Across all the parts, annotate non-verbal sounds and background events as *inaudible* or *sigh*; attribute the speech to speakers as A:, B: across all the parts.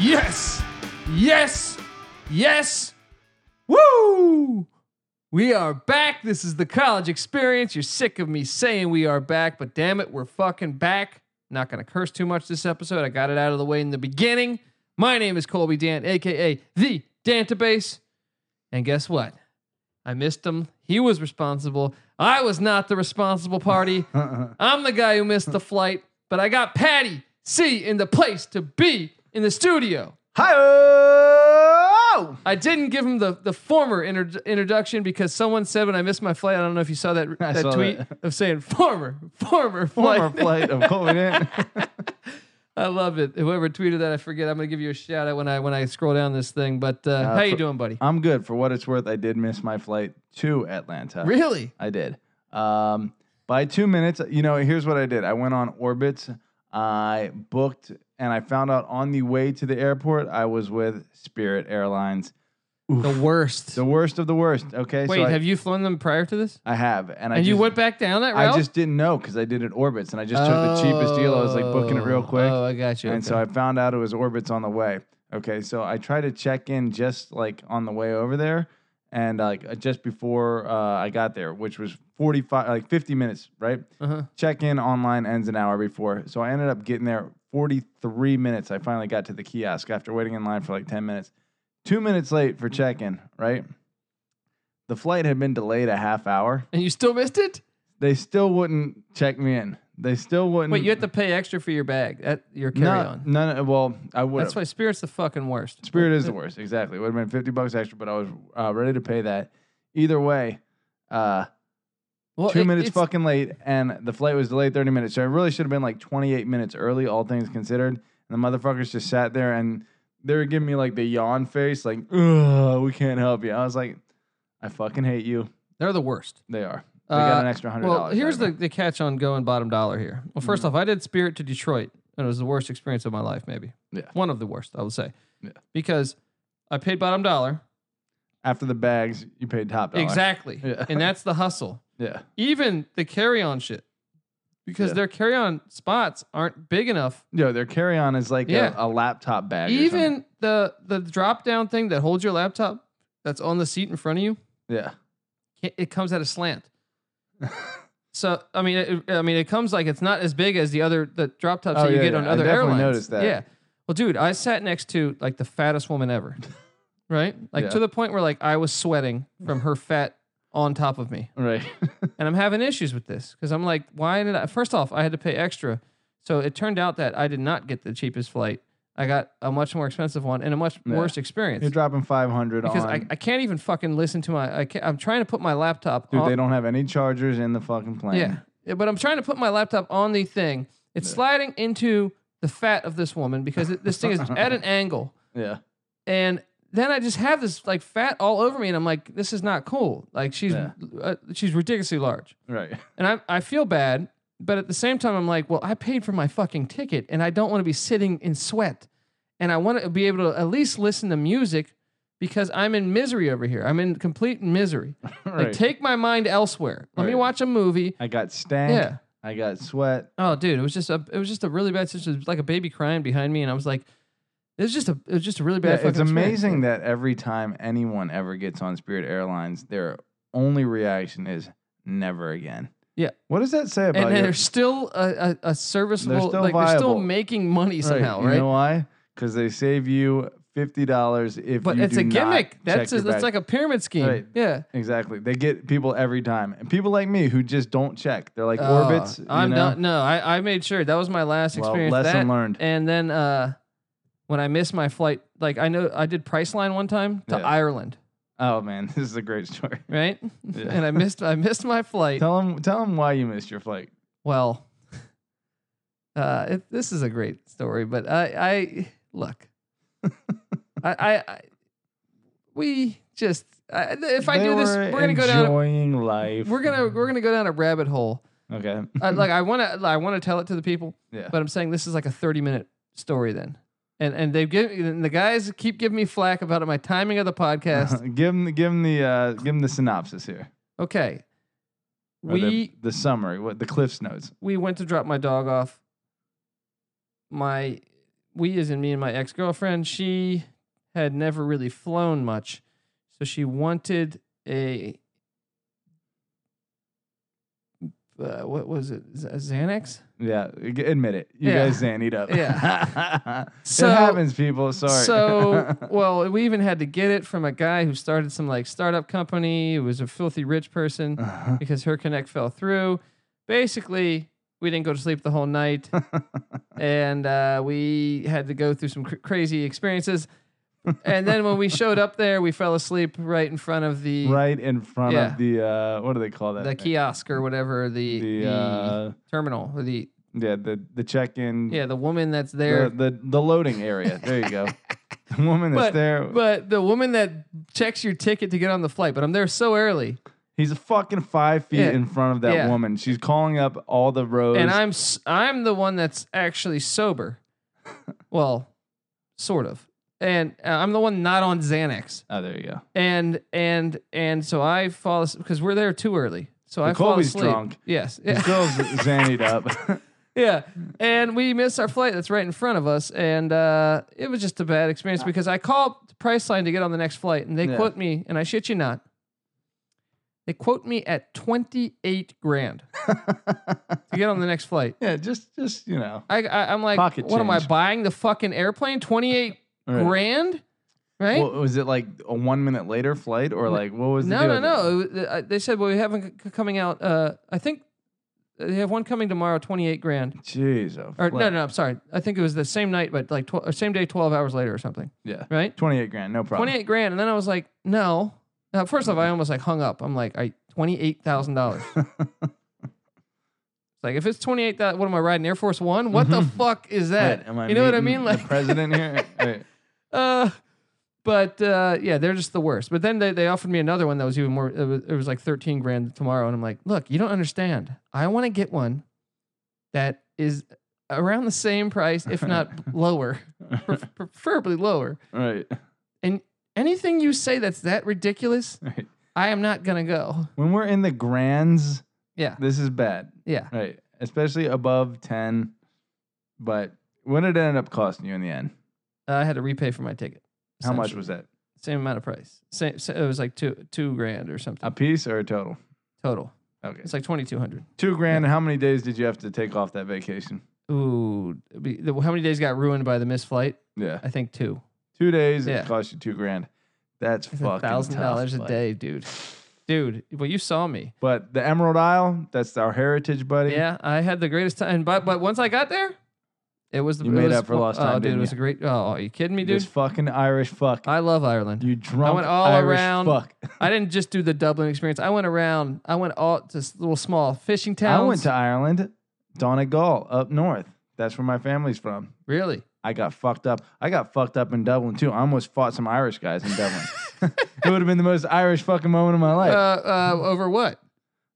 A: Yes! Yes! Yes! Woo! We are back. This is the college experience. You're sick of me saying we are back, but damn it, we're fucking back. Not going to curse too much this episode. I got it out of the way in the beginning. My name is Colby Dan, aka The Dantabase. And guess what? I missed him. He was responsible. I was not the responsible party. I'm the guy who missed
B: *laughs*
A: the flight, but I got Patty C in the place to be in the studio.
B: Hi.
A: I didn't give him the, the former inter- introduction because someone said when I missed my flight, I don't know if you saw that,
B: I
A: that
B: saw
A: tweet
B: that.
A: of saying former, former *laughs* flight.
B: Former flight of
A: *laughs*
B: Colby Dan.
A: I love it. Whoever tweeted that, I forget. I'm gonna give you a shout out when I when I scroll down this thing. But uh, how you
B: for-
A: doing, buddy?
B: I'm good. For what it's worth, I did miss my flight to Atlanta.
A: Really?
B: I did. Um, by two minutes, you know, here's what I did. I went on Orbitz. I booked, and I found out on the way to the airport, I was with Spirit Airlines.
A: The worst.
B: The worst of the worst. Okay.
A: Wait,
B: so I,
A: have you flown them prior to this?
B: I have. And, I
A: and you
B: just-
A: went back down that route?
B: I just didn't know because I did it Orbitz, and I just took the cheapest deal. I was like booking it real quick.
A: Oh, I got you.
B: And so I found out it was orbits on the way. Okay, so I tried to check in just like on the way over there, and like uh, just before uh, I got there, which was forty five, like fifty minutes, right?
A: Uh-huh.
B: Check in online ends an hour before, so I ended up getting there forty three minutes. I finally got to the kiosk after waiting in line for like ten minutes. Two minutes late for check in, right? The flight had been delayed a half hour.
A: and you still missed it?
B: They still wouldn't check me in. They still wouldn't.
A: Wait, you had to pay extra for your bag, at your carry
B: Mm. no,
A: on.
B: no, no. Well, I would.
A: That's why Spirit's the fucking worst.
B: Spirit is the worst. Exactly. It would have been 50 bucks extra, but I was uh, ready to pay that. Either way, uh,
A: Well,
B: two
A: it-
B: minutes
A: it's-
B: fucking late, and the flight was delayed 30 minutes. So I really should have been like 28 minutes early, all things considered. And the motherfuckers just sat there and they were giving me like the yawn face, like, Ugh, we can't help you. I was like, I fucking hate you.
A: They're the worst.
B: They are. They got
A: Uh,
B: an extra $100.
A: Well, here's
B: out
A: the,
B: of
A: the catch on going bottom dollar here. Well, 1st
B: Mm.
A: off, I did Spirit to Detroit, and it was the worst experience of my life, maybe.
B: Yeah.
A: One of the worst, I would say.
B: Yeah.
A: Because I paid bottom dollar.
B: it. After the bags, you paid top dollar.
A: Exactly.
B: Yeah. *laughs*
A: And that's the hustle.
B: Yeah.
A: Even the carry on shit, because
B: Yeah.
A: their carry on spots aren't big enough.
B: Yo, their carry on is like
A: Yeah.
B: a, a laptop bag. or something.
A: Even the, the drop down thing that holds your laptop that's on the seat in front of you,
B: Yeah.
A: can't- it comes at a
B: *laughs*
A: slant. so I mean, it, I mean, it comes like it's not as big as the other the drop tops
B: Oh,
A: that you
B: yeah,
A: get on
B: yeah. I
A: other
B: definitely
A: airlines.
B: noticed that.
A: Yeah. Well, dude, I sat next to like the fattest woman
B: *laughs*
A: ever, right? Like
B: Yeah.
A: to the point where like I was sweating from her fat on top of me,
B: Right. *laughs*
A: and I'm having issues with this because I'm like, why did I? First off, I had to pay extra, so it turned out that I did not get the cheapest flight. I got a much more expensive one and a much
B: Yeah.
A: worse experience.
B: You're dropping 500
A: because
B: on.
A: I, I can't even fucking listen to my I can't, I'm trying to put my laptop
B: Dude,
A: on
B: they don't have any chargers in the fucking plane.
A: Yeah. Yeah, But I'm trying to put my laptop on the thing. It's sliding into the fat of this woman because it, this thing
B: *laughs*
A: is at an angle.
B: Yeah.
A: And then I just have this like fat all over me. And I'm like, this is not cool. Like she's,
B: Yeah.
A: uh, she's ridiculously large.
B: *laughs* Right.
A: And I, I feel bad. But at the same time, I'm like, well, I paid for my fucking ticket and I don't want to be sitting in sweat. And I want to be able to at least listen to music because I'm in misery over here. I'm in complete misery. Like,
B: right.
A: take my mind elsewhere. Let me
B: Right.
A: watch a movie.
B: I got stank.
A: Yeah.
B: I got sweat.
A: Oh, dude, it was just a it was just a really bad situation. It was like a baby crying behind me, and I was like, it was just a it was just a really bad.
B: it's
A: fucking experience.
B: amazing that every time anyone ever gets on Spirit Airlines, their only reaction is never again.
A: Yeah.
B: What does that say about
A: And then
B: you?
A: they're still a, a, a serviceable,
B: still
A: like they're still
B: viable.
A: making money somehow,
B: You
A: right?
B: know why? Because they save you fifty dollars if.
A: But
B: you
A: it's
B: do
A: a
B: not
A: gimmick.
B: check
A: That's a,
B: your
A: that's
B: badge.
A: like a pyramid scheme.
B: Right.
A: Yeah.
B: exactly. They get people every time, and people like me who just don't check. They're like
A: Uh,
B: orbits. you
A: I'm
B: know?
A: done. No, I, I made sure that was my last
B: Well,
A: experience.
B: lesson
A: That-
B: learned.
A: And then uh, when I missed my flight, like I know I did Priceline one time to
B: Yeah.
A: Ireland,
B: Oh man, *laughs* this is a great story.
A: right?
B: Yeah.
A: *laughs* and I missed I missed my flight.
B: Tell them, tell them why you missed your flight.
A: Well, *laughs* uh, it, this is a great story, but I, I
B: *laughs*
A: look, I, I, I, we just I, if I
B: They
A: do this,
B: were
A: we're gonna go down.
B: enjoying life.
A: We're gonna we're gonna go down a rabbit hole.
B: okay.
A: I, like I want to I want to tell it to the people, *laughs*
B: yeah.
A: but I'm saying this is like a 30 minute story then, and and they give and the guys keep giving me flack about my timing of the podcast.
B: *laughs* give them, give them the, uh, give them the synopsis here.
A: Okay,
B: Or the-
A: we
B: the, summary, what the Cliff's notes.
A: we went to drop my dog off. My we is in me and my ex girlfriend. She had never really flown much, so she wanted a uh, what was it Z- Xanax?
B: Yeah, g- admit it. You
A: Yeah.
B: guys zanied up. Yeah,
A: So-
B: *laughs* it happens, people. Sorry. *laughs*
A: So well, we even had to get it from a guy who started some like startup company. It was a filthy rich person because her connect fell through. Basically, we didn't go to sleep the whole
B: *laughs*
A: night. and uh, we had to go through some cr- crazy experiences. And then when we showed up there, we fell asleep right in front of the
B: right in front
A: Yeah.
B: of the uh, what do they call that?
A: the
B: thing?
A: kiosk or whatever the the,
B: The uh,
A: terminal or the
B: yeah the the check-in.
A: yeah the woman that's there.
B: The, the the loading area.
A: *laughs*
B: There you go. the woman that's
A: but,
B: there.
A: but the woman that checks your ticket to get on the flight, but I'm there so early,
B: He's a fucking five feet
A: Yeah.
B: in front of that
A: Yeah.
B: woman. She's calling up all the roads.
A: and I'm s- I'm the one that's actually
B: *laughs*
A: sober, well, sort of, and uh, I'm the one not on Xanax.
B: oh, there you *laughs* go.
A: and and and so I fall because we're there too early. So I fall
B: Colby's
A: asleep.
B: drunk.
A: Yes.
B: He's
A: Yeah.
B: still zannied up.
A: *laughs* yeah. And we miss our flight that's right in front of us, and uh, it was just a bad experience because I called Priceline to get on the next flight, and they
B: Ah. Yeah.
A: quote me, and I shit you not, they quote me at twenty eight
B: *laughs*
A: grand to get on the next flight.
B: *laughs* yeah, just just you know.
A: I, I I'm like,
B: Pocket
A: what am I
B: change.
A: buying the fucking airplane? Twenty eight grand, right?
B: Well, was it like a one minute later flight or like what was the
A: No, no,
B: deal?
A: no. It was- uh, They said, well, we haven't c- coming out. Uh, I think they have one coming tomorrow, 28 grand.
B: Jeez, oh,
A: Or,
B: flip.
A: no, no, I'm sorry. I think it was the same night, but like tw- or same day, 12 hours later or something,
B: yeah,
A: right?
B: twenty eight grand, no problem.
A: 28 grand. And then I was like, no. Now, first off, I almost like hung up. I'm like, I
B: *laughs*
A: $28,000. It's Like if it's twenty eight, what am I riding Air Force One? What the fuck is that?
B: Wait, Mm-hmm. am I
A: you know what I
B: meeting
A: mean? Like
B: the
A: *laughs*
B: president here. Wait,
A: uh, but uh, yeah, they're just the worst. But then they, they offered me another one that was even more. It was, it was like thirteen grand tomorrow, and I'm like, look, you don't understand. I want to get one that is around the same price, if
B: *laughs*
A: not lower, pre- preferably lower.
B: right,
A: And anything you say that's that ridiculous,
B: right.
A: I am not gonna go.
B: When we're in the grands,
A: Yeah.
B: this is bad.
A: Yeah,
B: Right, especially above ten. But what did it end up costing you in the end?
A: uh, I had to repay for my ticket.
B: How much
A: essentially.
B: was that?
A: Same amount of price. Same. sa- It was like two two grand or something
B: A piece or a total?
A: total.
B: Okay,
A: It's like twenty two hundred.
B: two grand. How many days did you have to take off that vacation?
A: Ooh, it'd be- the- how many days got ruined by the missed flight?
B: Yeah,
A: I think two.
B: two days.
A: Yeah.
B: It cost you two grand. That's
A: It's a
B: fucking
A: thousand
B: tough,
A: dollars a
B: bud.
A: day, dude. Dude, well, you saw me.
B: But the Emerald Isle, that's our heritage, buddy.
A: Yeah, I had the greatest time. But but once I got there, it was the
B: You
A: it
B: made
A: was-
B: up for lost time,
A: Oh, dude,
B: didn't
A: it was
B: you?
A: a great. Oh, are you kidding me, dude?
B: This fucking Irish fuck.
A: I love Ireland.
B: You drunk
A: all
B: Irish
A: around.
B: fuck.
A: I didn't just do the Dublin experience. I went around. I went all to s- little small fishing
B: I
A: towns.
B: went to Ireland, Donegal, up north. That's where my family's from.
A: really.
B: I got fucked up. I got fucked up in Dublin too. I almost fought some Irish guys in Dublin.
A: *laughs*
B: it would have been the most Irish fucking moment of my
A: Uh,
B: life.
A: uh, over what?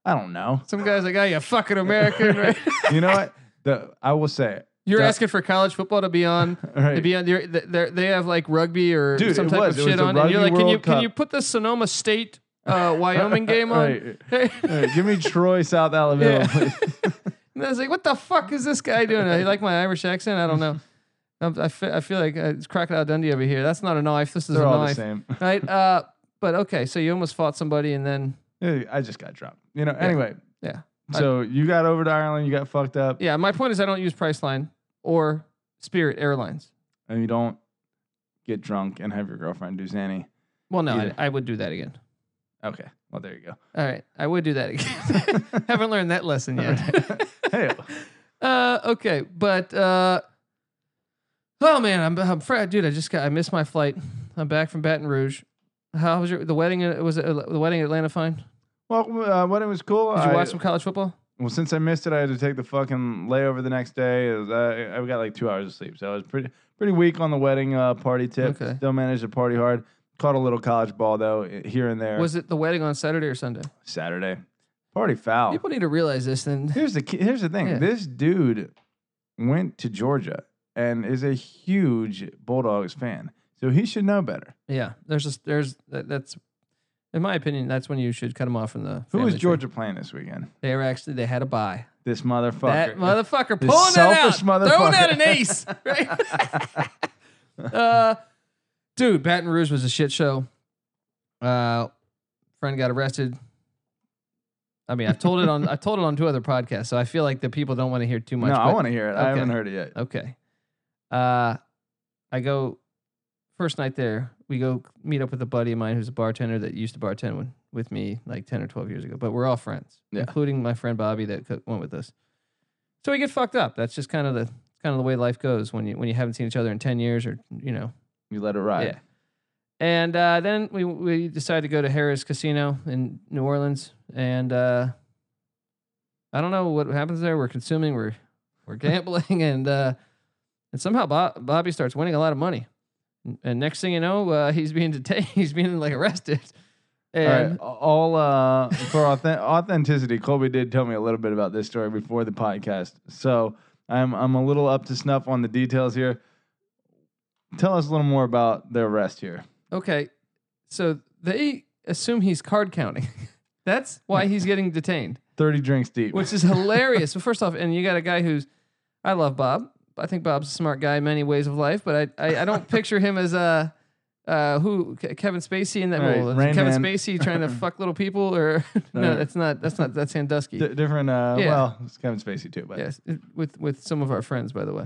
B: I don't know.
A: Some guys like, oh, you fucking American, *laughs*
B: *laughs*
A: right?
B: You know what? The I will say it.
A: You're
B: Yeah.
A: asking for college football to be on
B: *laughs* Right.
A: to be on. They're, they're, they have like rugby or
B: Dude,
A: some
B: it
A: type
B: was.
A: of
B: It was
A: shit
B: the
A: on, and you're
B: Rugby
A: like, can you
B: World
A: can
B: Cup.
A: you put the Sonoma State
B: *laughs*
A: uh, Wyoming game on?
B: Right.
A: *laughs*
B: All right, give me Troy, South
A: Yeah.
B: Alabama. *laughs* please.
A: And I was like, what the fuck is this guy doing? I like my Irish accent. I don't *laughs* know. I'm- I fe- I feel like uh, it's Crocodile Dundee over here. That's not a knife. This is
B: They're
A: a
B: all the
A: knife,
B: same.
A: right? Uh, but okay, so you almost fought somebody, and then
B: Yeah, I just got dropped. You know. Anyway,
A: yeah,
B: so you got over to Ireland. You got fucked up.
A: yeah. My point is, I don't use Priceline or Spirit Airlines.
B: and you don't get drunk and have your girlfriend do Zanny.
A: Well, no,
B: Either.
A: I, I would do that again.
B: Okay. Well, there you
A: *laughs*
B: go.
A: All right, I would do that *laughs* again. Haven't learned that lesson yet.
B: Hey,
A: uh, okay, but uh, oh man, I'm I'm fra- dude. I just got I missed my flight. I'm back from Baton Rouge. How was your the wedding? uh, Was it, uh, the wedding in Atlanta fine? Did
B: well, uh, wedding was cool.
A: you
B: I-
A: watch some college football?
B: Well, since I missed it, I had to take the fucking layover the next day. It was, uh, I got like two hours of sleep, so I was pretty pretty weak on the wedding uh, party tip.
A: Okay.
B: Still managed to party hard. Caught a little college ball though i- here and there.
A: Was it the wedding on Saturday or Sunday?
B: Saturday? Party foul.
A: People need to realize this. Then
B: Here's the key, here's the thing.
A: Yeah.
B: This dude went to Georgia and is a huge Bulldogs fan, so he should know better.
A: yeah, there's just there's that, that's in my opinion that's when you should cut them off from the.
B: Who
A: family
B: is
A: tree.
B: Georgia playing this weekend?
A: They were actually they had a buy.
B: This motherfucker.
A: That motherfucker
B: This
A: pulling that out,
B: selfish
A: throwing
B: motherfucker.
A: out an ace,
B: *laughs*
A: right? uh, dude, Baton Rouge was a shit show. Uh, friend got arrested. I mean, I've told it on I've told it on two other podcasts, so I feel like the people don't want to hear too much.
B: no, I
A: but-
B: want to hear it. I
A: Okay.
B: haven't heard it yet.
A: Okay. Uh, I go first night there. We go meet up with a buddy of mine who's a bartender that used to bartend with, with me like ten or twelve years ago. But we're all friends,
B: Yeah.
A: including my friend Bobby that co- went with us. So we get fucked up. That's just kind of the kind of the way life goes when you when you haven't seen each other in ten years or you know
B: You let it ride.
A: yeah. And uh, then we we decided to go to Harris Casino in New Orleans, and uh, I don't know what happens there. We're consuming, we're we're gambling, *laughs* and uh, and somehow Bob, Bobby starts winning a lot of money, and next thing you know, uh, *laughs* he's being detained, he's being like arrested,
B: All,
A: and
B: right. all uh, for authen- authenticity, Colby did tell me a little bit about this story before the podcast, so I'm I'm a little up to snuff on the details here. Tell us a little more about their arrest here.
A: okay, so they assume he's card counting. *laughs* That's why he's getting detained.
B: Thirty drinks deep.
A: which is hilarious. well, first off, and you got a guy who's I love Bob. I think Bob's a smart guy in many ways of life, but I I, I don't picture him as a uh, who Ke- Kevin Spacey in that
B: All right,
A: role. Is
B: Rain
A: Kevin
B: Man.
A: Spacey trying
B: *laughs*
A: to fuck little people, or *laughs* no,
B: No.
A: that's not that's not that's Sandusky.
B: D- different. Uh,
A: Yeah.
B: Well, it's Kevin Spacey too, but
A: yes, it- with with some of our friends, by the way.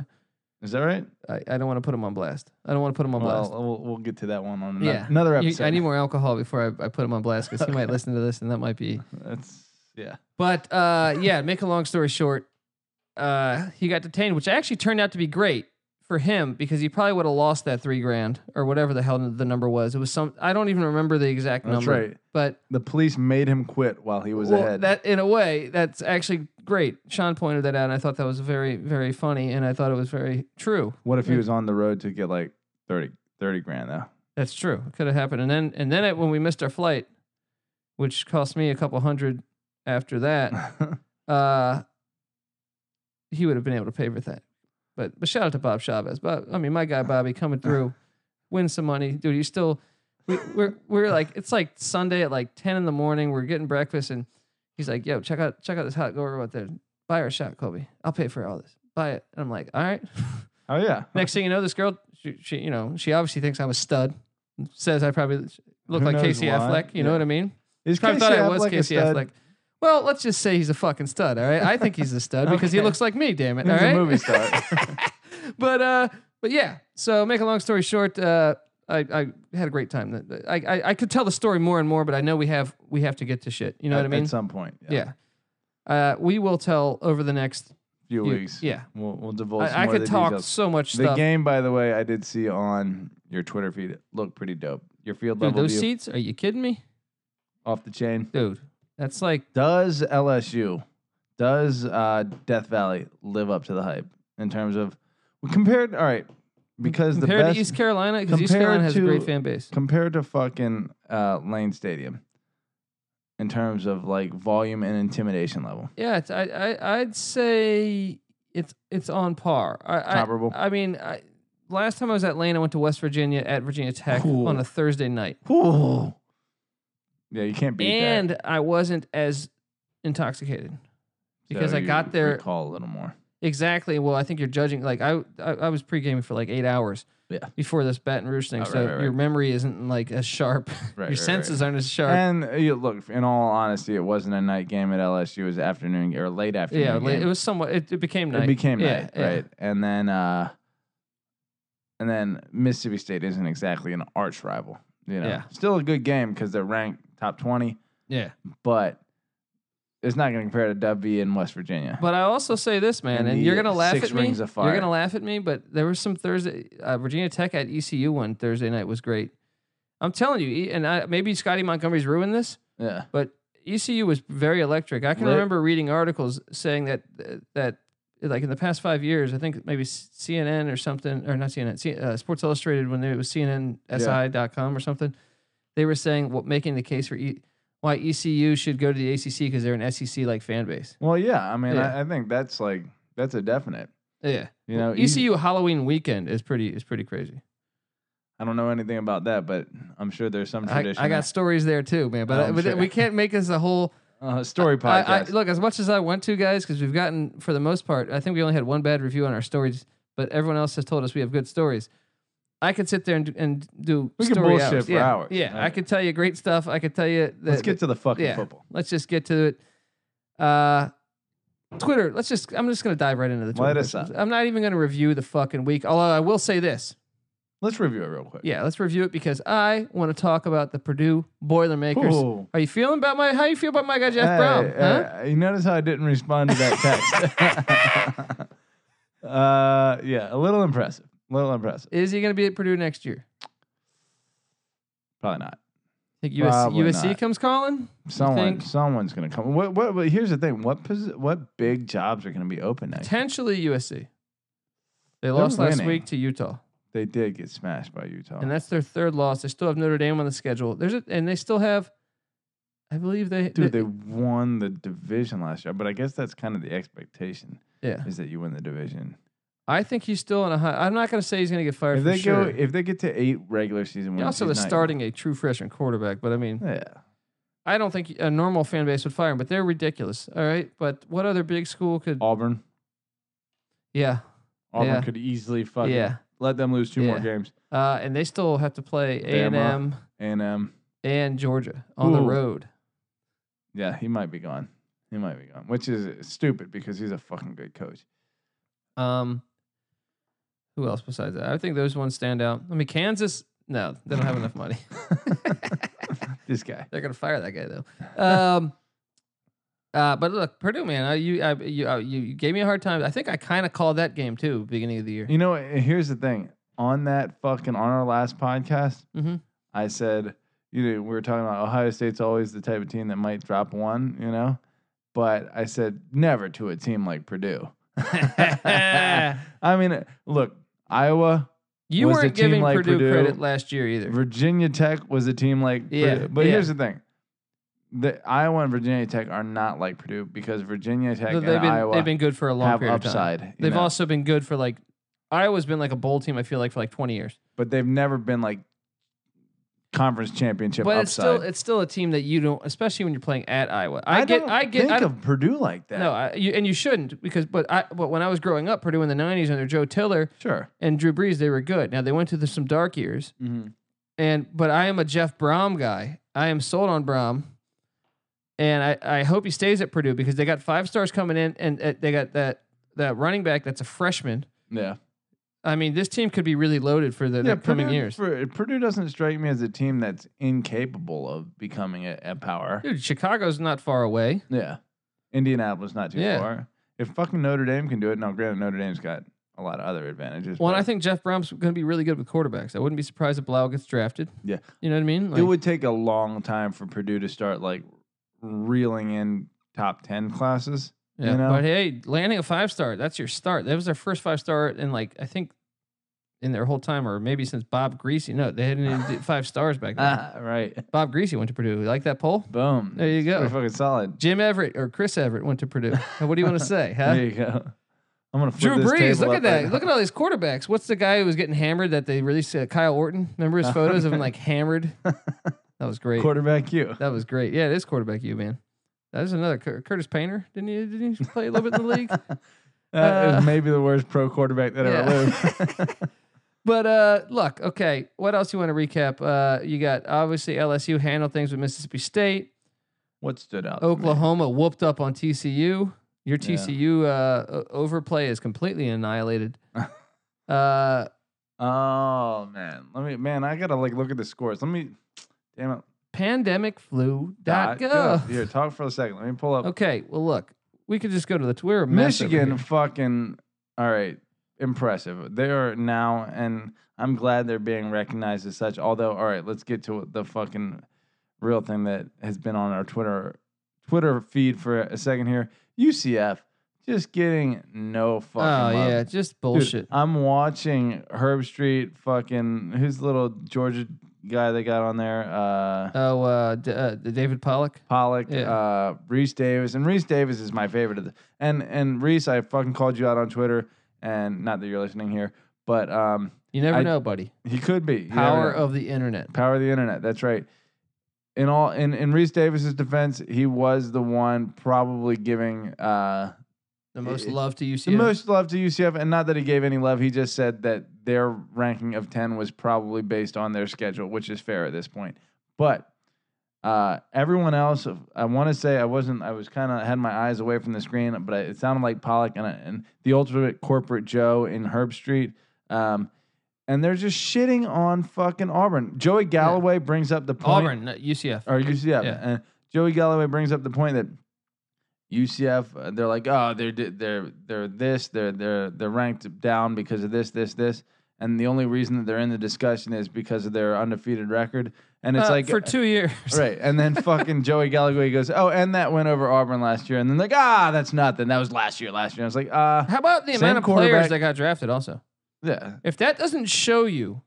B: is that right?
A: I, I don't want to put him on blast. I don't want to put him on
B: Well,
A: blast.
B: we'll we'll get to that one on ano-
A: Yeah.
B: another
A: You-
B: episode.
A: I need more alcohol before I, I put him on blast because he might listen to this and that might be
B: That's yeah.
A: But uh, yeah, make a long story short, uh, he got detained, which actually turned out to be great for him because he probably would have lost that three grand or whatever the hell the number was. It was some I don't even remember the exact
B: That's
A: number.
B: right.
A: But
B: The police made him quit while he was
A: well,
B: ahead.
A: that in a way, that's actually great. Sean pointed that out, and I thought that was very, very funny, and I thought it was very true.
B: what if he was on the road to get like 30, 30 grand though? *laughs*
A: That's true. It could have happened. And then and then it, when we missed our flight, which cost me a couple hundred after that. uh, he would have been able to pay for that. But but shout out to Bob Chavez. But I mean, my
B: Uh,
A: guy Bobby coming through, win some money, dude. You still, we, we're we're like it's like Sunday at like ten in the morning. We're getting breakfast, and he's like, "Yo, check out check out this hot girl right there. Buy her a shot, Kobe. I'll pay for all this. Buy it." And I'm like, "All
B: *laughs*
A: right."
B: oh yeah.
A: Next thing you know, this girl, she, she you know she obviously thinks I'm a stud. Says I probably look
B: Who
A: like
B: knows
A: Casey
B: why?
A: Affleck. You know
B: Yeah.
A: what I mean?
B: Is
A: Probably thought
B: Casey
A: I was
B: Affleck a
A: Casey
B: stud?
A: Affleck. Well, let's just say he's a fucking stud, all right? I think he's a
B: *laughs*
A: stud because he
B: Okay.
A: looks like me, damn it.
B: He's
A: all right.
B: a
A: *laughs*
B: movie star.
A: But uh but yeah. So make a long story short, uh I, I had a great time. I, I I could tell the story more and more, but I know we have we have to get to shit. You know what I
B: At-
A: mean?
B: At some point.
A: yeah. Uh we will tell over the next few-
B: Few weeks.
A: Yeah.
B: We'll, we'll divulge some
A: I, I
B: more of
A: could
B: the
A: talk
B: details.
A: so much
B: The
A: stuff.
B: game, by the way, I did see on your Twitter feed. It looked pretty dope. Your field
A: Dude,
B: level
A: those
B: view
A: seats? Are you kidding me?
B: off the chain.
A: Dude, that's like
B: Does LSU, does uh, Death Valley live up to the hype in terms of compared? All right, because the
A: compared
B: best
A: to East Carolina, because East
B: compared
A: Carolina has a great
B: to-
A: fan base.
B: compared to fucking uh, Lane Stadium in terms of like volume and intimidation level.
A: Yeah, it's, I, I I'd say it's it's on par. I, I-
B: Comparable.
A: I, mean, I, last time I was at Lane, I went to West Virginia at Virginia Tech
B: Ooh.
A: on a Thursday night,
B: Ooh. Yeah, you can't beat that.
A: and I wasn't as intoxicated because
B: So
A: I
B: you
A: got there
B: Recall a little more.
A: exactly. Well, I think you're judging. Like I I, I was pre gaming for like eight hours.
B: Yeah.
A: Before this Baton Rouge thing,
B: Oh, right,
A: so
B: right, right.
A: your memory isn't like as sharp.
B: Right,
A: your
B: right,
A: senses aren't as sharp.
B: And uh, you look, in all honesty, it wasn't a night game at LSU. It was afternoon or late afternoon.
A: yeah, like,
B: game.
A: it was somewhat. It, it became
B: It
A: night.
B: became
A: Yeah,
B: night,
A: yeah.
B: right? And then uh, And then Mississippi State isn't exactly an arch rival. You know,
A: Yeah.
B: still a good game because they're ranked top twenty,
A: Yeah.
B: but it's not going to compare to WV in West Virginia.
A: But I also say this, man,
B: And
A: and
B: the
A: you're gonna laugh
B: six
A: at me.
B: rings of
A: You're
B: fire.
A: gonna laugh at me, but there was some Thursday uh, Virginia Tech at ECU one Thursday night was great. I'm telling you, E- and I, maybe Scotty Montgomery's ruined this,
B: yeah,
A: but ECU was very electric. I can
B: Lit.
A: remember reading articles saying that that like in the past five years, I think maybe CNN or something, or not CNN, C- uh, Sports Illustrated when it was CNNSI.com or something, they were saying what making the case for e- why ECU should go to the ACC because they're an SEC like fan base.
B: well, yeah. I mean,
A: Yeah.
B: I, I think that's like that's a definite.
A: Yeah.
B: You know, easy-
A: ECU Halloween weekend is pretty is pretty crazy.
B: I don't know anything about that, but I'm sure there's some
A: I,
B: tradition.
A: I got stories there too, man. But,
B: Oh,
A: I,
B: I'm
A: but
B: sure.
A: we can't make this a
B: *laughs*
A: whole
B: uh, story
A: I- I-
B: podcast.
A: look, as much as I want to, guys, because we've gotten for the most part, I think we only had one bad review on our stories, but everyone else has told us we have good stories. I could sit there and, do- and do
B: We could
A: story
B: bullshit
A: hours.
B: for
A: yeah.
B: hours.
A: Yeah, I
B: Like-
A: could tell you great stuff. I could tell you. The,
B: Let's get to the fucking
A: yeah.
B: football.
A: Let's just get to it. Uh, Twitter. Let's just. I'm just gonna dive right into the. Twitter
B: Light us
A: questions. I'm not even gonna review the fucking week. Although I will say this.
B: Let's review it real quick.
A: Yeah, let's review it because I want to talk about the Purdue Boilermakers.
B: Ooh.
A: Are you feeling about my? How you feel about my guy Jeff
B: Hey,
A: Brown?
B: hey,
A: huh?
B: You notice how I didn't respond to that text. *laughs* uh, yeah, a little impressive. A little impressive.
A: Is he going to be at Purdue next year?
B: Probably not.
A: Think USC,
B: Probably
A: USC
B: not.
A: comes calling?
B: Someone,
A: think?
B: someone's gonna come. What, what, but here's the thing. What, posi- what big jobs are gonna be open next?
A: Potentially USC. They lost last
B: winning. Oh.
A: week to Utah,
B: They did get smashed by Utah.
A: and that's their third loss. They still have Notre Dame on the schedule. There's a, and they still have, I believe they,
B: Dude, they won the division last year, but I guess that's kind of the expectation
A: yeah.
B: is that you win the division.
A: I think he's still in a high. I'm not going to say he's going to get fired
B: If
A: for
B: they
A: sure.
B: go, if they get to eight regular season
A: He
B: wins,
A: also,
B: he's
A: they're
B: not-
A: starting a true freshman quarterback, but I mean,
B: Yeah,
A: I don't think a normal fan base would fire him, but they're ridiculous. All right, but what other big school could?
B: Auburn.
A: Yeah,
B: Auburn
A: Yeah.
B: could easily fucking
A: yeah,
B: let them lose two more
A: Yeah.
B: games.
A: uh, and they still have to play A and M
B: Bama. And um,
A: and Georgia on the
B: Ooh.
A: road.
B: yeah, he might be gone. He might be gone, which is stupid because he's a fucking good coach. *laughs*
A: Um, who else besides that? I think those ones stand out. I mean, Kansas. No, they don't have enough money. *laughs*
B: This guy.
A: They're gonna fire that guy though. Um, uh, but look, Purdue man, I, you I, you uh, you you gave me a hard time. I think I kind of called that game too, beginning of the
B: *laughs*
A: year. *laughs*
B: You know, and here's the thing. On that fucking on our last podcast,
A: Mhm.
B: I said, you know, we were talking about Ohio State's always the type of team that might drop one, you know, but I said never to a team
A: *laughs*
B: like Purdue. I mean, look, Iowa,
A: You
B: Was the
A: weren't
B: team
A: giving
B: like
A: Purdue,
B: Purdue-
A: credit last year either.
B: Virginia Tech was a team like
A: Yeah,
B: Purdue. But
A: yeah.
B: here's the thing. The Iowa and Virginia Tech are not like Purdue because Virginia Tech
A: Though
B: and
A: They've been
B: Iowa
A: they've been good for a long
B: have
A: period of time.
B: upside. you
A: They've
B: know,
A: also been good for like Iowa's been like a bowl team. I feel like for like twenty years.
B: but they've never been like conference championship
A: But
B: upside.
A: it's still it's still a team that you don't, especially when you're playing at Iowa. I, get
B: don't
A: I get
B: think
A: I,
B: of Purdue like that.
A: No, I, you, and you shouldn't because. But I, but when I was growing up, Purdue in the '90s under Joe Tiller
B: sure.
A: and Drew Brees, they were good. Now they went through the, some dark years,
B: Mm-hmm.
A: and but I am a Jeff Brom guy. I am sold on Brom, and I, I hope he stays at Purdue because they got five stars coming in, and uh, they got that that running back that's a freshman.
B: Yeah,
A: I mean, this team could be really loaded for the
B: yeah.
A: coming
B: Purdue,
A: years.
B: for- Purdue doesn't strike me as a team that's incapable of becoming a, a power.
A: Dude, Chicago's not far away.
B: Yeah, Indianapolis not too
A: Yeah.
B: far. If fucking Notre Dame can do it, now granted Notre Dame's got a lot of other advantages.
A: Well, and
B: but
A: I think Jeff Brom's going to be really good with quarterbacks. I wouldn't be surprised if Blau gets drafted.
B: Yeah.
A: you know what I mean.
B: it
A: Like-
B: would take a long time for Purdue to start like reeling in top ten classes.
A: Yeah,
B: you know?
A: but hey, landing a five star, that's your start. That was their first five star in like I think in their whole time, or maybe since Bob Greasy. No, they hadn't even
B: *laughs*
A: did five stars back then.
B: Ah, right.
A: Bob Greasy went to Purdue. You like that poll?
B: Boom.
A: There you go.
B: Pretty fucking solid.
A: Jim Everett or Chris Everett went to Purdue. what do you
B: *laughs*
A: want to say?
B: There
A: Huh?
B: you go. I'm gonna flip
A: Drew
B: this
A: Brees,
B: table
A: look
B: up
A: at that.
B: right
A: look at all these quarterbacks. What's the guy who was getting hammered that they released? Uh, Kyle Orton. Remember
B: *laughs*
A: his photos of him like hammered? That was
B: now.
A: great.
B: quarterback you.
A: That was great. Yeah, it is quarterback you, man. That is another Cur- Curtis Painter. Didn't he, didn't he play a little bit in the
B: *laughs*
A: league?
B: That
A: Uh,
B: is maybe the worst pro quarterback that
A: yeah.
B: ever lived.
A: *laughs*
B: *laughs*
A: But uh, look, okay. What else you want to recap? Uh, you got obviously LSU handled things with Mississippi State.
B: what stood out? to me?
A: Oklahoma whooped up on TCU. Your
B: Yeah. *laughs*
A: TCU uh, o- overplay is completely annihilated. uh,
B: Oh man, let me man, I gotta like look at the scores. Let me, damn it. dot gov. Here,
A: Pandemicflu.gov.
B: talk for a second. Let me pull up
A: Okay, well, look, we could just go to the Twitter.
B: Oh. Michigan. Fucking all right, impressive. They are now, and I'm glad they're being recognized as such. Although, all right, let's get to the fucking real thing that has been on our Twitter Twitter feed for a second here. UCF just getting no fucking.
A: Oh,
B: love.
A: yeah, just
B: Dude,
A: bullshit.
B: I'm watching Herb Street fucking who's the little Georgia guy they got on there? Uh
A: oh, uh, D- uh, David Pollock?
B: Pollock,
A: Yeah.
B: uh Reese Davis. And Reese Davis is my favorite of the and and Reese, I fucking called you out on Twitter and not that you're listening here, but um
A: You never
B: I-
A: know, buddy.
B: he could be. You never
A: Power
B: know.
A: of the internet.
B: Power of the internet. That's right. In all, in in Reese Davis's defense, he was the one probably giving uh,
A: The most
B: it-
A: love to UCF.
B: the most love to UCF, and not that he gave any love. He just said that their ranking of ten was probably based on their schedule, which is fair at this point. But uh, everyone else, I want to say I wasn't. I was kind of had my eyes away from the screen, but it sounded like Pollock and, and the ultimate corporate Joe in Herb Street. Um, and they're just shitting on fucking Auburn. Joey Galloway brings up the point
A: Auburn, no, UCF.
B: or UCF.
A: Yeah.
B: And Joey Galloway brings up the point that UCF, uh, they're like, oh, they're di- they're they're this, they're they're they're ranked down because of this, this, this, and the only reason that they're in the discussion is because of their undefeated record. And it's
A: Uh,
B: like
A: for two years.
B: *laughs* Right, and
A: *laughs*
B: then fucking Joey Galloway goes, "Oh, and that went over Auburn last year," and then like, "Ah, that's nothing. That was last year. Last year." I was like, "Ah, uh,
A: How about the
B: Same
A: amount of
B: quarterback.
A: players that got drafted? Also,
B: yeah,
A: if that doesn't show you,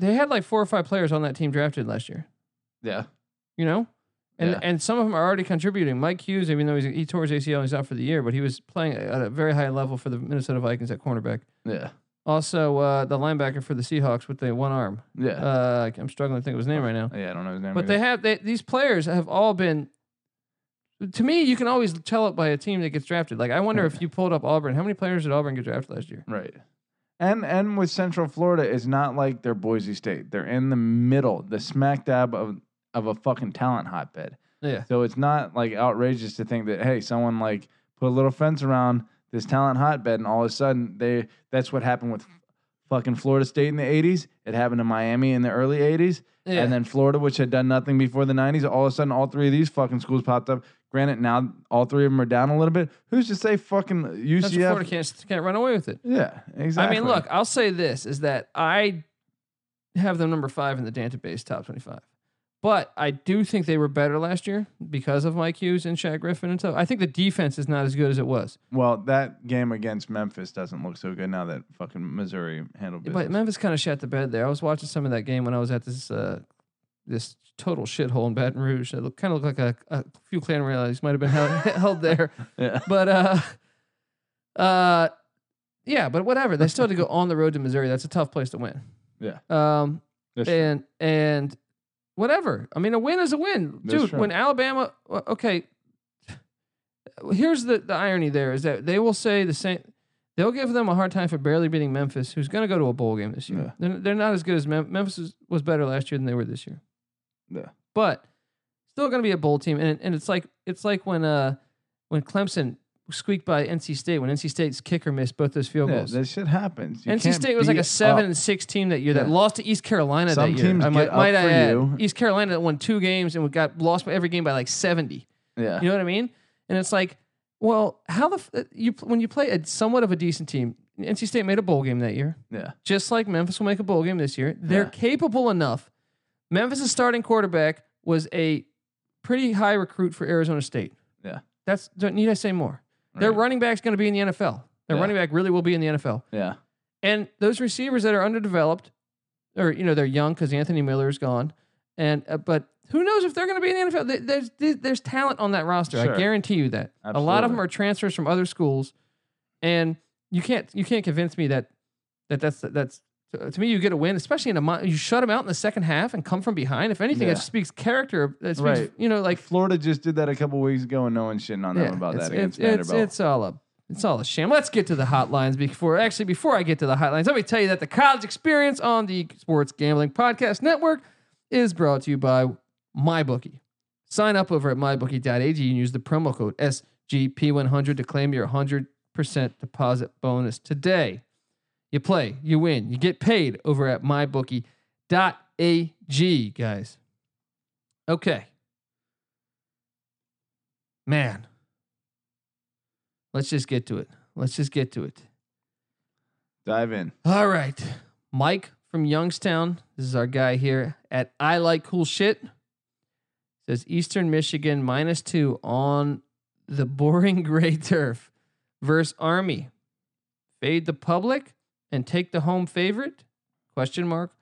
A: they had like four or five players on that team drafted last year.
B: yeah,
A: You know, and
B: Yeah.
A: and some of them are already contributing. Mike Hughes, even though he's, he tore his ACL, and he's out for the year, but he was playing at a very high level for the Minnesota Vikings at cornerback.
B: yeah,
A: Also, uh, the linebacker for the Seahawks with the one arm.
B: yeah,
A: Uh, I'm struggling to think of his name right now.
B: yeah." I don't know his name,
A: But they have they, these players have all been. To me, you can always tell it by a team that gets drafted. Like I wonder if you pulled up Auburn, how many players did Auburn get drafted last year?
B: Right. And and with Central Florida, it's not like they're Boise State. They're in the middle, the smack dab of of a fucking talent hotbed.
A: Yeah,
B: So it's not like outrageous to think that hey, someone like put a little fence around this talent hotbed, and all of a sudden they that's what happened with fucking Florida State in the '80s. It happened to Miami in the early '80s,
A: yeah.
B: and then Florida, which had done nothing before the '90s. All of a sudden, all three of these fucking schools popped up. Granted, now all three of them are down a little bit. Who's to say fucking
A: That's why Florida
B: UCF?
A: can't can't run away with it.
B: Yeah, exactly.
A: I mean, look, I'll say this is that I have them number five in the database top twenty five. But I do think they were better last year because of Mike Hughes and Shaq Griffin and stuff. I think the defense is not as good as it was.
B: Well, that game against Memphis doesn't look so good now that fucking Missouri handled business.
A: But Memphis kind of shat the bed there. I was watching some of that game when I was at this uh, this total shithole in Baton Rouge. It looked, kind of looked like a, a few clan rallies might have been *laughs* held, held there.
B: yeah.
A: But uh, uh, yeah, but whatever. They still had to go on the road to Missouri. That's a tough place to win.
B: Yeah.
A: Um,
B: That's true.
A: and and whatever. I mean, a win is a win,
B: That's
A: dude.
B: true.
A: When Alabama, o- okay. Here's the the irony. There is that they will say the same. They'll give them a hard time for barely beating Memphis, who's going to go to a bowl game this year.
B: Yeah.
A: They're, they're not as good as Mem- Memphis was, was better last year than they were this year.
B: Yeah.
A: But still going to be a bowl team, and and it's like it's like when uh when Clemson squeaked by NC State when NC State's kicker missed both those field
B: Yeah,
A: goals.
B: that shit happens. You
A: NC
B: can't
A: State was like
B: beat
A: a seven
B: up.
A: and six team that year that
B: Yeah.
A: lost to East Carolina
B: Some
A: that year.
B: teams
A: I might,
B: get up
A: might I
B: for
A: add,
B: you.
A: East Carolina that won two games and we got lost by every game by like seventy.
B: Yeah.
A: You know what I mean? And it's like, well, how the f- uh, you when you play a somewhat of a decent team, NC State made a bowl game that year,
B: yeah.
A: just like Memphis will make a bowl game this year. They're
B: Yeah.
A: capable enough. Memphis' starting quarterback was a pretty high recruit for Arizona State.
B: Yeah.
A: that's don't need I say more. Their
B: Right.
A: running back's going to be in the NFL. Their
B: Yeah.
A: running back really will be in the NFL.
B: Yeah.
A: And those receivers that are underdeveloped, or you know they're young because Anthony Miller's gone, and uh, but who knows if they're going to be in the NFL? There- There's there's- there's talent on that roster.
B: Sure.
A: I guarantee you that. A lot of
B: Absolutely.
A: them are transfers from other schools, and you can't you can't convince me that that that's that's to me you get a win, especially in a mon- you shut them out in the second half and come from behind. If anything,
B: Yeah.
A: it speaks character. That speaks,
B: Right.
A: You know, like
B: Like Florida just did that a couple weeks ago, and no one's shitting on
A: yeah,
B: them about
A: it's,
B: that against
A: it's, it's,
B: Vanderbilt.
A: it's all a it's all a sham. Let's get to the hotlines before actually before I get to the hotlines, let me tell you that the college experience on the Sports Gambling Podcast Network is brought to you by MyBookie. Sign up over at mybookie.ag and use the promo code SGP100 to claim your 100% deposit bonus today. You play, you win, you get paid over at mybookie.ag, guys. Okay. Man, let's just get to it. Let's just get to it.
B: Dive in.
A: All right. Mike from Youngstown. This is our guy here at I Like Cool Shit. Says Eastern Michigan minus two on the boring *laughs* gray turf versus Army. Fade the public and take the home favorite? Question mark.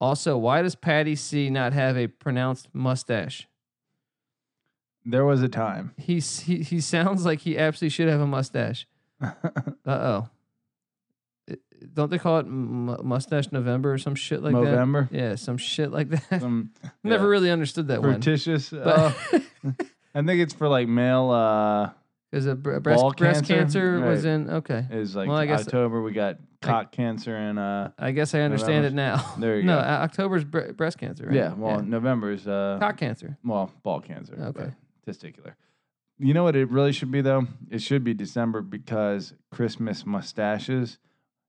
A: Also, why does Patty C not have a pronounced mustache?
B: There was a time.
A: He's, he he sounds like he absolutely should have a
B: *laughs*
A: mustache. Uh oh. Don't they call it M- Mustache November or some shit like
B: November.
A: that? Yeah, some shit like that.
B: Some
A: *laughs* Never
B: yeah,
A: really understood that one.
B: Verticious. uh,
A: But *laughs*
B: I think it's for like male. Uh,
A: because a bre- breast
B: ball
A: breast
B: cancer?
A: cancer was
B: Right.
A: in. Okay,
B: is like
A: Well, I guess-
B: October. We got cock cancer and uh,
A: I guess I understand it now.
B: *laughs* There you
A: no,
B: go.
A: o- October's bre- breast cancer. Right?
B: yeah. Well, November's uh,
A: cock cancer.
B: well, ball cancer.
A: Okay.
B: but Testicular. You know what it really should be though? It should be December because Christmas mustaches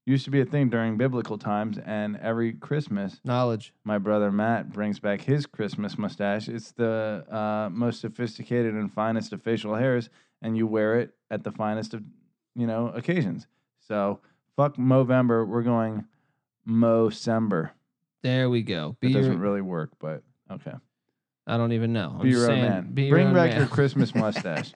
B: used to be a thing during biblical times, and every Christmas
A: Knowledge.
B: my brother Matt brings back his Christmas mustache. It's the uh, most sophisticated and finest of facial hairs, and you wear it at the finest of you know occasions. So fuck Movember. We're going Mocember.
A: There we go. Be
B: It doesn't
A: your,
B: really work, but okay.
A: I don't even know. I'm
B: be
A: just
B: your own
A: saying,
B: man.
A: Be your
B: Bring
A: own
B: back
A: man. *laughs*
B: your Christmas mustache.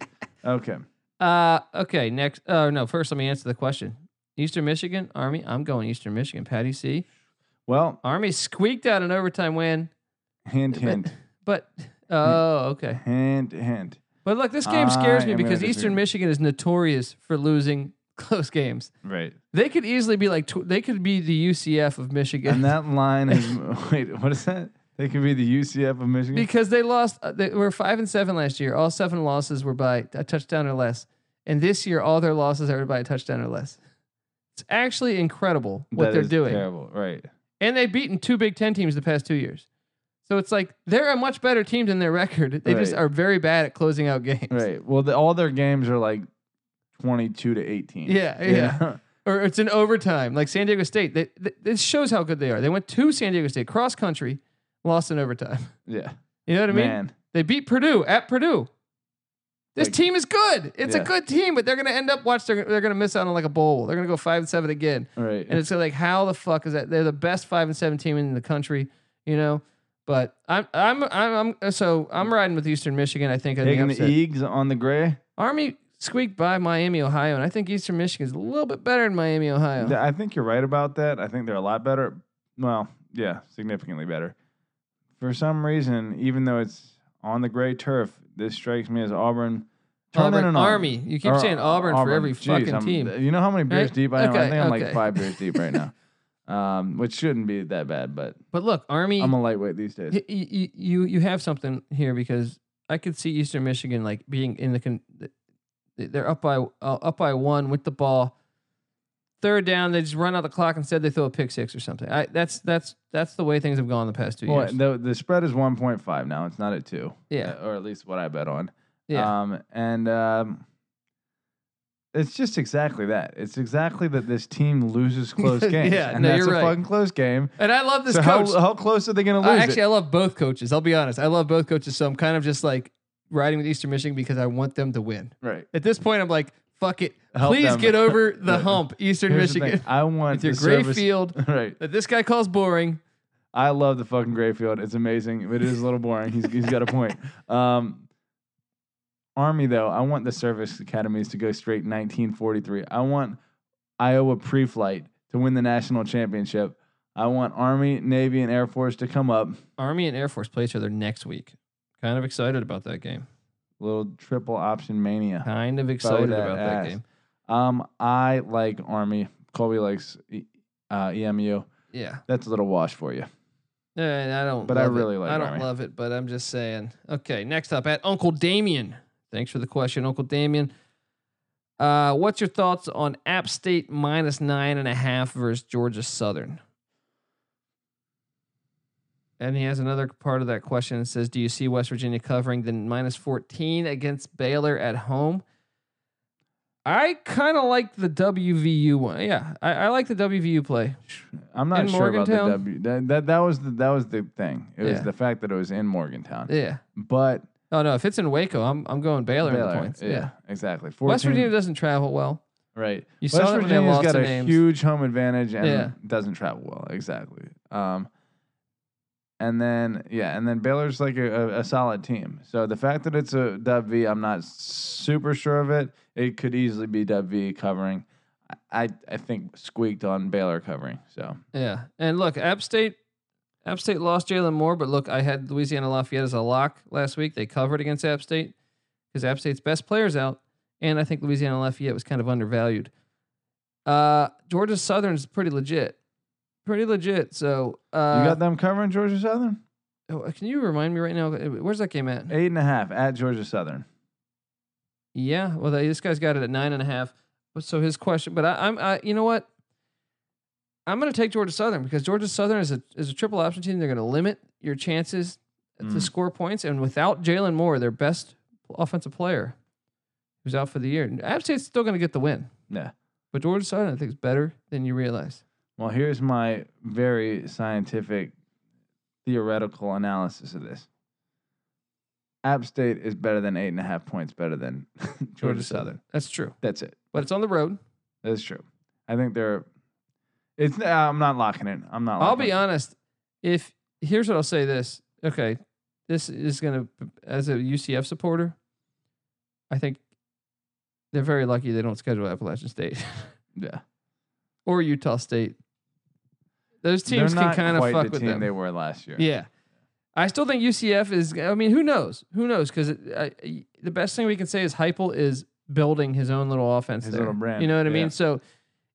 B: okay.
A: Uh, okay. Next. Oh no. First, let me answer the question. Eastern Michigan Army. I'm going Eastern Michigan. Patty C.
B: Well,
A: Army squeaked out an overtime win,
B: hint, hint,
A: but oh, okay.
B: hint, hint.
A: But look, this game scares
B: I
A: me
B: am gonna
A: because Eastern
B: disagree.
A: Michigan is notorious for losing *laughs* close games.
B: Right.
A: They could easily be like tw- they could be the UCF of Michigan
B: And that line is wait. What is that? They could be the UCF of
A: *laughs*
B: Michigan.
A: because they lost. uh, They were five and seven last year. All seven losses were by a touchdown or less, and this year all their losses are by a touchdown or less. It's actually incredible what
B: That
A: they're
B: is
A: doing,
B: Terrible. Right.
A: and they've beaten two Big Ten teams the past two years. So it's like they're a much better team than their record. They just
B: Right.
A: are very bad at closing out games.
B: Right. Well, the, all their games are like 22 to 18.
A: Yeah,
B: You
A: yeah.
B: know? *laughs*
A: or it's in overtime. Like San Diego State, they, th this shows how good they are. They went to San Diego State cross country, lost in overtime. *laughs*
B: yeah.
A: You know what I mean?
B: Man,
A: They beat Purdue at Purdue. This
B: Like-
A: team is good. It's a
B: Yeah.
A: good team, but they're going to end up watch. They're, they're going to miss out on like a bowl. They're going to go five and seven again,
B: right.
A: and it's like how the fuck is that? They're the best five and seven team in the country, you know. But I'm I'm I'm, I'm so I'm riding with Eastern Michigan. I think in the
B: Taking the
A: upset.
B: Eags on the gray.
A: Army squeaked by Miami, Ohio, and I think Eastern Michigan is a little bit better than Miami, Ohio.
B: Th- I think you're right about that. I think they're a lot better. Well, yeah, significantly better. For some reason, even though it's on the gray turf, this strikes me as Auburn. Oh, turning
A: Auburn
B: it on.
A: Army. You keep
B: Or-
A: saying Auburn, for every
B: Jeez,
A: fucking
B: I'm-
A: team.
B: You know how many beers
A: Right?
B: deep I am?
A: Okay,
B: I think I'm
A: okay.
B: like five beers deep
A: *laughs*
B: right now, um, which shouldn't be that bad, but
A: But look, Army,
B: I'm a lightweight these days.
A: y- y- y- you you have something here because I could see Eastern Michigan like being in the con- th- they're up by uh, up by one with the ball. Third down, they just run out the clock. Instead, they throw a pick six or something. I, that's that's that's the way things have gone the past two
B: Well,
A: years.
B: the, the spread is 1.5 now. It's not at two.
A: Yeah.
B: uh, or at least what I bet on.
A: yeah,
B: Um, and um, it's just exactly that. It's exactly that this team
A: *laughs*
B: loses close games.
A: Yeah,
B: and
A: no,
B: that's
A: you're
B: a
A: right.
B: fucking close game.
A: and I love this
B: so
A: coach.
B: how, how close are they going to
A: I-
B: lose?
A: actually,
B: it?
A: I love both coaches. I'll be honest, I love both coaches. So I'm kind of just like riding with Eastern Michigan because I want them to win.
B: Right.
A: At this point, I'm like, fuck it.
B: Help
A: Please
B: them.
A: get over
B: *laughs*
A: the
B: Right.
A: hump, Eastern
B: Here's the thing.
A: Michigan. *laughs*
B: I want
A: With your
B: the
A: gray
B: service-
A: field
B: *laughs* Right.
A: that this guy calls boring.
B: I love the fucking gray field. It's amazing, but it is a little boring. He's, he's got a point. Um, Army though, I want the service academies to go straight 1943. I want Iowa pre-flight to win the national championship. I want Army, Navy, and Air Force to come up.
A: Army and Air Force play each other next week. Kind of excited about that game.
B: Little triple option mania.
A: Kind of excited
B: that
A: about that
B: ass.
A: game.
B: Um, I like Army. Colby likes E- uh, EMU.
A: Yeah.
B: That's a little wash for you.
A: And Eh, I don't
B: But I
A: love it.
B: really like
A: I don't
B: Army.
A: love it, but I'm just saying. Okay, next up at Uncle Damien. Thanks for the question, Uncle Damien. Uh, what's your thoughts on App State minus nine and a half versus Georgia Southern? And he has another part of that question. It says, "Do you see West Virginia covering the minus fourteen against Baylor at home?" I kind of like the WVU one. Yeah, I, I like the WVU play.
B: I'm not
A: In
B: sure about the
A: Morgantown?
B: W. That, that that was the that was the thing. It was
A: Yeah.
B: the fact that it was in Morgantown.
A: Yeah.
B: But
A: Oh no, if it's in Waco, I'm I'm going Baylor, in
B: Baylor,
A: the points.
B: yeah,
A: Yeah.
B: exactly. 14,
A: West Virginia doesn't travel well.
B: right?
A: You saw
B: West
A: that when they
B: Virginia's
A: lost
B: got
A: to
B: a
A: names.
B: huge home advantage and
A: Yeah.
B: doesn't travel well. Exactly. Um, and then yeah, and then Baylor's like a, a, a solid team. So the fact that it's a Dub V, I'm not super sure of it. It could easily be Dub V covering. I I- I think squeaked on Baylor covering. So
A: Yeah. And look, App State, App State lost Jalen Moore, but look, I had Louisiana Lafayette as a lock last week. They covered against App State because App State's best players out, and I think Louisiana Lafayette was kind of undervalued. Uh, Georgia Southern's pretty legit, pretty legit. So,
B: you
A: uh,
B: got them covering Georgia Southern
A: oh, can you remind me right now? Where's that game at?
B: eight and a half at Georgia Southern.
A: Yeah, well, they, this guy's got it at nine and a half. But So his question, but I, I'm, I, you know what? I'm going to take Georgia Southern because Georgia Southern is a is a triple option team. They're going to limit your chances to
B: Mm.
A: score points, and without Jalen Moore, their best offensive player, who's out for the year, and App State's still going to get the win.
B: Yeah.
A: But Georgia Southern, I think, is better than you realize.
B: Well, here's my very scientific theoretical analysis of this. App State is better than eight and a half points better than *laughs* Georgia, Southern.
A: That's true,
B: That's it.
A: but it's on the road.
B: That's true. I think they're. It's. uh, I'm not locking it. I'm not.
A: I'll
B: locking
A: be
B: it.
A: honest. If here's what I'll say this. Okay. This is going to as a UCF supporter, I think they're very lucky they don't schedule Appalachian State *laughs*
B: Yeah.
A: or Utah State. Those
B: They're
A: teams can
B: not
A: kind of
B: quite
A: fuck
B: the
A: with
B: team
A: them.
B: they were last year.
A: Yeah. I still think UCF is I mean, who knows? Who knows cuz the best thing we can say is Heupel is building his own little offense
B: His
A: there.
B: little brand,
A: You know what I
B: yeah.
A: mean? So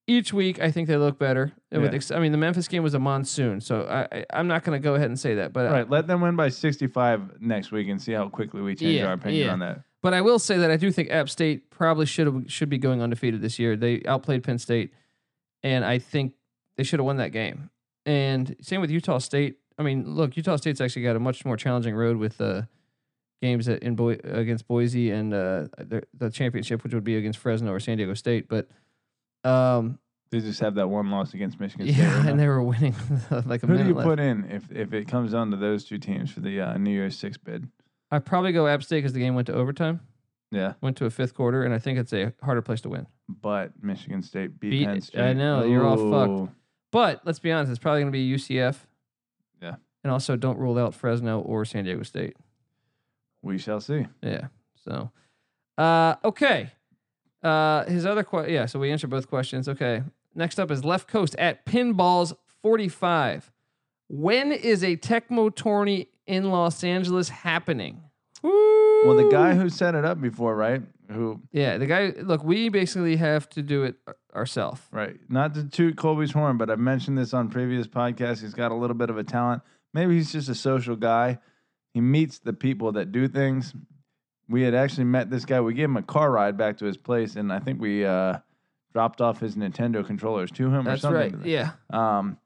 A: each week I think they look better. And with
B: Yeah.
A: ex- I mean, the Memphis game was a monsoon, so I, I I'm not going to go ahead and say that, but
B: All right. Let them win by 65 next week and see how quickly we change
A: Yeah,
B: our opinion
A: yeah.
B: on that.
A: But I will say that I do think App State probably should have should be going undefeated this year. They outplayed Penn State, and I think they should have won that game. And same with Utah State. I mean, look, Utah State's actually got a much more challenging road with uh, games at, in Boi- against Boise and uh, the, the championship, which would be against Fresno or San Diego State. But um,
B: They just have that one loss against Michigan State. right
A: yeah,
B: now.
A: and they were winning *laughs* like a
B: Who do
A: minute
B: you
A: left.
B: put in if if it comes down to those two teams for the uh, New Year's six bid?
A: I probably go App State because the game went to overtime,
B: Yeah.
A: went to a fifth quarter, and I think it's a harder place to win.
B: but Michigan State beat,
A: Beat-
B: Penn
A: I
B: State.
A: know, you're all fucked.
B: Ooh.
A: But let's be honest, it's probably going to be UCF.
B: Yeah.
A: And also, don't rule out Fresno or San Diego State.
B: We shall see.
A: Yeah. So, uh, okay. Uh, his other question. Yeah. So we answered both questions. Okay. Next up is Left Coast at Pinballs 45. When is a Tecmo tourney in Los Angeles happening?
B: Well, the guy
A: Woo!
B: who set it up before, right? Who,
A: Yeah. The guy. Look, we basically have to do it ourselves.
B: right? Not to toot Colby's horn, but I've mentioned this on previous podcasts. He's got a little bit of a talent. Maybe he's just a social guy. He meets the people that do things. We had actually met this guy. We gave him a car ride back to his place, and I think we uh, dropped off his Nintendo controllers to him or
A: That's
B: something.
A: right. Yeah.
B: Yeah. Um,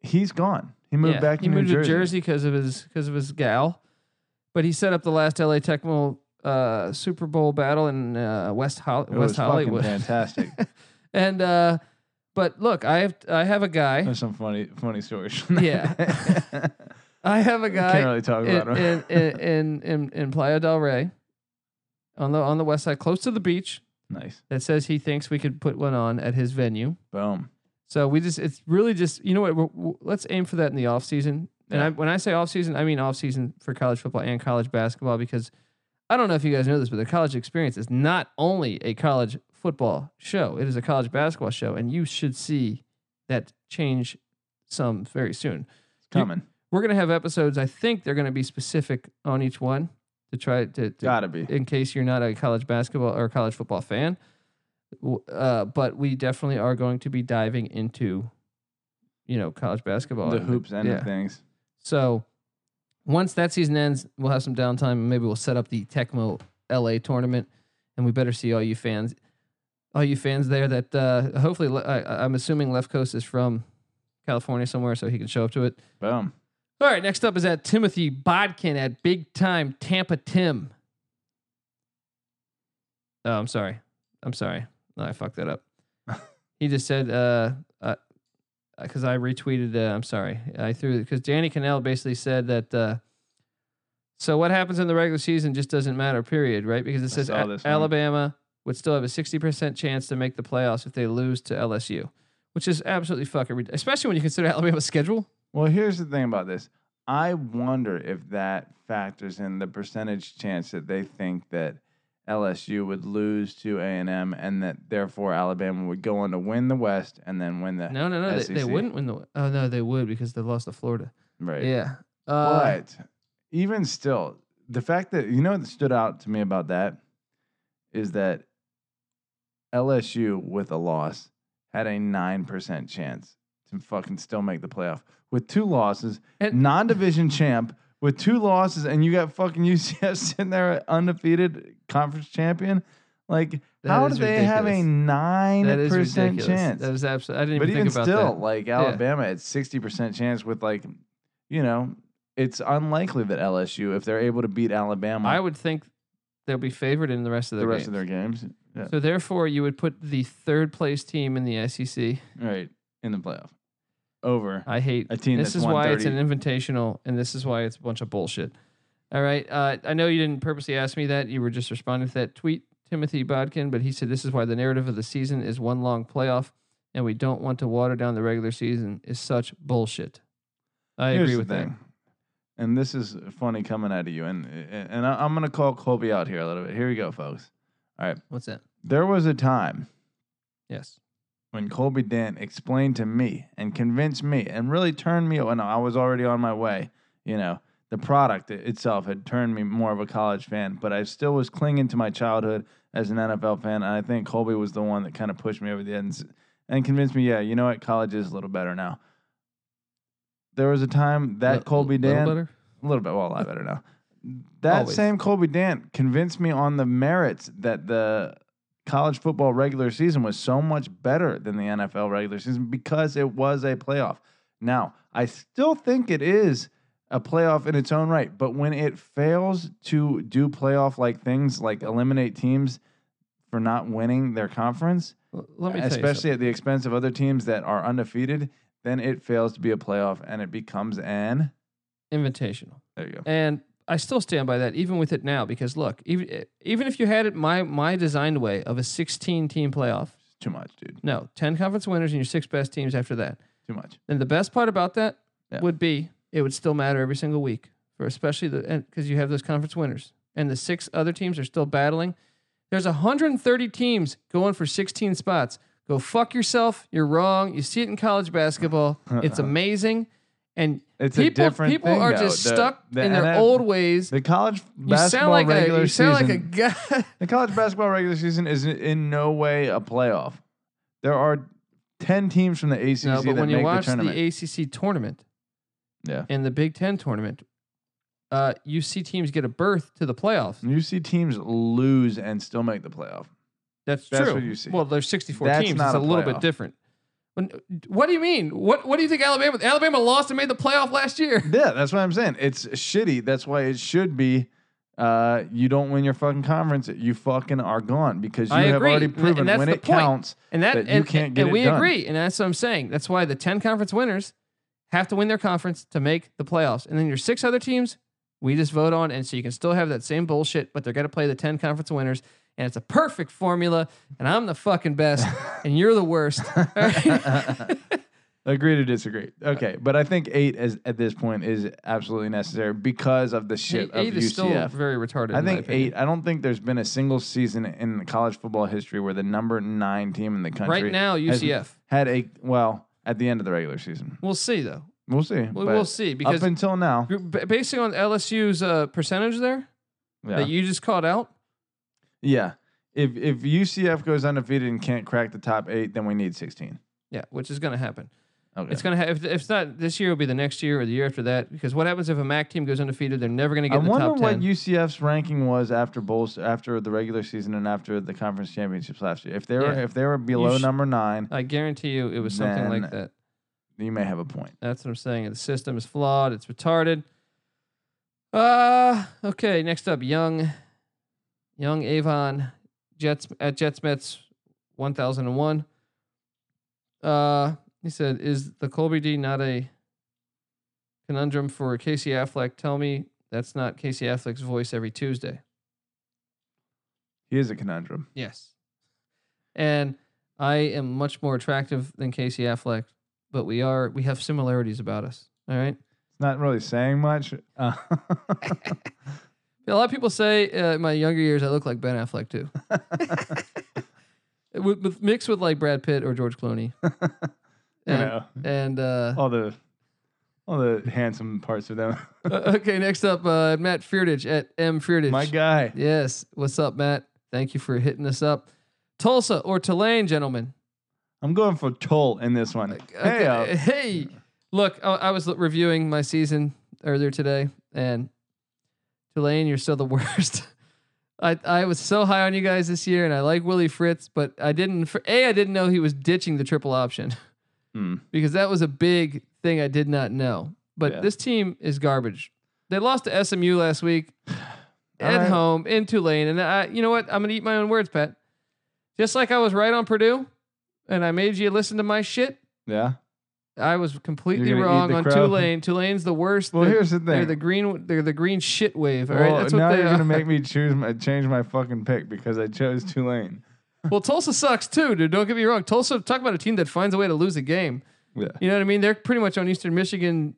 B: he's gone. He moved
A: Yeah,
B: back to
A: he
B: New
A: moved
B: Jersey.
A: to Jersey because of his because of his gal, but he set up the last LA Tecmo uh, Super Bowl battle in uh, West Hol-
B: It
A: West
B: was fucking
A: Hollywood, *laughs*
B: fantastic.
A: and uh, but look, I have I have a guy,
B: There's some funny funny stories. *laughs*
A: Yeah. *laughs* I have a
B: Can't
A: guy
B: really talk
A: in,
B: about
A: in,
B: them.
A: in in in in Playa del Rey, on the on the west side, close to the beach,
B: *laughs* nice.
A: that says he thinks we could put one on at his venue.
B: Boom.
A: So we just it's really just you know what we're, we're- let's aim for that in the off season. And
B: Yeah.
A: I, when I say off season, I mean off season for college football and college basketball because I don't know if you guys know this, but the college experience is not only a college football show; it is a college basketball show, and you should see that change some very soon.
B: It's coming.
A: We're gonna have episodes. I think they're gonna be specific on each one to try to, to
B: Gotta be.
A: in case you're not a college basketball or college football fan. W- Uh, but we definitely are going to be diving into, you know, college basketball.
B: The
A: and
B: hoops end
A: yeah.
B: of things.
A: So once that season ends, we'll have some downtime and maybe we'll set up the Tecmo LA tournament. And we better see all you fans, all you fans there that uh, hopefully, le- I, I- I'm assuming Left Coast is from California somewhere so he can show up to it.
B: Boom.
A: All right, next up is at Timothy Bodkin at Big Time Tampa Tim. Oh, I'm sorry. I'm sorry. No, I fucked that
B: *laughs*
A: up. he just said, uh, because I retweeted. Uh, I'm sorry, I threw because Danny Cannell basically said that. Uh, so what happens in the regular season just doesn't matter. Period. Right? Because it says
B: saw
A: A-
B: this one.
A: Alabama would still have a 60% chance to make the playoffs if they lose to LSU, which is absolutely fucking ridiculous. Especially when you consider Alabama's schedule.
B: Well, here's the thing about this. I wonder if that factors in the percentage chance that they think that LSU would lose to A and M, and that therefore Alabama would go on to win the West and then win the
A: No, no,
B: *laughs*
A: no. They, they
B: SEC.
A: wouldn't win the. Oh no, they would because they lost to Florida.
B: right.
A: Yeah. Uh,
B: But even still, the fact that you know what stood out to me about that is that LSU with a loss had a nine percent chance to fucking still make the playoff with two losses,
A: And-
B: non-division champ with two losses, and you got fucking UCF *laughs* sitting there undefeated conference champion. Like,
A: That
B: how
A: is
B: do they have a
A: ridiculous.
B: nine
A: that is
B: percent
A: ridiculous.
B: chance?
A: That is absolutely. I didn't
B: but
A: even
B: even
A: think about
B: still,
A: that.
B: like
A: Yeah.
B: Alabama at sixty percent chance with like, you know, it's unlikely that LSU if they're able to beat Alabama
A: I would think they'll be favored in the rest of
B: oh the
A: their
B: rest
A: games.
B: of their games, yeah,
A: So therefore, you would put the third place team in the SEC.
B: right in the playoff over.
A: I hate
B: A team
A: This is
B: that's
A: why it's an
B: 130.
A: invitational, and this is why it's a bunch of bullshit. All right, uh, I know you didn't purposely ask me that. You were just responding to that tweet, Timothy Bodkin. But he said this is why the narrative of the season is one long playoff, and we don't want to water down the regular season. Is such bullshit. I
B: Here's
A: agree
B: the
A: with that.
B: thing, and this is funny coming out of you, and and and I- I'm gonna call Colby out here a little bit. Here we go, folks.
A: What's that?
B: There was a time
A: Yes.
B: when Colby Dent explained to me and convinced me and really turned me when I was already on my way, you know, the product i- itself had turned me more of a college fan, but I still was clinging to my childhood as an NFL fan. And I think Colby was the one that kind of pushed me over the edge and, and convinced me, yeah, you know what, college is a little better now. There was a time that
A: Lit-
B: Colby
A: little
B: Dent
A: better?
B: a little bit. Well, a lot better now. That
A: Always.
B: same Colby Dant convinced me on the merits that the college football regular season was so much better than the NFL regular season because it was a playoff. Now, I still think it is a playoff in its own right, but when it fails to do playoff like things like eliminate teams for not winning their conference,
A: Well, Let me tell you something.
B: especially at the expense of other teams that are undefeated, then it fails to be a playoff and it becomes an
A: invitational.
B: there you go.
A: And I still stand by that, even with it now, because look, even even if you had it my my designed way of a 16 team playoff,
B: It's too much, dude.
A: no, 10 conference winners and your six best teams after that.
B: Too much.
A: And the best part about that
B: Yeah.
A: would be it would still matter every single week for especially the because you have those conference winners and the six other teams are still battling. There's 130 teams going for 16 spots. Go fuck yourself. You're wrong. You see it in college basketball. It's amazing. And
B: Uh-uh. It's a
A: people,
B: different
A: people
B: thing,
A: are
B: though.
A: just
B: The-
A: stuck
B: the
A: in their
B: NF
A: old ways.
B: The college
A: You
B: basketball
A: sound like a
B: regular
A: you sound
B: season.
A: like a guy. *laughs*
B: the college basketball regular season is in no way a playoff. There are ten teams from the ACC
A: no, but
B: that
A: when you
B: make the
A: watch the,
B: tournament.
A: ACC tournament
B: yeah,
A: and the Big Ten tournament, uh, you see teams get a berth to the playoffs.
B: you see teams lose and still make the playoff.
A: That's,
B: That's
A: true.
B: what you see.
A: Well, there's 64
B: That's
A: teams.
B: not
A: It's a,
B: a
A: little bit
B: playoff.
A: different. When, what do you mean? What What do you think Alabama? Alabama lost and made the playoff last year.
B: Yeah, that's what I'm saying. It's shitty. That's why it should be. Uh, you don't win your fucking conference. You fucking are gone because you
A: I
B: have
A: agree,
B: already
A: and-
B: proven
A: and that's
B: when
A: the
B: it
A: point.
B: counts.
A: And that,
B: But you
A: and,
B: can't
A: and-
B: get
A: and
B: it
A: we
B: done.
A: agree, and that's what I'm saying. That's why the 10 conference winners have to win their conference to make the playoffs, and then your six other teams we just vote on, and so you can still have that same bullshit, but they're gonna play the 10 conference winners, and it's a perfect formula. And I'm the fucking
B: *laughs*
A: best, and you're the worst.
B: Agree to disagree.
A: Uh,
B: Okay, but I think eight is at this point is absolutely necessary because of the shit
A: Eight- eight
B: of
A: is still
B: UCF.
A: very retarded.
B: I
A: in my
B: think
A: opinion.
B: eight. I don't think there's been a single season in college football history where the number nine team in the country
A: right now
B: has
A: UCF.
B: had a well at the end of the regular season.
A: We'll see though.
B: We'll see.
A: We-
B: but
A: we'll see because
B: up until now,
A: b- basing on LSU's uh, percentage there
B: yeah.
A: that you just called out,
B: yeah. If if UCF goes undefeated and can't crack the top eight, then we need sixteen.
A: yeah, which is gonna happen.
B: Okay.
A: It's gonna ha- if, if it's not this year, it'll be the next year or the year after that. Because what happens if a MAC team goes undefeated? They're never gonna get
B: I
A: in the
B: wonder
A: top
B: what
A: ten.
B: UCF's ranking was after bowls after the regular season and after the conference championships last year. If they were
A: Yeah.
B: if they were below
A: sh-
B: number nine,
A: I guarantee you, it was something like
B: Then-
A: that.
B: you may have a point.
A: That's what I'm saying. The system is flawed. It's retarded. Uh okay. Next up, young, young Avon Jets at Jets Mets 1001. Uh, he said, "Is the Colby D not a conundrum for Casey Affleck? Tell me that's not Casey Affleck's voice every Tuesday."
B: He is a conundrum.
A: Yes. And I am much more attractive than Casey Affleck, but we are we have similarities about us. All right.
B: It's not really saying much. Uh, *laughs*
A: A lot of people say uh, in my younger years I look like Ben Affleck too, *laughs* with, with, mixed with like Brad Pitt or George
B: *laughs*
A: Clooney.
B: you
A: And,
B: know,
A: and uh, *laughs*
B: all the all the handsome parts of them.
A: okay, next up, uh, Matt Fearditch at M Fearditch.
B: *laughs* My guy.
A: Yes, what's up, Matt? Thank you for hitting us up. Tulsa or Tulane, gentlemen.
B: I'm going for Toll in this one. Hey, uh,
A: Okay, hey, look, I, I was reviewing my season earlier today, and Tulane, you're still the *laughs* worst. I, I was so high on you guys this year, and I like Willie Fritz, but I didn't. For a, I didn't know he was ditching the triple option *laughs*
B: hmm.
A: because that was a big thing I did not know. But
B: Yeah.
A: this team is garbage. They lost to SMU last
B: *sighs*
A: week at
B: Alright.
A: home in Tulane, and I, you know what? I'm gonna eat my own words, Pat. Just like I was right on Purdue, and I made you listen to my shit.
B: yeah.
A: I was completely
B: You're gonna eat
A: wrong
B: the
A: on
B: crow.
A: Tulane. Tulane's the worst.
B: Well,
A: they're,
B: here's the thing.
A: they're the green. They're the green shit wave. All right,
B: Well,
A: that's
B: now
A: what they
B: you're
A: are.
B: gonna make me choose my change my fucking pick because I chose
A: *laughs*
B: Tulane.
A: *laughs* well, Tulsa sucks too, dude. Don't get me wrong. Tulsa, talk about a team that finds a way to lose a game.
B: Yeah.
A: You know what I mean? They're pretty much on Eastern Michigan.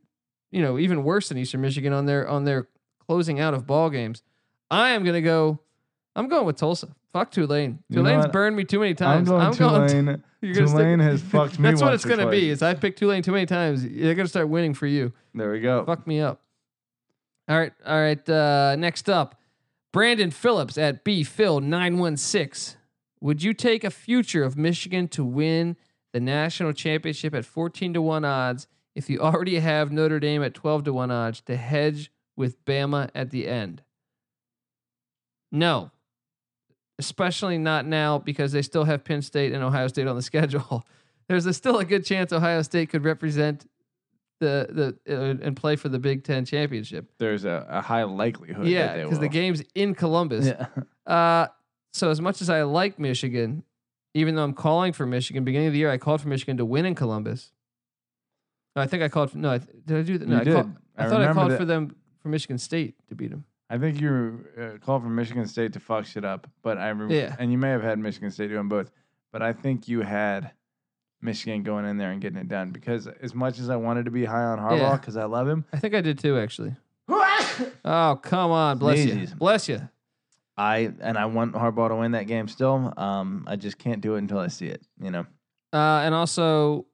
A: You know, even worse than Eastern Michigan on their on their closing out of ball games. I am gonna go. I'm going with Tulsa. Fuck Tulane.
B: You know
A: Tulane's
B: what?
A: burned me too many
B: I'm
A: times.
B: going Tulane.
A: *laughs* you're gonna stick- *laughs*
B: Tulane has fucked me.
A: That's what
B: once
A: it's
B: or
A: gonna be.
B: twice.
A: Is I picked Tulane too many times. They're gonna start winning for you.
B: There we go.
A: Fuck me up. All right, all right. Uh, next up, Brandon Phillips at B Phil nine one six. Would you take a future of Michigan to win the national championship at fourteen to one odds if you *laughs* already have Notre Dame at twelve to one odds to hedge with Bama at the end? No, especially not now because they still have Penn State and Ohio State on the *laughs* schedule. There's a, still a good chance Ohio State could represent the the uh, and play for the Big Ten championship.
B: There's a, a high likelihood.
A: yeah,
B: because
A: because the game's in Columbus. *laughs*
B: Yeah.
A: Uh, so as much as I like Michigan, even though I'm calling for Michigan, beginning of the year I called for Michigan to win in Columbus. No, I think I called. For, no, I, th- did I do that? No,
B: You
A: I,
B: did.
A: call- I,
B: I
A: thought I
B: remember
A: called
B: that.
A: for them for Michigan State to beat them.
B: I think you uh, called for Michigan State to fuck shit up, but I rem-
A: Yeah.
B: and you may have had Michigan State doing both, but I think you had Michigan going in there and getting it done because as much as I wanted to be high on Harbaugh
A: Yeah.
B: because I love
A: *laughs*
B: him,
A: I think I did too, actually. Oh come on, bless you,
B: Sneezes.
A: bless you.
B: I and I want Harbaugh to win that game still. Um, I just can't do it until I see it. You know,
A: Uh, and also,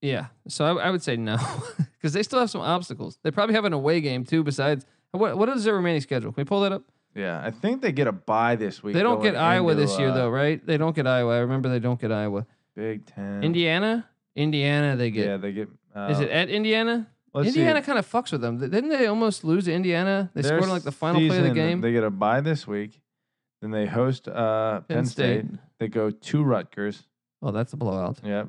A: yeah. So I, I would say no *laughs* because they still have some obstacles. They probably have an away game too. Besides, what what is their remaining schedule? Can we pull that up?
B: yeah. I think they get a bye this week.
A: They don't
B: going
A: get Iowa
B: into,
A: this year
B: uh,
A: though, right? They don't get Iowa. I remember they don't get Iowa.
B: Big Ten.
A: Indiana, Indiana, they
B: Yeah,
A: get.
B: they get. Uh,
A: Is it at Indiana?
B: let's see.
A: Indiana kind of fucks with them. Th- Didn't they almost lose to Indiana? They
B: Their
A: scored on like the final play of the
B: season,
A: game.
B: They get a bye this week. Then they host uh, Penn, State. They go to Rutgers.
A: Oh, that's a blowout.
B: Yep.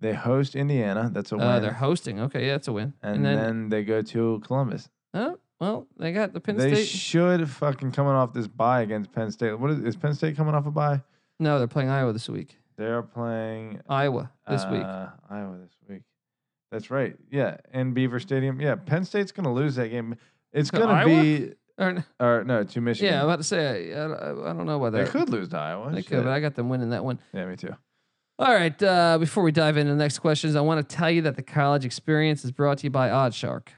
B: They host Indiana. That's a win.
A: Uh, they're hosting. Okay, yeah, that's a win.
B: and then, they go to Columbus.
A: oh, well, they got the Penn
B: they
A: State.
B: should fucking coming off this bye against Penn State. What is, is Penn State coming off a bye?
A: no, they're playing Iowa this week.
B: They are playing
A: Iowa this
B: uh,
A: week.
B: Iowa this week. That's right. Yeah, in Beaver Stadium. Yeah, Penn State's gonna lose that game. It's
A: To
B: gonna
A: Iowa?
B: be
A: Or n-
B: or no to Michigan.
A: Yeah, I'm about to say I, I, I don't know about
B: they
A: that.
B: could lose to Iowa.
A: They
B: Shit.
A: could, but I got them winning that one.
B: yeah, me too.
A: All right. Uh, before we dive into the next questions, I want to tell you that the college experience is brought to you by Oddshark.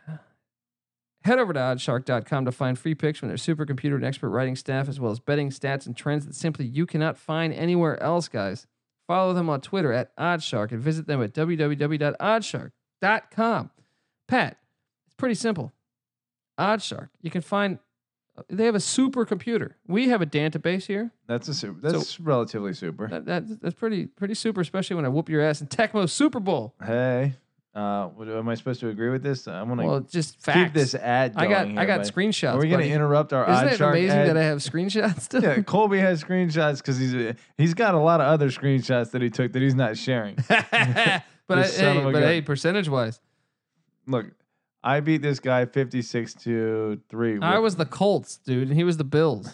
A: Head over to oddshark.com to find free picks from their supercomputer and expert writing staff, as well as betting stats and trends that simply you cannot find anywhere else, guys. Follow them on Twitter at oddshark and visit them at www.oddshark.com. Pat, it's pretty simple. Oddshark. You can find they have a supercomputer. We have a database here.
B: That's a super. That's relatively super.
A: That, that, that's pretty pretty super, especially when I whoop your ass in Tecmo Super Bowl.
B: hey, uh, what, am I supposed to agree with this? I'm gonna
A: Well, just facts.
B: keep this ad.
A: I
B: Going
A: got
B: here,
A: I got
B: buddy.
A: screenshots.
B: Are we going to
A: buddy.
B: interrupt our
A: Isn't
B: odd
A: it
B: shark
A: amazs
B: ad?
A: that I have screenshots still?
B: *laughs* yeah, Colby has screenshots because he's a, he's got a lot of other screenshots that he took that
A: *laughs*
B: he's not sharing.
A: but I,
B: *laughs* son
A: hey,
B: of a
A: but
B: gun.
A: hey, percentage wise,
B: Look, I beat this guy 56 to 3.
A: I was the Colts, dude, and he was the
B: *laughs*
A: Bills.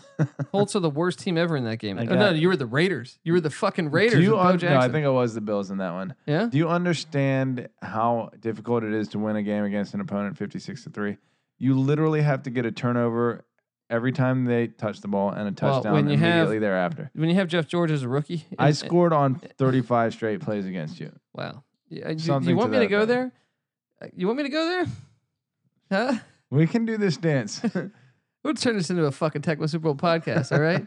A: Colts are the worst team ever in that game.
B: I
A: Oh,
B: got-
A: no, you were the Raiders. You were the fucking Raiders.
B: Do you
A: with Bo
B: un- no,
A: Jackson.
B: I think I was the Bills in that one.
A: yeah.
B: Do you understand how difficult it is to win a game against an opponent 56 to 3? You literally have to get a turnover every time they touch the ball and a
A: Well,
B: touchdown
A: when you have-
B: immediately thereafter.
A: When you have Jeff George as a rookie,
B: I
A: and- eh,
B: scored on 35 straight plays against you.
A: Wow. Yeah, you- you,
B: Something
A: want
B: to
A: me to
B: that
A: go
B: effect.
A: there? Uh, You want me to go there? Huh?
B: We can do this dance. *laughs*
A: We'll turn this into a fucking Tecmo Super Bowl podcast, all
B: *laughs*
A: right?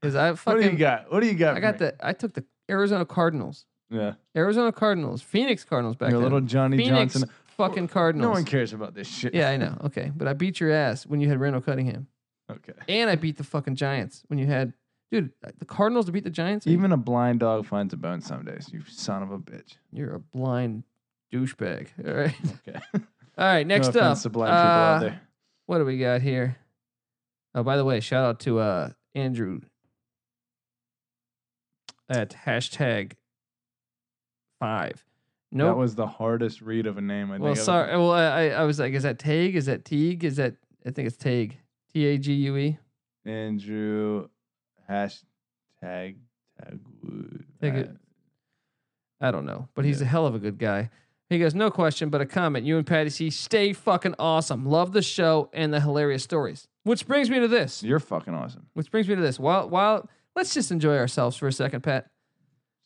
A: Because I
B: what
A: fucking
B: do you got? What do you got?
A: I
B: for
A: got
B: me?
A: the I took the Arizona Cardinals,
B: Yeah.
A: Arizona Cardinals, Phoenix Cardinals back
B: Your
A: then.
B: little Johnny
A: Phoenix
B: Johnson.
A: fucking Cardinals.
B: No one cares about this shit.
A: yeah, I know. Okay, but I beat your ass when you had Randall Cunningham,
B: Okay.
A: and I beat the fucking Giants when you had dude the Cardinals to beat the Giants.
B: Even a blind dog finds a bone some days. You son of a bitch.
A: you're a blind douchebag. All right,
B: Okay.
A: *laughs* all right. Next
B: no
A: up,
B: offense to blind people out
A: uh,
B: there.
A: what do we got here? Oh, by the way, shout out to uh Andrew at hashtag five. No,
B: That was the hardest read of a name. I think.
A: well,
B: I've-
A: sorry. Well, I, I I was like, is that Tag? Is that Teague? Is that I think it's Tag. T A G U E.
B: Andrew hashtag tag wood.
A: Tag it. I don't know, but he's
B: Yeah.
A: a hell of a good guy. He goes, no question, but a comment. You and Patty C stay fucking awesome. Love the show and the hilarious stories. Which brings me to this.
B: You're fucking awesome.
A: Which brings me to this. While while let's just enjoy ourselves for a second, Pat.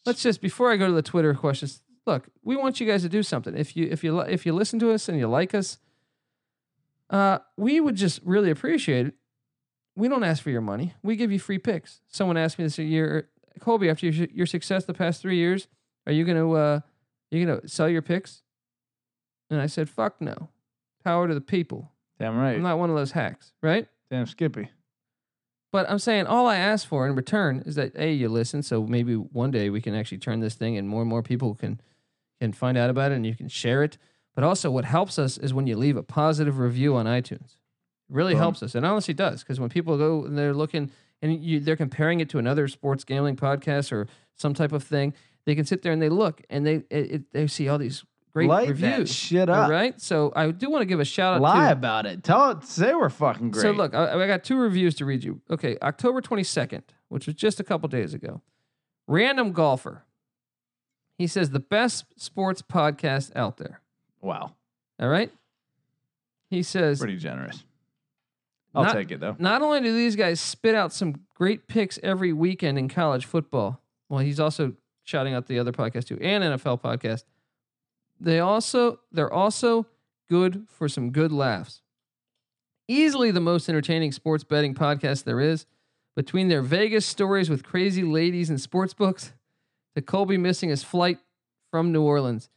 A: Let's just before I go to the Twitter questions. Look, we want you guys to do something. If you if you li- if you listen to us and you like us, uh, we would just really appreciate it. We don't ask for your money. We give you free picks. Someone asked me this a year, Colby. After your, your success the past three years, are you gonna uh, you gonna sell your picks? And I said, "Fuck no." Power to the people.
B: Damn right.
A: I'm not one of those hacks, right?
B: Damn Skippy.
A: But I'm saying all I ask for in return is that a you listen, so maybe one day we can actually turn this thing and more and more people can can find out about it and you can share it. But also, what helps us is when you leave a positive review on iTunes. It really
B: Boom.
A: helps us, and honestly does because when people go and they're looking and you, they're comparing it to another sports gambling podcast or some type of thing, they can sit there and they look and they it, it, they see all these great
B: Light that
A: reviews.
B: shit
A: All
B: up.
A: right, so I do want to give a shout out. to,
B: Lie about it. Tell it. Say we're fucking great.
A: so look, I, I got two reviews to read you. Okay, October 22nd, which was just a couple days ago. Random golfer. He says the best sports podcast out there.
B: Wow.
A: All right. He says
B: Pretty generous. I'll
A: Not-
B: take it though.
A: not only do these guys spit out some great picks every weekend in college football, well, he's also shouting out the other podcast too, and NFL podcast. They also they're also good for some good laughs. Easily the most entertaining sports betting podcast there is. Between their Vegas stories with crazy ladies and sports books, to Colby missing his flight from New Orleans.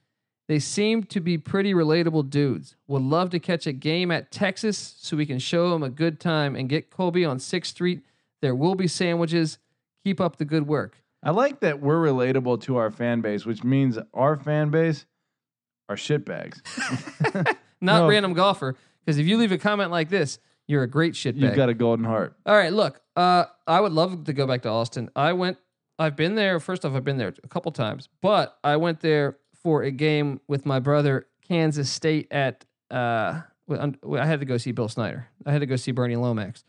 A: They seem to be pretty relatable dudes. Would love to catch a game at Texas so we can show him a good time and get Colby on 6th Street. There will be sandwiches. Keep up the good work.
B: I like that we're relatable to our fan base, which means our fan base are shitbags.
A: Not
B: No.
A: random golfer, because if you leave a comment like this, you're a great shitbag.
B: You've got a golden heart.
A: All right, look, uh, I would love to go back to Austin. I went, I've been there. First off, I've been there a couple times, but I went there for a game with my brother, Kansas State at. Uh, well, un- well, I had to go see Bill Snyder. I had to go see Bernie Lomax.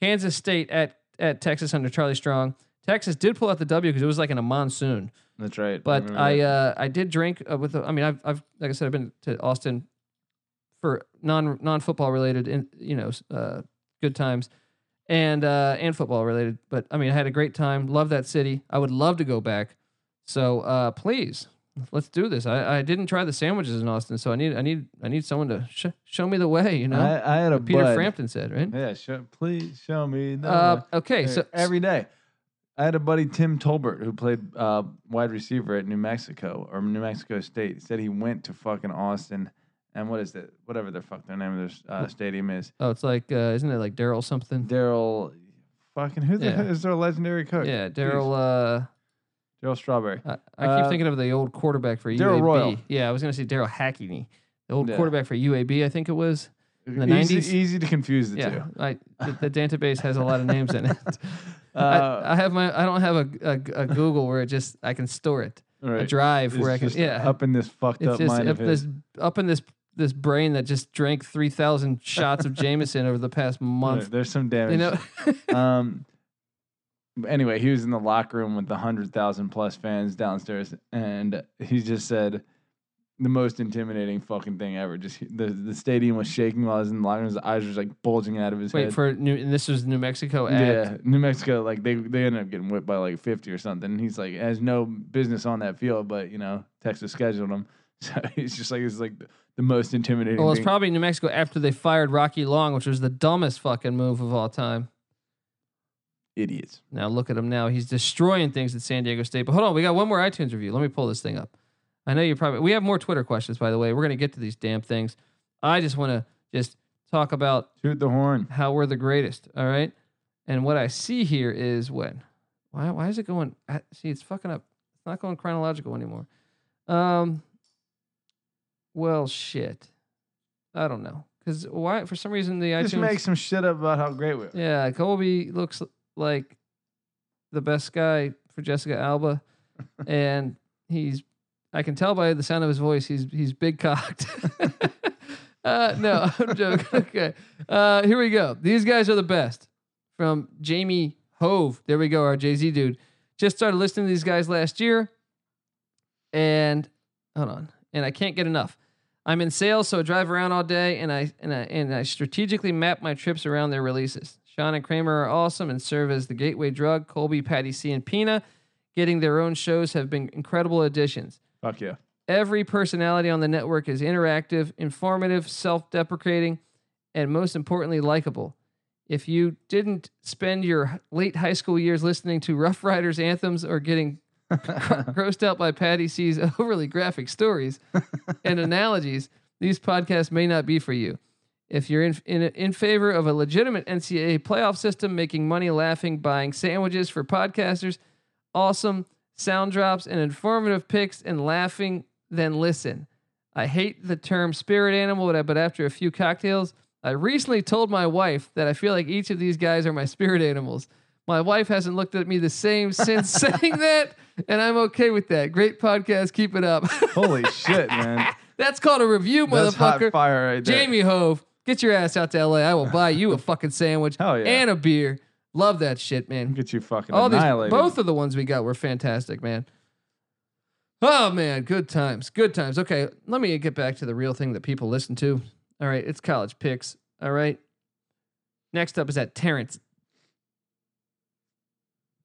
A: Kansas State at at Texas under Charlie Strong. Texas did pull out the W because it was like in a monsoon.
B: That's right.
A: But
B: Remember
A: I
B: that.
A: uh, I did drink uh, with. The, I mean, I've, I've like I said, I've been to Austin for non non football related, in, you know, s- uh, good times, and uh, and football related. But I mean, I had a great time. Love that city. I would love to go back. So uh, please, let's do this. I, I didn't try the sandwiches in Austin, so I need I need I need someone to sh- show me the way. You know,
B: I, I had a
A: Peter
B: bud.
A: Frampton said, right?
B: Yeah, show, please show me. the
A: Uh,
B: way.
A: okay, so
B: every day, I had a buddy Tim Tolbert who played uh, wide receiver at New Mexico or New Mexico State. He said he went to fucking Austin and what is it? Whatever the fuck their name of their uh, stadium is.
A: oh, it's like uh, isn't it like Daryl something?
B: Daryl, fucking who the
A: Yeah.
B: hell is their legendary coach?
A: Yeah, Daryl. Uh,
B: Daryl Strawberry.
A: I, I keep
B: Uh,
A: thinking of the old quarterback for
B: Darryl
A: UAB.
B: Royal.
A: Yeah, I was gonna say Daryl Hackney, the old
B: Yeah.
A: quarterback for UAB. I think it was. In the
B: easy,
A: 90s?
B: easy to confuse the
A: Yeah, I, the, the database has a lot of names
B: *laughs*
A: in it.
B: two. Uh,
A: I, I have my. I don't have a, a, a Google where it just I can store it.
B: all right.
A: A drive where
B: It's
A: I can.
B: just
A: Yeah,
B: up in this fucked
A: it's
B: up
A: just
B: mind
A: up
B: of his.
A: this up in this this brain that just drank three thousand shots of Jameson over the
B: *laughs*
A: past
B: There-
A: month.
B: There's some damage.
A: You know,
B: um anyway he was in the locker room with the 100000 plus fans downstairs and he just said the most intimidating fucking thing ever just the, the stadium was shaking while i was in the locker room his eyes were just like bulging out of
A: *laughs*
B: his
A: wait
B: head
A: for New. And this was New Mexico. Ad.
B: yeah new mexico like they, they ended up getting whipped by like 50 or something and he's like has no business on that field but you know texas scheduled him *laughs* so he's just like it's like the, the most intimidating
A: Well, it's
B: thing.
A: probably New Mexico after they fired Rocky Long, which was the dumbest fucking move of all time.
B: idiots
A: Now look at him now. He's destroying things at San Diego State. But hold on, we got one more iTunes review. Let me pull this thing up. I know you probably we have more Twitter questions, by the way. We're gonna get to these damn things. I just wanna just talk about
B: shoot the horn
A: how we're the greatest. All right. And what I see here is when? Why why is it going I- see it's fucking up. It's not going chronological anymore. Um well shit. I don't know. Cause why for some reason the
B: just
A: iTunes
B: make some shit up about how great we are
A: yeah, Colby looks l- like the best guy for Jessica Alba, and he's. I can tell by the sound of his voice, he's he's big cocked. *laughs* uh, no, *laughs* I'm joking. Okay, uh, here we go. These guys are the best. From Jamie Hove, there we go, our Jay Z dude. Just started listening to these guys last year, and hold on, and I can't get enough. I'm in sales, so I drive around all day, and I and I and I strategically map my trips around their releases. Sean and Kramer are awesome and serve as the gateway drug. Colby, Patty C, and Pina, getting their own shows have been incredible additions.
B: fuck yeah
A: Every personality on the network is interactive, informative, self-deprecating, and most importantly, likable. If you didn't spend your h- late high school years listening to Rough Riders anthems or getting grossed out by Patty C's *laughs* overly graphic stories and analogies, these podcasts may not be for you. If you're in, in in favor of a legitimate NCAA playoff system, making money laughing, buying sandwiches for podcasters, awesome sound drops and informative picks and laughing, then listen. I hate the term spirit animal, but, I, but after a few cocktails, I recently told my wife that I feel like each of these guys are my spirit animals. My wife hasn't looked at me the same
B: *laughs*
A: since saying that, and I'm okay with that. Great podcast, keep it up. *laughs*
B: Holy *laughs* shit, man.
A: That's called a review,
B: That's hot
A: motherfucker.
B: fire right there.
A: Jamie Hove, get your ass out to LA. I will buy you a fucking sandwich
B: Hell yeah.
A: and a beer. Love that shit, man.
B: Look at you fucking
A: All these,
B: annihilated.
A: both of the ones we got were fantastic, man. Oh man, good times, good times. Okay, let me get back to the real thing that people listen to. All right, it's college picks. All right. Next up is that Terrence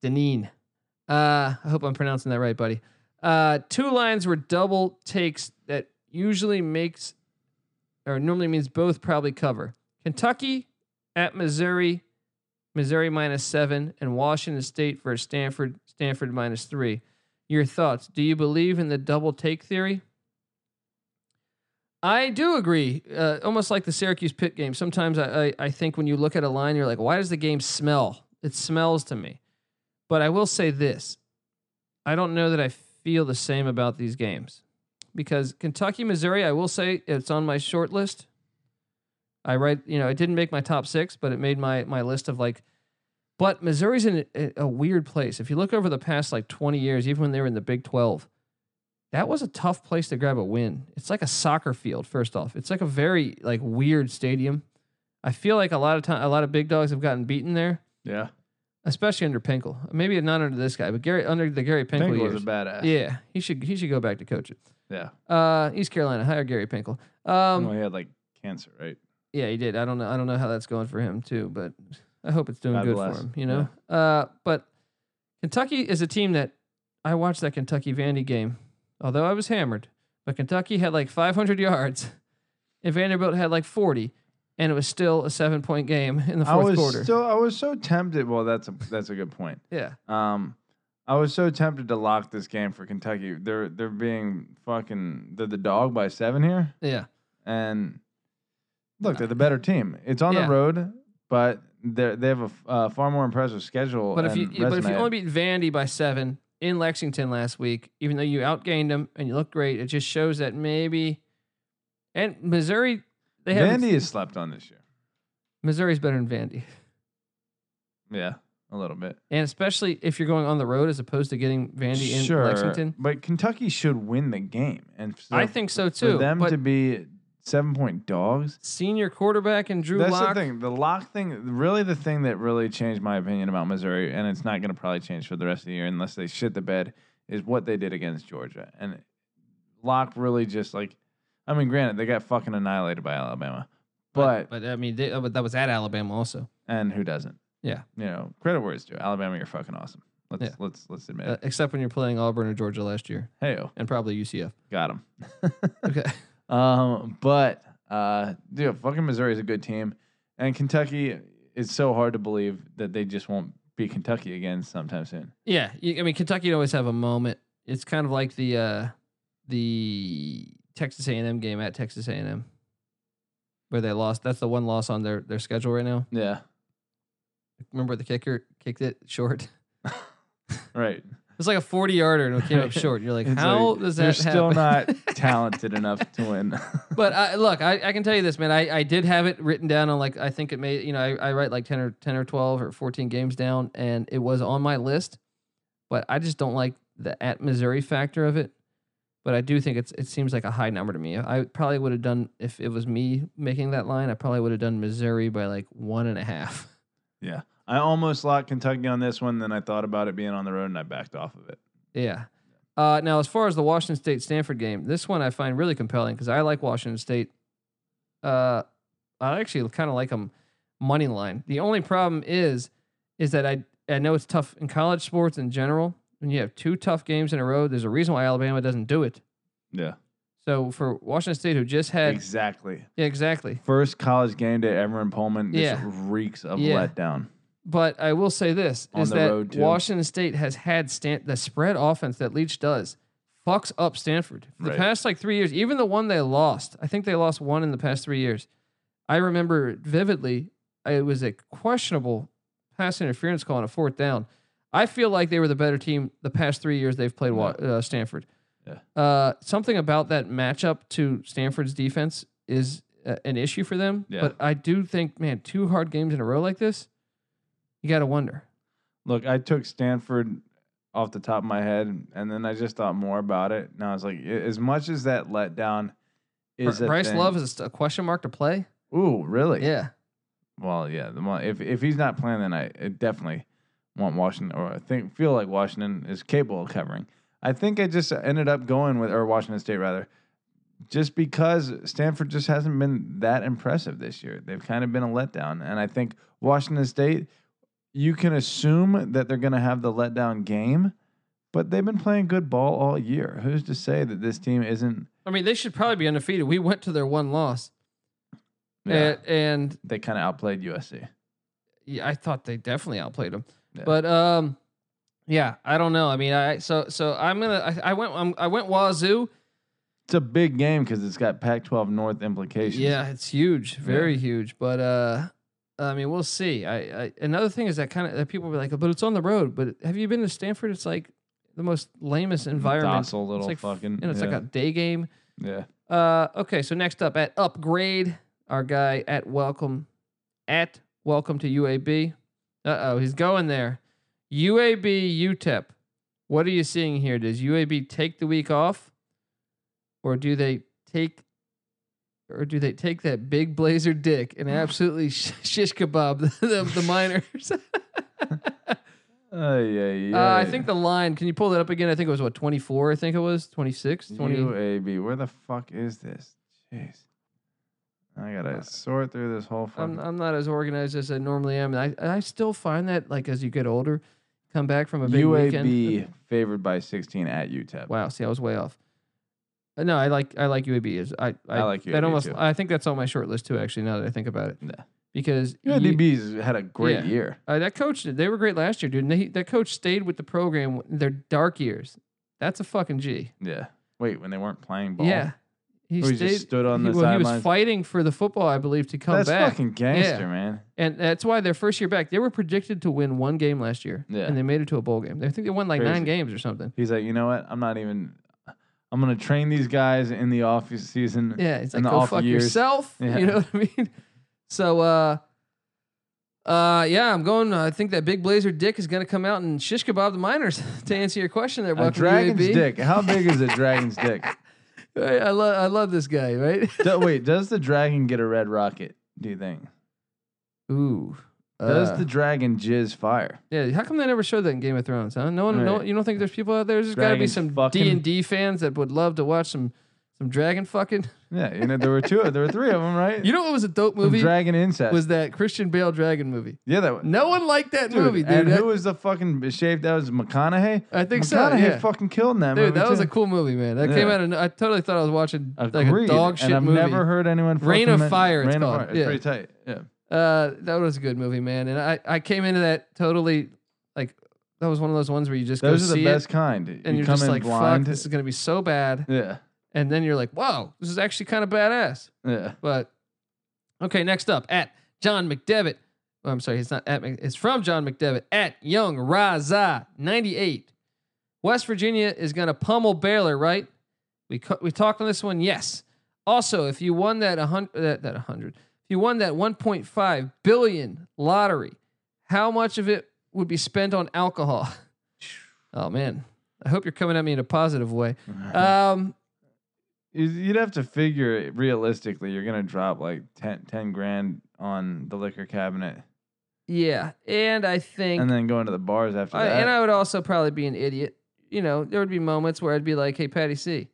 A: Deneen. Uh, I hope I'm pronouncing that right, buddy. Uh, two lines were double takes that usually makes or normally means both probably cover. Kentucky at Missouri, Missouri minus seven, and Washington State versus Stanford, Stanford minus three. Your thoughts? Do you believe in the double take theory? I do agree. Uh, almost like the Syracuse pit game. Sometimes I, I, I think when you look at a line, you're like, why does the game smell? It smells to me. But I will say this I don't know that I feel the same about these games because Kentucky, Missouri, I will say it's on my short list. I write, you know, it didn't make my top six, but it made my my list of like. But Missouri's in a, a weird place. If you look over the past like twenty years, even when they were in the Big Twelve, that was a tough place to grab a win. It's like a soccer field. First off, it's like a very like weird stadium. I feel like a lot of time, a lot of big dogs have gotten beaten there,
B: yeah.
A: especially under Pinkel. Maybe not under this guy, but Gary under the Gary Pinkel,
B: Pinkle
A: years.
B: was a badass. Yeah.
A: yeah, he should he should go back to coaching.
B: yeah.
A: Uh, East Carolina, hire Gary Pinkel. Um,
B: well, he had like cancer, right?
A: yeah, he did. I don't know. I don't know how that's going for him too, but I hope it's doing
B: God
A: good
B: bless.
A: for him. You know. Uh, but Kentucky is a team that I watched that Kentucky Vandy game, although I was hammered. But Kentucky had like 500 yards, and Vanderbilt had like 40, and it was still a seven point game in the
B: I
A: fourth
B: was
A: quarter.
B: so I was so tempted. Well, that's a that's a good point.
A: yeah,
B: Um, I was so tempted to lock this game for Kentucky. They're they're being fucking they're the dog by seven here,
A: yeah.
B: and look, they're the better team. It's on
A: Yeah.
B: the road, but they they have a f- uh, far more impressive schedule.
A: But if you
B: and
A: but if you
B: resume.
A: only beat Vandy by seven in Lexington last week, even though you outgained them and you look great, it just shows that maybe. And Missouri, they have
B: Vandy has slept on this year.
A: Missouri's better than Vandy,
B: Yeah, a little bit.
A: and especially if you're going on the road as opposed to getting Vandy in Lexington.
B: But Kentucky should win the game, and so
A: I think so
B: for
A: too.
B: them
A: but
B: to be seven point dogs.
A: Senior quarterback and Drew
B: That's
A: Lock.
B: the thing. The lock thing, really, the thing that really changed my opinion about Missouri, and it's not going to probably change for the rest of the year unless they shit the bed, is what they did against Georgia. And Locke really just like, I mean, granted, they got fucking annihilated by Alabama, but,
A: but I mean, they, uh, but that was at Alabama also.
B: and who doesn't?
A: Yeah.
B: You know, credit where it's due. Alabama, you're fucking awesome. Let's
A: Yeah.
B: let's let's admit
A: Uh,
B: it.
A: except when you're playing Auburn or Georgia last year,
B: Hey, oh,
A: and probably UCF.
B: got him.
A: *laughs* Okay.
B: Um, but uh, dude, fucking Missouri is a good team, and Kentucky. It's so hard to believe that they just won't be Kentucky again sometime soon.
A: yeah, you- I mean, Kentucky would always have a moment. It's kind of like the uh, the Texas A&M game at Texas A&M, where they lost. That's the one loss on their their schedule right now.
B: Yeah,
A: Remember the kicker kicked it short. *laughs*
B: right.
A: It's like a forty yarder and it came *laughs* up short. You're like,
B: It's
A: how
B: like,
A: does that?
B: You're still
A: happen?" *laughs*
B: not *laughs* talented enough to win.
A: but I, look, I, I can tell you this, man. I, I did have it written down on like I think it may you know I, I write like ten or ten or twelve or fourteen games down, and it was on my list. But I just don't like the at Missouri factor of it. But I do think it's it seems like a high number to me. I probably would have done if it was me making that line. I probably would have done Missouri by like one and a half.
B: yeah, *laughs* I almost locked Kentucky on this one. Then I thought about it being on the road, and I backed off of it.
A: Yeah. Uh, now, as far as the Washington State Stanford game, this one I find really compelling because I like Washington State. Uh, I actually kind of like them money line. The only problem is, is that I I know it's tough in college sports in general. When you have two tough games in a row, there's a reason why Alabama doesn't do it.
B: Yeah,
A: So for Washington State, who just had
B: exactly.
A: yeah, exactly.
B: First college game day ever in Pullman just
A: Yeah.
B: reeks of
A: Yeah.
B: letdown.
A: But I will say this
B: On
A: is
B: the road,
A: that
B: too.
A: Washington State has had Stan- the spread offense that Leach does fucks up Stanford. For the
B: Right.
A: past like three years, even the one they lost, I think they lost one in the past three years. I remember vividly, it was a questionable pass interference call on a fourth down. I feel like they were the better team the past three years they've played Wa- uh, Stanford.
B: Yeah.
A: Uh, something about that matchup to Stanford's defense is uh, an issue for them.
B: Yeah.
A: But I do think, man, two hard games in a row like this, you got to wonder.
B: Look, I took Stanford off the top of my head, and then I just thought more about it. And I was like, a- as much as that letdown is
A: Br-
B: a
A: Bryce
B: thing-
A: Love is a question mark to play?
B: Ooh, really?
A: Yeah.
B: Well, yeah. The, mo- if if he's not playing, then I, I definitely want Washington, or I think feel like Washington is capable of covering. I think I just ended up going with or Washington State rather, just because Stanford just hasn't been that impressive this year. They've kind of been a letdown, and I think Washington State, you can assume that they're going to have the letdown game, but they've been playing good ball all year. Who's to say that this team isn't?
A: I mean, they should probably be undefeated. We went to their one loss,
B: Yeah,
A: and, and
B: they kind of outplayed USC.
A: yeah, I thought they definitely outplayed them.
B: Yeah.
A: But um, yeah, I don't know. I mean, I so so I'm gonna I, I went um, i I went Wazoo.
B: It's a big game because it's got Pac-12 North implications.
A: Yeah, it's huge, very
B: Yeah.
A: huge. But uh, I mean, we'll see. I, I another thing is that kind of that people be like, "Oh, but it's on the road. But have you been to Stanford? It's like the most lamest environment.
B: Docile
A: It's
B: little
A: like,
B: fucking.
A: you know, it's
B: yeah.
A: like a day game.
B: yeah.
A: Uh, okay, so next up at upgrade, our guy at welcome, at welcome to UAB. Uh oh, he's going there. UAB UTEP. E What are you seeing here? Does UAB take the week off, or do they take, or do they take that big blazer dick and absolutely sh- shish kebab the, the, the miners? *laughs*
B: Uh, yeah,
A: uh, I think the line. Can you pull that up again? I think it was what twenty four. I think it was 26, 20.
B: UAB. Where the fuck is this? Jeez. I gotta sort through this whole
A: Uh, I'm
B: fucking.
A: I'm not as organized as I normally am, and I I still find that like as you get older, come back from a big
B: UAB
A: weekend.
B: favored by 16 at E UTEP.
A: Wow, see, I was way off. Uh, No, I like I like UAB. Is I I,
B: I like
A: That
B: UAB
A: almost
B: too.
A: I think that's on my short list too. Actually, now that I think about it,
B: Yeah.
A: because you-
B: UAB's had a great
A: Yeah.
B: year.
A: uh, that coach they were great last year, dude. And they, that coach stayed with the program in their dark years. That's a fucking G.
B: Yeah. Wait, when they weren't playing ball.
A: Yeah, he
B: Or he
A: stayed.
B: just stood on
A: he,
B: the
A: well, he was
B: sidelines?
A: fighting for the football, I believe, to come
B: That's
A: back.
B: fucking gangster,
A: Yeah.
B: man.
A: And that's why their first year back, they were predicted to win one game last year,
B: Yeah.
A: and they made it to a bowl game. I think they won like
B: Crazy.
A: nine games or something.
B: He's like, you know what? I'm not even. I'm gonna train these guys in the off season.
A: Yeah, it's like
B: And the
A: go
B: off
A: fuck
B: years.
A: yourself. *laughs*
B: Yeah.
A: You know what I mean? So, uh, uh, yeah, I'm going. I think that big blazer dick is going to come out and shish *laughs* kebab the miners. to answer your question, there,
B: A
A: welcome to
B: dragon's
A: UAB.
B: dick. How big is a dragon's dick?
A: Right, *laughs* I love I love this guy, right? *laughs*
B: Do- wait, does the dragon get a red rocket? Do you think?
A: Ooh.
B: Does
A: Uh,
B: the dragon jizz fire?
A: yeah, how come they never showed that in Game of Thrones? Huh? No one, no,
B: Right.
A: you don't think there's people out there? There's got to be
B: Dragons
A: some
B: fucking-
A: D and D fans that would love to watch some some dragon fucking. *laughs*
B: Yeah, you know there were two, there were three of them, right?
A: You know what was a dope
B: Some
A: movie?
B: dragon incest.
A: was that Christian Bale dragon movie?
B: yeah, that one.
A: No one liked that
B: Dude,
A: movie, dude.
B: And
A: That-
B: who was the fucking shape? That was McConaughey.
A: I think so.
B: McConaughey
A: Yeah.
B: fucking killed in that
A: Dude,
B: movie.
A: that was
B: too.
A: a cool movie, man. That came
B: Yeah.
A: out of. I totally thought I was watching like a
B: Agreed,
A: dog shit
B: and I've
A: movie.
B: never heard anyone.
A: Rain
B: fucking
A: of
B: men-
A: Fire, it's
B: Rain of
A: called.
B: Fire. It's
A: Yeah.
B: pretty tight. Yeah.
A: Uh, that was a good movie, man. And I, I came into that totally like that was one of those ones where you just go
B: Those are
A: see
B: the best
A: it
B: kind.
A: and
B: you
A: you're
B: come
A: just
B: in
A: like,
B: blind.
A: fuck, this is gonna be so bad.
B: yeah.
A: And then you're like, whoa, this is actually kind of badass.
B: Yeah.
A: But okay, next up at John McDevitt. Oh, I'm sorry, it's not at. Mc- It's from John McDevitt at Young Raza 98. West Virginia is going to pummel Baylor, right? We co- we talked on this one. Yes. Also, if you won that 100 that, that 100, if you won that 1.5 billion lottery, how much of it would be spent on alcohol? *laughs* Oh man, I hope you're coming at me in a positive way. Um,
B: You- You'd have to figure it realistically, you're gonna drop like 10, 10 grand on the liquor cabinet,
A: yeah, and I think
B: and then go into the bars after
A: I,
B: that.
A: and I would also probably be an idiot. You know, there would be moments where I'd be like, "Hey, Patty C,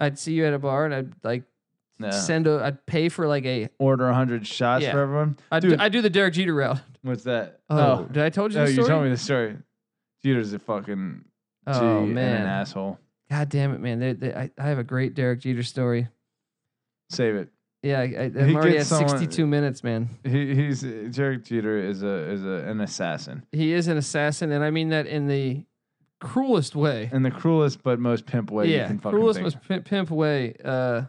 A: I'd see you at a bar, and I'd like
B: Yeah.
A: send a, I'd pay for like a,
B: Order hundred shots
A: Yeah.
B: for everyone.
A: I'd,
B: Dude.
A: I'd do the Derek Jeter
B: *laughs*
A: route.
B: What's that?
A: Oh, did I told you
B: no,
A: the
B: you
A: story?
B: told me the story. Jeter's a fucking G
A: oh
B: and an
A: man,
B: asshole.
A: god damn it, man! They, they, I, I have a great Derek Jeter story.
B: Save it.
A: Yeah, I, I, I'm
B: He
A: already at
B: gets someone-
A: 62 minutes, man.
B: He, he's Derek Jeter is a is a, an assassin
A: He is an assassin, and I mean that in the cruelest way.
B: in the cruelest but most pimp way you
A: yeah,
B: can fucking
A: cruelest
B: think.
A: most pimp, pimp way. Uh,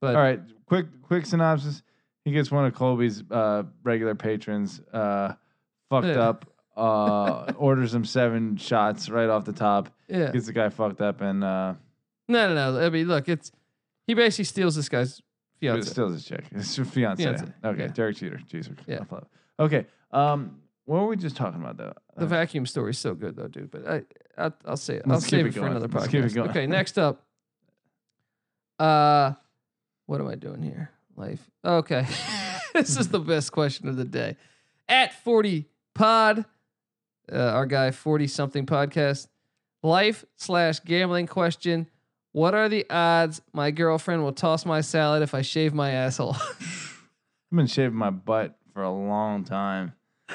A: but
B: All right, quick quick synopsis. He gets one of Colby's uh, regular patrons uh, fucked
A: Yeah.
B: up. Uh, *laughs* orders him seven shots right off the top.
A: yeah,
B: Gets the guy fucked up and uh,
A: No, no, no. I mean, look, it's he basically steals this guy's
B: it
A: fiance.
B: still his chick. *laughs* It's your fiance.
A: Fiance,
B: Okay,
A: yeah.
B: Derek Jeter. Jesus.
A: Yeah.
B: I love it. Okay. Um, what were we just talking about though?
A: the
B: Uh,
A: vacuum story is so good though, dude. But I, I I'll say it. I'll
B: Let's keep
A: save
B: it
A: it for
B: going.
A: another podcast.
B: Let's keep it going. *laughs*
A: Okay, next up. Uh, what am I doing here? Life. Okay, *laughs* this is the best question of the day. At forty pod, uh, our guy forty something podcast. Life slash gambling question. What are the odds my girlfriend will toss my salad if I shave my asshole? *laughs*
B: I've been shaving my butt for a long time.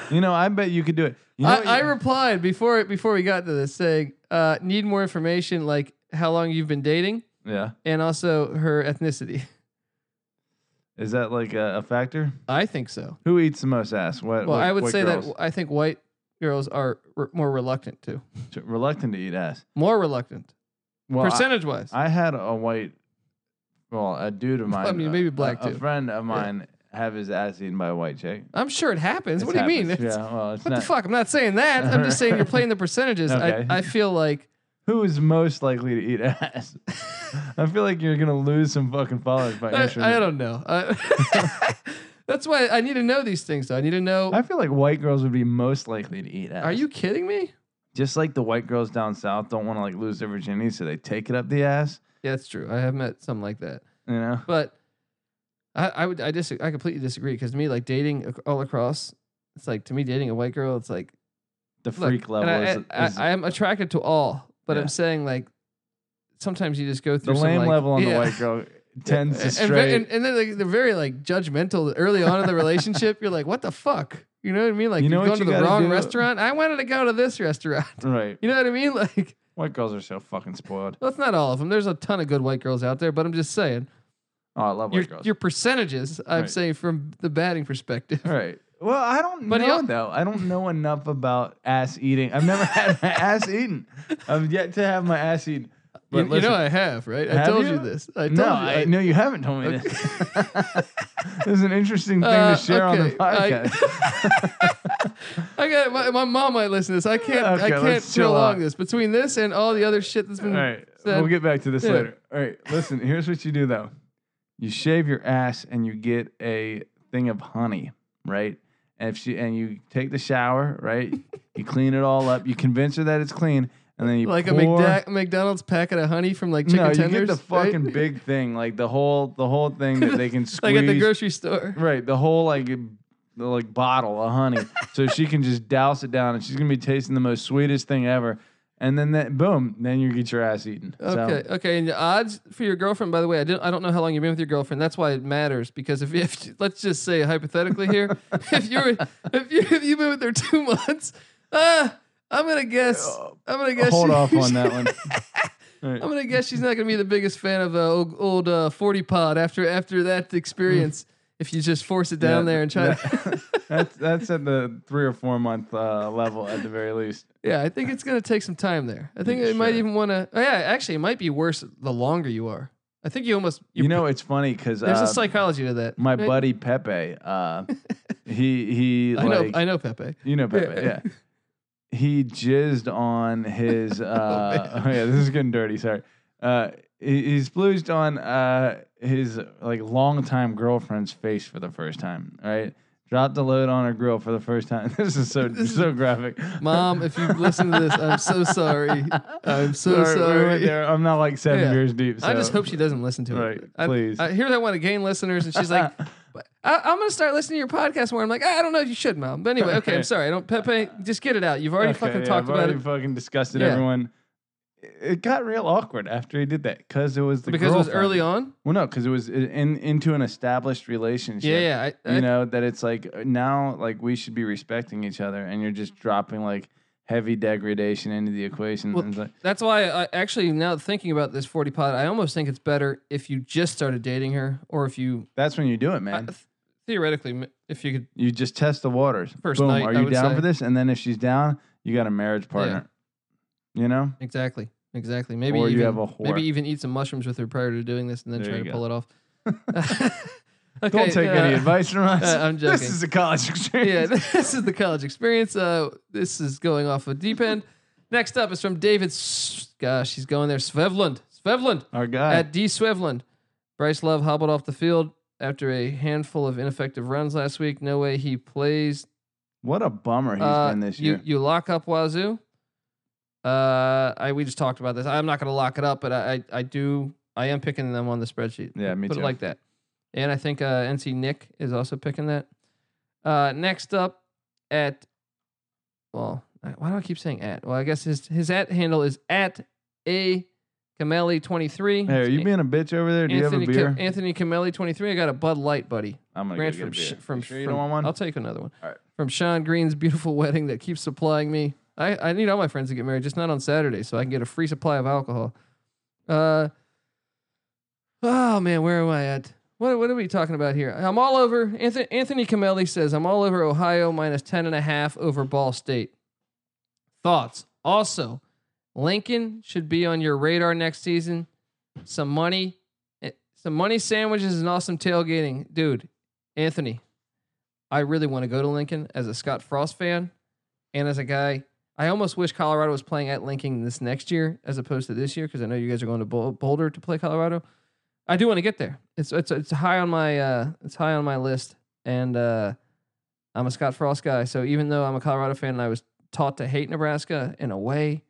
B: You know, I bet you could do it. You know
A: I,
B: what
A: I
B: you-
A: replied before before we got to this saying, uh, need more information like how long you've been dating
B: yeah.
A: and also her ethnicity.
B: Is that like a, a factor?
A: I think so.
B: Who eats the most ass? What?
A: Well,
B: what-
A: I would
B: what
A: say
B: girls?
A: that I think white girls are re- more reluctant to,
B: reluctant to eat ass.
A: more reluctant
B: Well, I-
A: percentage wise.
B: I had a white, well, a
A: *laughs*
B: dude of mine.
A: mean,
B: a-
A: maybe black
B: a, a
A: too.
B: friend of mine have his ass eaten by a white chick.
A: I'm sure it happens.
B: This
A: what do you mean?
B: happens.
A: It's-
B: Yeah, well, it's
A: What
B: not.
A: the fuck? I'm not saying that. I'm just saying you're playing the percentages.
B: Okay.
A: I, I feel
B: *laughs*
A: like
B: Who is most likely to eat *laughs* ass? I feel like you're gonna lose some fucking followers by
A: I,
B: answering.
A: I
B: this.
A: don't know. I, *laughs* that's why I need to know these things. Though I need to know.
B: I feel like white girls would be most likely to eat ass.
A: are you kidding me?
B: just like the white girls down south don't want to like lose their virginity, so they take it up the ass?
A: Yeah, that's true. I have met some like that.
B: You know,
A: But I, I would I dis I completely disagree because to me like dating ac- all across it's like to me dating a white girl it's like
B: the
A: look,
B: freak level
A: and I,
B: is,
A: I,
B: is
A: I, am attracted to all, but
B: Yeah.
A: I'm saying like sometimes you just go
B: the
A: through some,
B: lame
A: like-
B: level on the
A: yeah. *laughs*
B: white girl tends to
A: And, ve-
B: stray.
A: and, and then like, they're very like judgmental early on in the relationship. You're like, what the fuck? You know what I mean? Like
B: You
A: you
B: know
A: are going
B: what you
A: to the
B: gotta
A: wrong
B: do?
A: restaurant. I wanted to go to this restaurant. *laughs*
B: right,
A: You know what I mean? *laughs* Like
B: white girls are so fucking spoiled.
A: that's not all of them. There's a ton of good white girls out there, but I'm just saying
B: Oh, I love
A: your,
B: white girls.
A: your percentages. I'm
B: Right.
A: saying from the batting
B: *laughs*
A: perspective.
B: All right. Well, I don't
A: But he
B: know
A: al-
B: though. I don't know enough about ass eating. I've never had
A: *laughs*
B: my ass eaten. I've yet to have my ass eaten.
A: You,
B: But
A: you
B: listen,
A: know I have, right? I
B: Have
A: told you?
B: you?
A: this. I told
B: no,
A: you.
B: I, no, you haven't told me
A: Okay.
B: this. *laughs* this is an interesting thing
A: Uh,
B: to share on the
A: okay, I-
B: podcast.
A: *laughs* I got my, my mom might listen to this.
B: *laughs*
A: I can't I
B: Okay,
A: can't
B: let's
A: feel
B: chill
A: along
B: out.
A: this. Between this and all the other shit that's
B: All
A: been
B: right,
A: said-
B: we'll get back to this
A: Yeah.
B: later. All right, listen. Here's what you do though. You shave your ass and you get a thing of honey, right? And if she and you take the shower, right? you clean it all up. You convince her that it's clean, and then you
A: Like a
B: pour,
A: McDa- McDonald's packet of honey from like chicken
B: no,
A: tenders.
B: you get the
A: right?
B: fucking big thing, like the whole the whole thing that they can
A: *laughs*
B: squeeze.
A: like at the grocery store.
B: Right, the whole like the, like bottle of honey, so she can just douse it down, and she's gonna be tasting the most sweetest thing ever. And then that boom, then you get your ass eaten.
A: Okay,
B: So,
A: okay. And the odds for your girlfriend, by the way, I didn't. I don't know how long you've been with your girlfriend. That's why it matters because if, if let's just say hypothetically here, *laughs* if you're if you if you've been with her two months, uh, I'm gonna guess. I'm gonna guess.
B: Uh, hold
A: she- *laughs*
B: off on that one.
A: I'm gonna guess she's not gonna be the biggest fan of uh, old, old uh, 40 pod after after that experience. If you just force it down
B: Mm. Yeah,
A: there and try
B: *laughs*
A: to. *laughs*
B: That's that's at the three or four month uh, level at the very least.
A: Yeah, I think it's gonna take some time there. I think
B: Yeah,
A: it might
B: sure.
A: even want to. Oh yeah, actually, it might be worse the longer you are. I think *laughs* you almost.
B: You know, it's funny because
A: there's
B: uh,
A: a psychology to that.
B: my
A: Right?
B: buddy Pepe, uh, he he
A: *laughs* I know.
B: like
A: I know Pepe.
B: you know Pepe,
A: Yeah. *laughs*
B: yeah. He jizzed on his. Uh, *laughs* oh, yeah, this is getting dirty. Sorry. Uh, he, he splooged on uh, his like longtime girlfriend's face for the first time. Right, dropped a load on her grill for the first time. *laughs* This is so so *laughs* graphic.
A: Mom, if you listen to this, I'm so
B: *laughs*
A: sorry. I'm so
B: We're- we're right
A: sorry.
B: there. I'm not like seven
A: Yeah.
B: years deep.
A: I just
B: so-
A: hope she doesn't listen to
B: Right,
A: it. I-
B: please.
A: I, hear that want to gain listeners, and she's
B: *laughs*
A: like, "But I, I'm going to start listening to your podcast more. I'm like, I don't know if you should, Mom. But anyway, okay, I'm
B: Right.
A: sorry. I don't, Pepe, just get it out. You've already
B: Okay,
A: fucking
B: yeah,
A: talked
B: I've
A: about
B: already
A: it
B: Fucking discussed it.
A: Yeah.
B: Everyone. It got real awkward after he did that because it was the
A: because it was
B: girlfriend.
A: early on.
B: Well, no, because it was in into an established relationship.
A: Yeah, yeah. I, I,
B: you know that it's like uh, now like we should be respecting each other and you're just dropping like heavy degradation into the equation
A: Well,
B: and it's like,
A: That's why I actually, now thinking about this 40 pod, I almost think it's better if you just started dating her or if you,
B: that's when you do it
A: I-
B: man
A: th- theoretically, m- if you could
B: you just test the waters
A: First
B: boom
A: night,
B: are
A: I
B: you
A: would
B: down
A: say.
B: for this and then if she's down you got a marriage partner you know
A: Exactly. Exactly. Maybe
B: Or you
A: even,
B: have a whore.
A: Maybe even eat some mushrooms with her prior to doing this, and then
B: There
A: try
B: you
A: to
B: go.
A: pull it
B: *laughs*
A: off. *laughs* okay,
B: don't take any
A: uh,
B: advice from us
A: uh, I'm
B: this
A: joking.
B: is a college experience
A: *laughs* Yeah, *laughs* this is the college experience. Uh, this is going off a deep end. Next up is from David. S- Gosh, he's going there. Svevland. Svevland
B: *laughs* our guy
A: at D Swevland. Bryce Love hobbled off the field after a handful of ineffective runs last week. No way he plays
B: what a bummer he's
A: uh,
B: been this
A: you,
B: year
A: You lock up Wazoo. Uh, I we just talked about this. I'm not going to lock it up, but I, I I do I am picking them on the spreadsheet.
B: yeah me
A: Put
B: too
A: it like that. And I think uh, NC Nick is also picking that. Uh, next up at well, I- why do I keep saying at? Well, I guess his his at handle is at a Camelli 23.
B: hey are you being a bitch over there do you have a
A: Anthony
B: beer
A: Ca- Anthony Camelli 23. I got a Bud Light, buddy.
B: i'm gonna
A: Grant
B: go
A: from
B: get a
A: Sh-
B: beer.
A: from,
B: You sure you
A: from-
B: don't want one
A: I'll take another one.
B: All right.
A: From Sean Green's beautiful *laughs* wedding that keeps supplying me. I, I need all my friends to get married, just not on Saturday, so I can get a free supply of alcohol. Uh oh man, where am I at? What what are we talking about here? I'm all over Anthony Anthony Camelli says I'm all over Ohio minus ten and a half over Ball State. Thoughts. Also, Lincoln should be on your radar next season. Some money, eh, some money sandwiches, and awesome tailgating, dude. Anthony, I really want to go to Lincoln as a Scott Frost fan, and as a guy, I almost wish Colorado was playing at Lincoln this next year as opposed to this year because I know you guys are going to Bou- Boulder to play Colorado. I do want to get there. It's it's it's high on my uh, it's high on my list, and uh, I'm a Scott Frost guy. So even though I'm a Colorado fan, and I was taught to hate Nebraska in a way.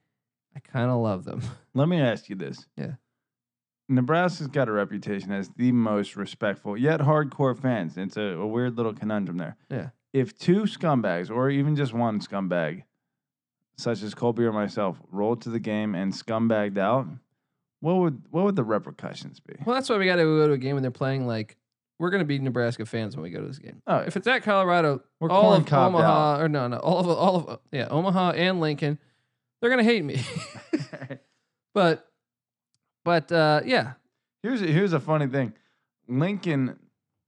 A: I kind of love them. *laughs*
B: Let me ask you this.
A: Yeah.
B: Nebraska's got a reputation as the most respectful yet hardcore fans. It's a, a weird little conundrum there.
A: Yeah.
B: If two scumbags or even just one scumbag, such as Colby or myself, rolled to the game and scumbagged out, what would what would the repercussions be?
A: Well, that's why we got to go to a game when they're playing. Like, we're going to be Nebraska fans when we go to this game.
B: Oh,
A: If it's at Colorado,
B: We're
A: all
B: corn
A: of
B: cobbed
A: Omaha or no, no, all of all of yeah, Omaha and Lincoln, they're going to hate me. *laughs* but, but uh, yeah,
B: Here's a, here's a funny thing. Lincoln,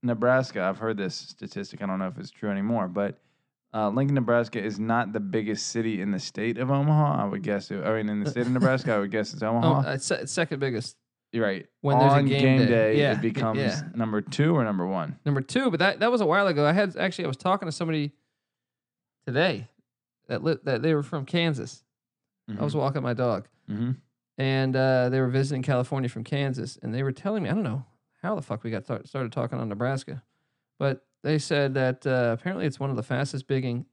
B: Nebraska. I've heard this statistic. I don't know if it's true anymore, but uh, Lincoln, Nebraska is not the biggest city in the state of Omaha. I would guess. It, I mean, in the state of Nebraska, I would guess it's
A: um,
B: Omaha.
A: it's se- it's second biggest
B: You're right.
A: when there's a
B: On
A: game day. Yeah,
B: it
A: y-
B: becomes
A: yeah.
B: number two or number one.
A: number two. But that that was a while ago. I had actually I was talking to somebody today that li- that they were from Kansas. I was walking my dog.
B: Mhm.
A: and uh, they were visiting California from Kansas, and they were telling me, I don't know how the fuck we got tar- started talking on Nebraska, but they said that uh, apparently it's one of the fastest bigging,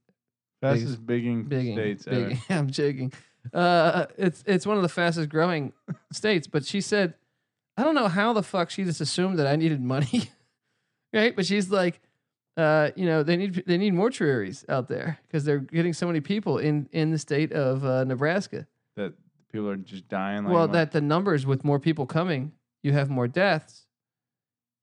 B: fastest bigging,
A: bigging,
B: states uh, ever.
A: bigging. *laughs* I'm joking. Uh, it's it's one of the fastest growing states. But she said, I don't know how the fuck she just assumed that I needed money, *laughs* right? But she's like, uh, you know, they need they need mortuaries out there because they're getting so many people in in the state of uh, Nebraska.
B: That people are just dying. Like,
A: Well,
B: like-
A: that the numbers with more people coming, you have more deaths.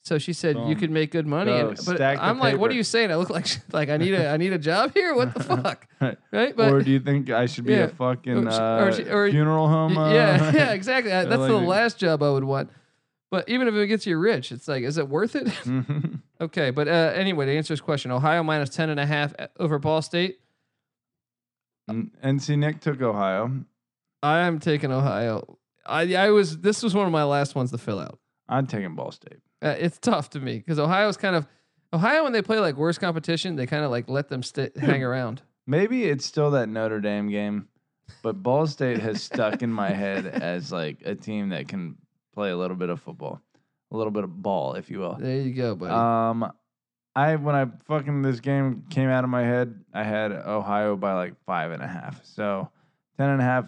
A: So she said you
B: Boom.
A: could make good money, and,
B: Go,
A: but
B: stack the
A: I'm like, what are
B: paper.
A: you saying? I look like *laughs* like I need a I need a job here. What the
B: *laughs*
A: fuck, right? But
B: or do you think I should be
A: Yeah.
B: a fucking
A: Or she-
B: uh,
A: or she- or-
B: funeral home?
A: Y-
B: Uh,
A: yeah, *laughs* yeah,
B: *laughs*
A: exactly. I-
B: They're
A: That's the
B: like-
A: last job I would want. But even if it gets you rich, it's like, is it worth it? *laughs*
B: Mhm.
A: okay, but uh, anyway, to answer his question, Ohio minus 10 and a half a- over Ball State.
B: N- NC Nick took Ohio.
A: I am taking Ohio. I, I was this was one of my last ones to fill out.
B: I'm taking Ball State.
A: Uh, it's tough to me because Ohio's kind of Ohio when they play like worse competition, they kind of like let them
B: Hmm.
A: st- hang around.
B: Maybe it's still that Notre Dame game, but Ball State has stuck in
A: *laughs*
B: my head as like a team that can play a little bit of football, a little bit of ball, if you will.
A: There you go, buddy.
B: Um, I when I fucking this game came out of my head, I had Ohio by like five and a half. So ten and a half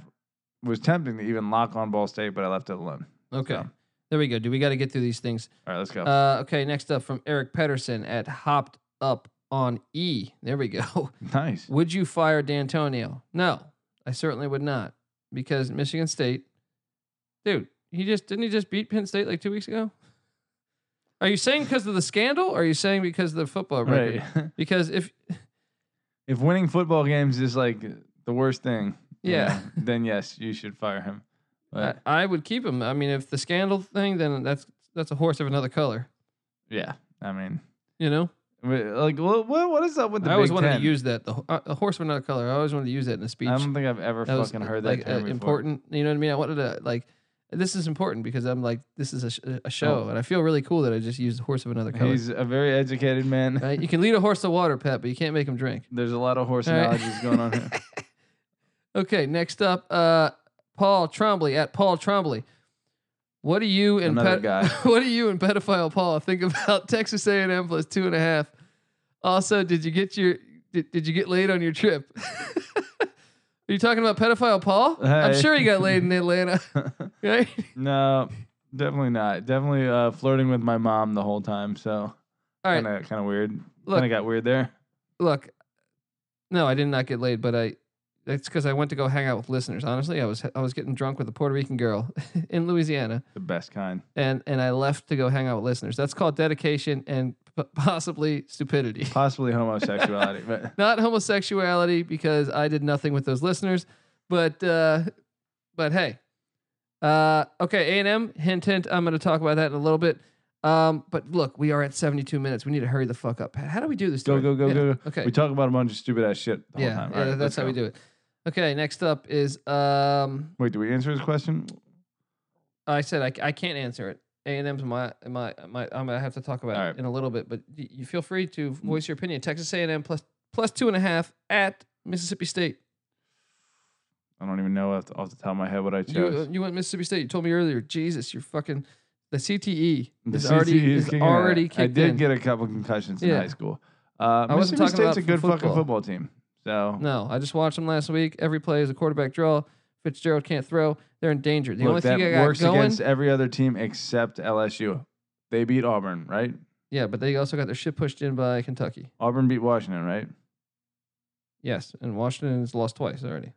B: was tempting to even lock on Ball State, but I left it alone.
A: okay,
B: Uh, so. Oh.
A: there we go. Do we got to get through these things?
B: All right, let's go.
A: Uh, okay, next up from Eric Pedersen at Hopped Up on E. There we go.
B: nice.
A: Would you fire D'Antonio? No, I certainly would not because Michigan State, dude, he just didn't he just beat Penn State like two weeks ago. Are you saying because of the scandal? Or are you saying because of the football record?
B: Right.
A: *laughs* Because if
B: if winning football games is like the worst thing, you
A: Yeah.
B: know, then yes, you should fire him.
A: I,
B: But
A: I would keep him, I mean, if the scandal thing, then that's that's a horse of another color.
B: yeah, I mean,
A: You know,
B: wait, like what what, what is up with the
A: I always
B: Big
A: wanted
B: Ten?
A: to use that the ho- uh, a horse of another color. I always wanted to use that in a speech.
B: I don't think I've ever
A: that was
B: fucking heard that
A: like
B: term
A: uh,
B: before.
A: important. You know what I mean? I wanted to like this is important because I'm like this is a, sh- a show, and I feel really cool that I just used the horse of
B: *laughs*
A: another color.
B: *laughs* Oh. He's a very educated man.
A: Right? You can lead a horse to water, Pat, but you can't make him drink.
B: *laughs* There's a lot of horse
A: All right.
B: analogies going on here.
A: Okay, next up, uh, Paul Trombley at Paul Trombley. What do you and
B: Another guy.
A: *laughs* what do you and pedophile Paul think about *laughs* Texas A&M plus two and a half? Also, did you get your did, did you get laid on your trip? *laughs* Are you talking about pedophile Paul? I'm
B: Hey.
A: sure he got
B: *laughs*
A: laid in Atlanta, *laughs* right?
B: No, definitely not. Definitely uh, flirting with my mom the whole time. So
A: All right,
B: kind of kind of weird.
A: Look.
B: Kind of got weird there.
A: look, no, I did not get laid, but I. It's because I went to go hang out with listeners. Honestly, I was I was getting drunk with a Puerto Rican girl *laughs* in Louisiana,
B: The best kind.
A: and and I left to go hang out with listeners. That's called dedication and p- possibly
B: *laughs*
A: stupidity,
B: Possibly homosexuality,
A: *laughs*
B: but
A: not homosexuality, because I did nothing with those listeners. But uh, but hey, uh, okay, A and M hint hint. I'm going to talk about that in a little bit. Um, but look, we are at 72 minutes. We need to hurry the fuck up, Pat. How do we do this?
B: go
A: dude?
B: go go
A: Yeah,
B: go. go.
A: Okay,
B: We talk about a bunch of stupid ass shit the
A: yeah,
B: whole time.
A: yeah, that's how we do it. Okay, next up is um,
B: Wait, do we answer his question?
A: I said I, c- I can't answer it. A and M's my my my. I'm gonna have to talk about
B: All
A: it
B: right. Mm.
A: in a little bit, but y- you feel free to voice your opinion. Texas A and M plus plus two and a half at Mississippi State.
B: I don't even know off the, off the top of my head what I
A: You
B: chose.
A: uh, you went Mississippi State. You told me earlier. Jesus, you're fucking the CTE
B: The
A: is
B: CTE
A: already is
B: kicking
A: already
B: ass.
A: kicked
B: I did
A: in.
B: get a couple concussions in
A: Yeah.
B: high school. Uh,
A: I wasn't
B: Mississippi
A: talking about
B: State's a good fucking
A: football.
B: football team. So
A: no, I just watched them last week. Every play is a quarterback draw. Fitzgerald can't throw. They're in danger. The
B: look,
A: only
B: that
A: thing I got
B: works
A: going,
B: against every other team except LSU. They beat Auburn, right?
A: yeah, but they also got their shit pushed in by Kentucky.
B: Auburn beat Washington, right?
A: Yes, and Washington's lost twice already.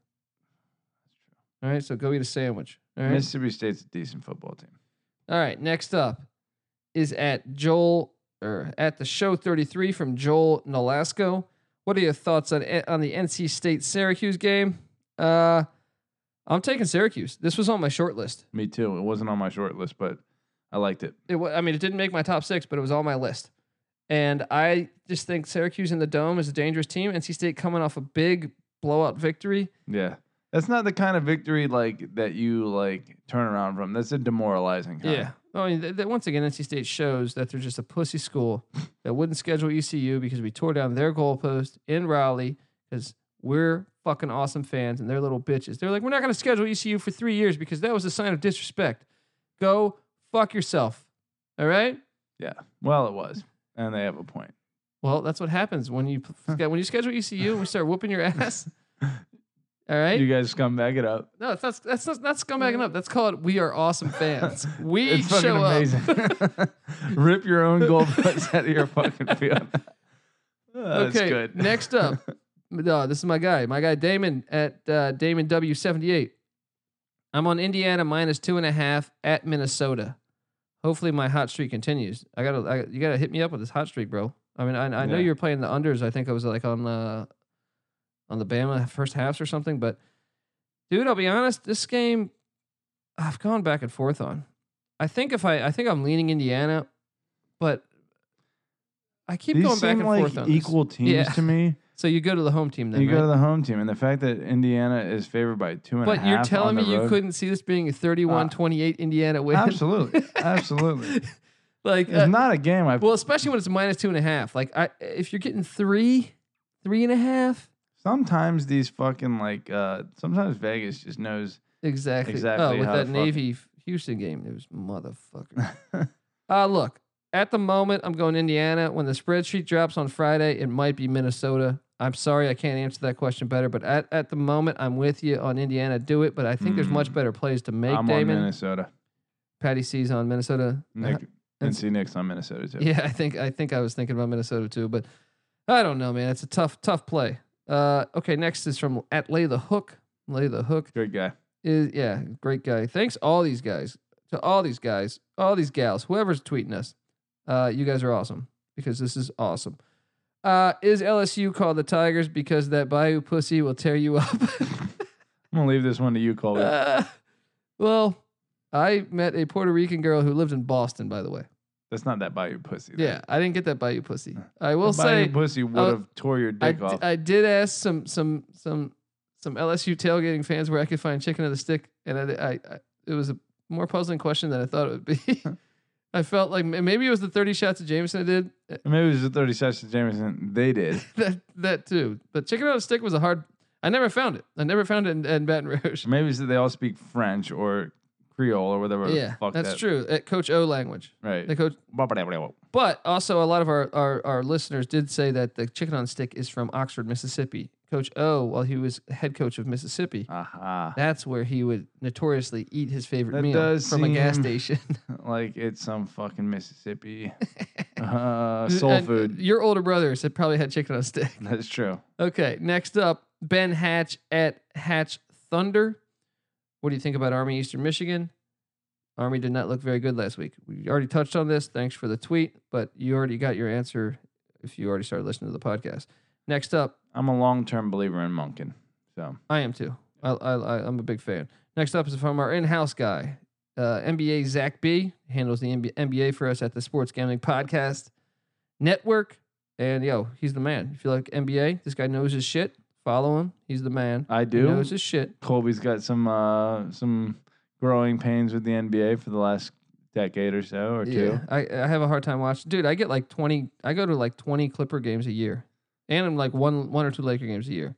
A: All right, so go eat a sandwich. All right.
B: Mississippi State's a decent football team.
A: All right, next up is at Joel or at the show 33 from Joel Nolasco. What are your thoughts on eh, on the NC State Syracuse game? Uh I'm taking Syracuse. This was on my short list.
B: Me too. It wasn't on my short list, but I liked it.
A: It wa- I mean, it didn't make my top 6, but it was on my list. And I just think Syracuse in the dome is a dangerous team. NC State coming off a big blowout victory.
B: Yeah. That's not the kind of victory like that you like turn around from. That's a demoralizing kind.
A: I mean, th- th- once again, NC State shows that they're just a pussy
B: *laughs*
A: school that wouldn't schedule ECU because we tore down their goalpost in Raleigh because we're fucking awesome fans and they're little bitches. They're like, we're not going to schedule ECU for three years because that was a sign of disrespect. Go fuck yourself. All right.
B: Well, it was. And they have a point.
A: Well, that's what happens when you p- when you schedule ECU and we start whooping your ass. All right.
B: You guys scumbag it up.
A: no, that's not, that's not, not scumbagging up. That's called we are
B: *laughs*
A: awesome fans. We
B: It's fucking
A: show up. *laughs*
B: amazing. Rip your own gold bucks out of your fucking field. Uh, That's
A: okay.
B: good. *laughs*
A: next up, uh, this is my guy, my guy Damon at uh, Damon W seventy eight. I'm on Indiana minus two and a half at Minnesota. Hopefully my hot streak continues. I gotta, I, you gotta hit me up with this hot streak, bro. I mean, I, I know
B: Yeah.
A: you're playing the unders. I think I was like on the, on the Bama first halves or something. But, dude, I'll be honest, this game, I've gone back and forth on. I think if I, I think I'm leaning Indiana, but I keep
B: These
A: going back
B: seem
A: and
B: like
A: forth on this.
B: equal teams
A: Yeah.
B: to me.
A: So you go to the home team then,
B: you
A: right?
B: go to the home team, and the fact that Indiana is favored by two and a half.
A: but you're telling
B: on
A: me
B: the
A: you
B: road- Uh,
A: couldn't see this being a 31-28 Indiana win?
B: Absolutely, absolutely.
A: *laughs* like, uh,
B: It's not a game. I.
A: well, especially when it's minus two and a half. Like, I if you're getting three, three and a half,
B: Sometimes these fucking like. uh Sometimes Vegas just knows.
A: exactly.
B: Exactly
A: Oh, with
B: how
A: that
B: to fuck-
A: Navy Houston game, it was motherfucker.
B: *laughs*
A: uh look. At the moment, I'm going Indiana. When the spreadsheet drops on Friday, it might be Minnesota. I'm sorry I can't answer that question better, but at, at the moment, I'm with you on Indiana. Do it, but I think there's much
B: Mm.
A: better plays to make.
B: I'm
A: Damon, Uh-huh.
B: on Minnesota.
A: Patty C's on Minnesota.
B: Nick
A: and-
B: and see Nick's on Minnesota too.
A: Yeah, I think I think I was thinking about Minnesota too, but I don't know, man. It's a tough tough play. Uh, okay, next is from at Lay the Hook. Lay the Hook
B: Great guy.
A: is yeah, great guy. Thanks all these guys to all these guys, all these gals, whoever's tweeting us. Uh, you guys are awesome because this is awesome. Uh, is LSU called the Tigers because that Bayou pussy will tear you
B: *laughs*
A: up?
B: I'm gonna leave this one to you, Colby.
A: Uh, *laughs* well, I met a Puerto Rican girl who lived in Boston, by the way.
B: That's not that Bayou pussy. though.
A: Yeah, I didn't get that Bayou pussy. I
B: The
A: will
B: Bayou
A: say uh,
B: pussy would have tore your
A: I
B: dick
A: d-
B: off.
A: I did ask some some some some LSU tailgating fans where I could find chicken of the stick, and I, I, I it was a more puzzling question than I thought it would
B: *laughs*
A: be. I felt like m- maybe it was the thirty shots of Jameson I did *laughs* uh,
B: Maybe it was the 30 shots to Jameson.
A: *laughs*
B: They did.
A: that that too, but chicken of the stick was a hard. I never found it. I never found it in, in Baton
B: *laughs*
A: Rouge.
B: Maybe it's that they all speak French or Creole or whatever. the
A: Yeah,
B: fuck
A: that's
B: that-
A: true. At Coach O language,
B: Right.
A: the coach. But also, a lot of our, our our listeners did say that the chicken on stick is from Oxford, Mississippi. Coach O, while he was head coach of Mississippi,
B: Aha. *laughs*
A: That's where he would notoriously eat his favorite
B: That
A: meal
B: does
A: from a gas
B: seem-
A: station.
B: *laughs* Like it's some fucking
A: *laughs*
B: Mississippi uh, soul
A: And
B: food.
A: Your older brothers had probably had chicken on a stick. *laughs*
B: That's true.
A: Okay, next up, Ben Hatch at Hatch Thunder. What do you think about Army Eastern Michigan? Army did not look very good last week. We already touched on this. Thanks for the tweet, but you already got your answer if you already started listening to the podcast. Next up,
B: I'm a long term believer in Munkin. So
A: I am too. I, I, I, I'm a big fan. Next up is from our in-house guy, uh, NBA Zach B. Handles the NBA, NBA for us at the Sports Gambling Podcast Network. And yo, he's the man. If you like NBA, this guy knows his shit. Follow him. He's the man.
B: I
A: He
B: do.
A: knows his shit.
B: Colby's got some uh, some growing pains with the NBA for the last decade or so or two.
A: I, I have a hard time watching. Dude, I get like 20. I go to like 20 Clipper games a year, and I'm like one one or two Laker games a year.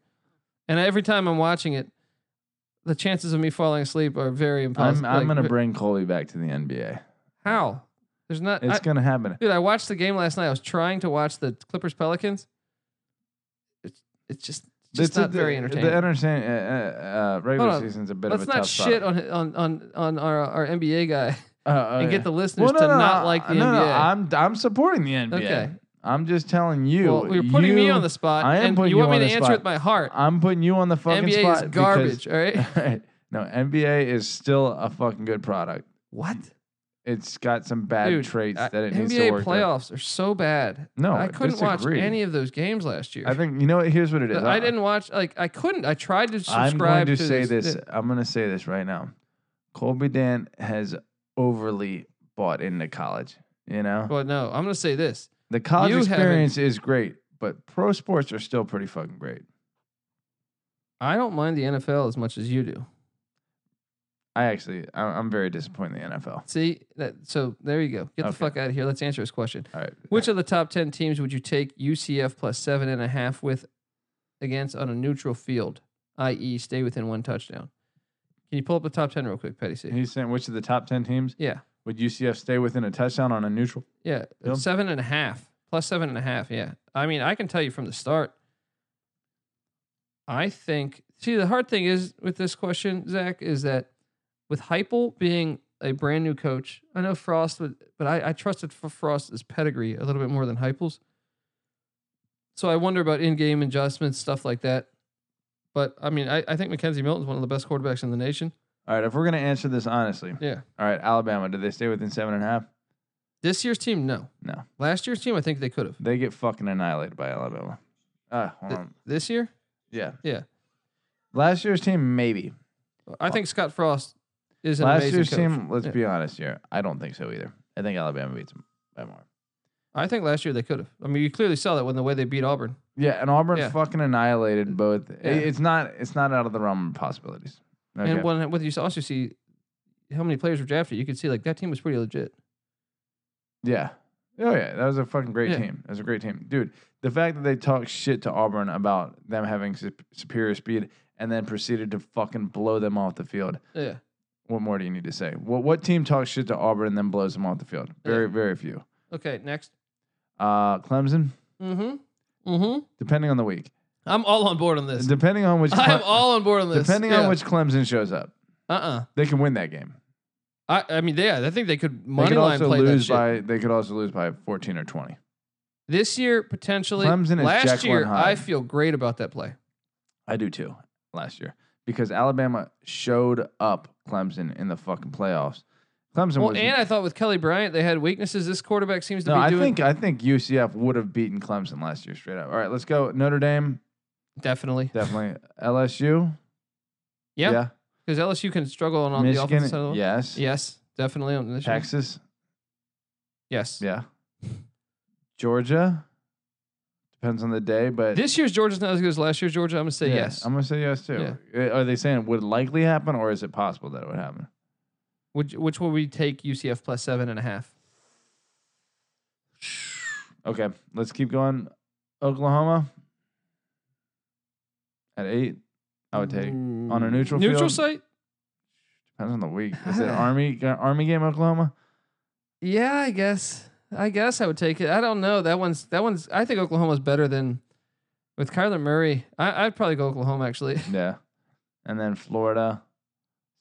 A: And every time I'm watching it, the chances of me falling asleep are very
B: I'm,
A: impossible.
B: I'm gonna bring Colby back to the NBA.
A: How? There's not.
B: It's
A: I-
B: gonna happen.
A: dude, I watched the game last night. I was trying to watch the Clippers Pelicans. It's it's just it's just
B: It's a-
A: not very entertaining.
B: The entertain, uh, uh, uh, regular
A: on.
B: season's a bit
A: Let's
B: of a
A: not
B: tough
A: shit
B: product.
A: on on on on our our NBA guy
B: Uh, oh,
A: and
B: yeah.
A: get the listeners
B: Well, no,
A: to
B: no,
A: not
B: no,
A: like the
B: no,
A: NBA.
B: No, I'm I'm supporting the NBA.
A: Okay.
B: I'm just telling you.
A: well, you're putting me
B: you-
A: on the spot,
B: I am
A: and
B: putting
A: you want me
B: you on
A: to
B: the
A: answer
B: spot.
A: with my heart.
B: I'm putting you on the fucking
A: NBA
B: spot.
A: is garbage. All
B: *laughs*
A: right,
B: because- no, NBA is still a fucking good product.
A: what? Uh,
B: It's got some bad
A: Dude,
B: traits
A: I-
B: that it needs to
A: NBA
B: work. on.
A: playoffs are so bad.
B: No,
A: I
B: I
A: couldn't watch
B: disagree.
A: any of those games last year.
B: I think you know what. Here's what it is.
A: I didn't watch like I couldn't. I tried to subscribe.
B: I'm going to say
A: this.
B: this. I'm going to say this right now. Colby Dan has overly bought into college. You know,
A: Well, no, I'm gonna say this.
B: the college
A: you haven't-
B: experience is great, but pro sports are still pretty fucking great.
A: I don't mind the NFL as much as you do.
B: I actually, I- I'm very disappointed in the NFL.
A: See that? So there you go. Get the
B: Okay.
A: fuck out of here. Let's answer his question.
B: All right.
A: Which of the top ten teams would you take UCF plus seven and a half with against on a neutral field, i.e., stay within one touchdown? Can you pull up the top ten real quick, Petty C?
B: *laughs* He's saying which of the top ten teams
A: Yeah,
B: would UCF stay within a touchdown on a neutral?
A: yeah,
B: Yep.
A: seven and a half plus seven and a half. Yeah, I mean, I can tell you from the start. I think. See, the hard thing is with this question, Zach, is that with Heupel being a brand new coach, I know Frost, would, but I, I trusted for Frost's pedigree a little bit more than Heupel's. So I wonder about in-game adjustments, stuff like that. But I mean, I, I think Mackenzie Milton's one of the best quarterbacks in the nation.
B: All right, if we're gonna answer this honestly,
A: Yeah.
B: all right, Alabama, do they stay within seven and a half?
A: This year's team, no.
B: No.
A: Last year's team, I think they could have.
B: They get fucking annihilated by Alabama. Uh, hold
A: Th-
B: on.
A: this year,
B: Yeah.
A: yeah.
B: Last year's team, maybe.
A: I think Scott Frost is an
B: Last
A: amazing
B: year's
A: coach.
B: team, let's
A: Yeah.
B: be honest here. I don't think so either. I think Alabama beats them by more.
A: I think last year they could have. I mean, you clearly saw that when the way they beat Auburn.
B: Yeah, and Auburn
A: Yeah.
B: fucking annihilated both. i-
A: Yeah.
B: It's not it's not out of the realm of possibilities. Okay.
A: And when what you also see how many players were drafted, you could see like that team was pretty legit.
B: yeah. Oh yeah, that was a fucking great
A: Yeah.
B: team. That was a great team, dude. The fact that they talked shit to Auburn about them having sup- superior speed and then proceeded to fucking blow them off the field.
A: Yeah.
B: What more do you need to say? What what team talks shit to Auburn and then blows them off the field? Very very few.
A: Okay, next.
B: Uh, Clemson,
A: Mm-hmm. Mm-hmm.
B: depending on the week,
A: I'm all on board on this.
B: depending on which,
A: *laughs* I'm
B: Cle-
A: all on board on this.
B: depending
A: Yeah.
B: on which Clemson shows up,
A: uh-uh.
B: they can win that game.
A: I, I mean, yeah, I think they could
B: They
A: money
B: could
A: line
B: also
A: play that
B: lose
A: shit.
B: by they could also lose by fourteen or twenty.
A: this year potentially.
B: Clemson is
A: last
B: Jekyll and
A: year, I
B: Hyde.
A: feel great about that play.
B: I do too. Last year, because Alabama showed up Clemson in the fucking playoffs. Clemson
A: Well,
B: was.
A: and I thought with Kelly Bryant, they had weaknesses. This quarterback seems to
B: no,
A: be
B: I
A: doing
B: think I think UCF would have beaten Clemson last year straight up. All right, let's go Notre Dame
A: definitely. *laughs*
B: definitely LSU.
A: Yeah, because LSU can struggle on,
B: yeah.
A: on the
B: Michigan
A: offensive side of the ball.
B: yes.
A: Yes, definitely on this. one.
B: Texas
A: Yes. *laughs*
B: yeah. Georgia depends on the day, but
A: This year's Georgia's not as good as last year's Georgia. I'm gonna say
B: Yeah,
A: yes.
B: I'm gonna say yes too. Uh, Are they saying it would likely happen or is it possible that it would happen?
A: which which will we take UCF plus seven and a half?
B: Okay, let's keep going. Oklahoma at eight. I would
A: Mm.
B: take on a neutral
A: neutral
B: field?
A: site.
B: depends on the week. Is it Army Army game Oklahoma?
A: Yeah, I guess. I guess I would take it. I don't know. That one's that one's. I think Oklahoma's better than with Kyler Murray. I, I'd probably go Oklahoma actually.
B: Yeah, and then Florida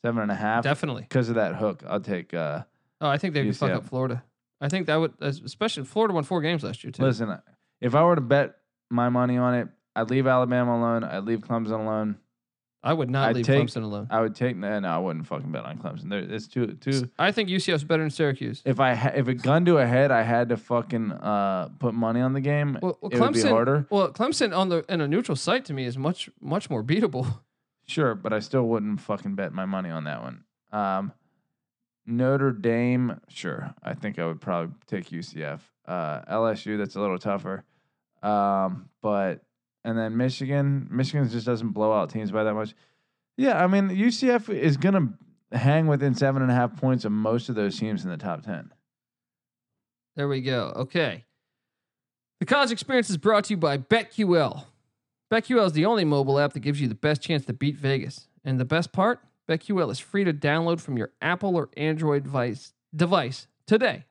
B: seven and a half
A: Definitely.
B: because of that hook. I'll take. uh
A: Oh, I think they could fuck
B: UCF.
A: up Florida. I think that would, especially Florida won four games last year too.
B: Listen, if I were to bet my money on it, I'd leave Alabama alone. I'd leave Clemson alone.
A: I would not
B: I'd
A: leave
B: take-
A: Clemson alone.
B: I would take. No, no, I wouldn't fucking bet on Clemson. There, it's too too.
A: I think UCF's better than Syracuse.
B: If I ha- if it gunned to a head, I had to fucking uh put money on the game.
A: Well, well,
B: it would be
A: Clemson-
B: harder.
A: Well, Clemson on the in a neutral site to me is much much more beatable. *laughs*
B: Sure, but I still wouldn't fucking bet my money on that one. Um, Notre Dame, sure. I think I would probably take UCF. Uh, LSU, that's a little tougher. Um, but and then Michigan, Michigan just doesn't blow out teams by that much. Yeah, I mean UCF is gonna hang within seven and a half points of most of those teams in the top ten.
A: There we go. Okay. The college experience is brought to you by BetQL. BetQL is the only mobile app that gives you the best chance to beat Vegas. And the best part, BetQL is free to download from your Apple or Android device, device today.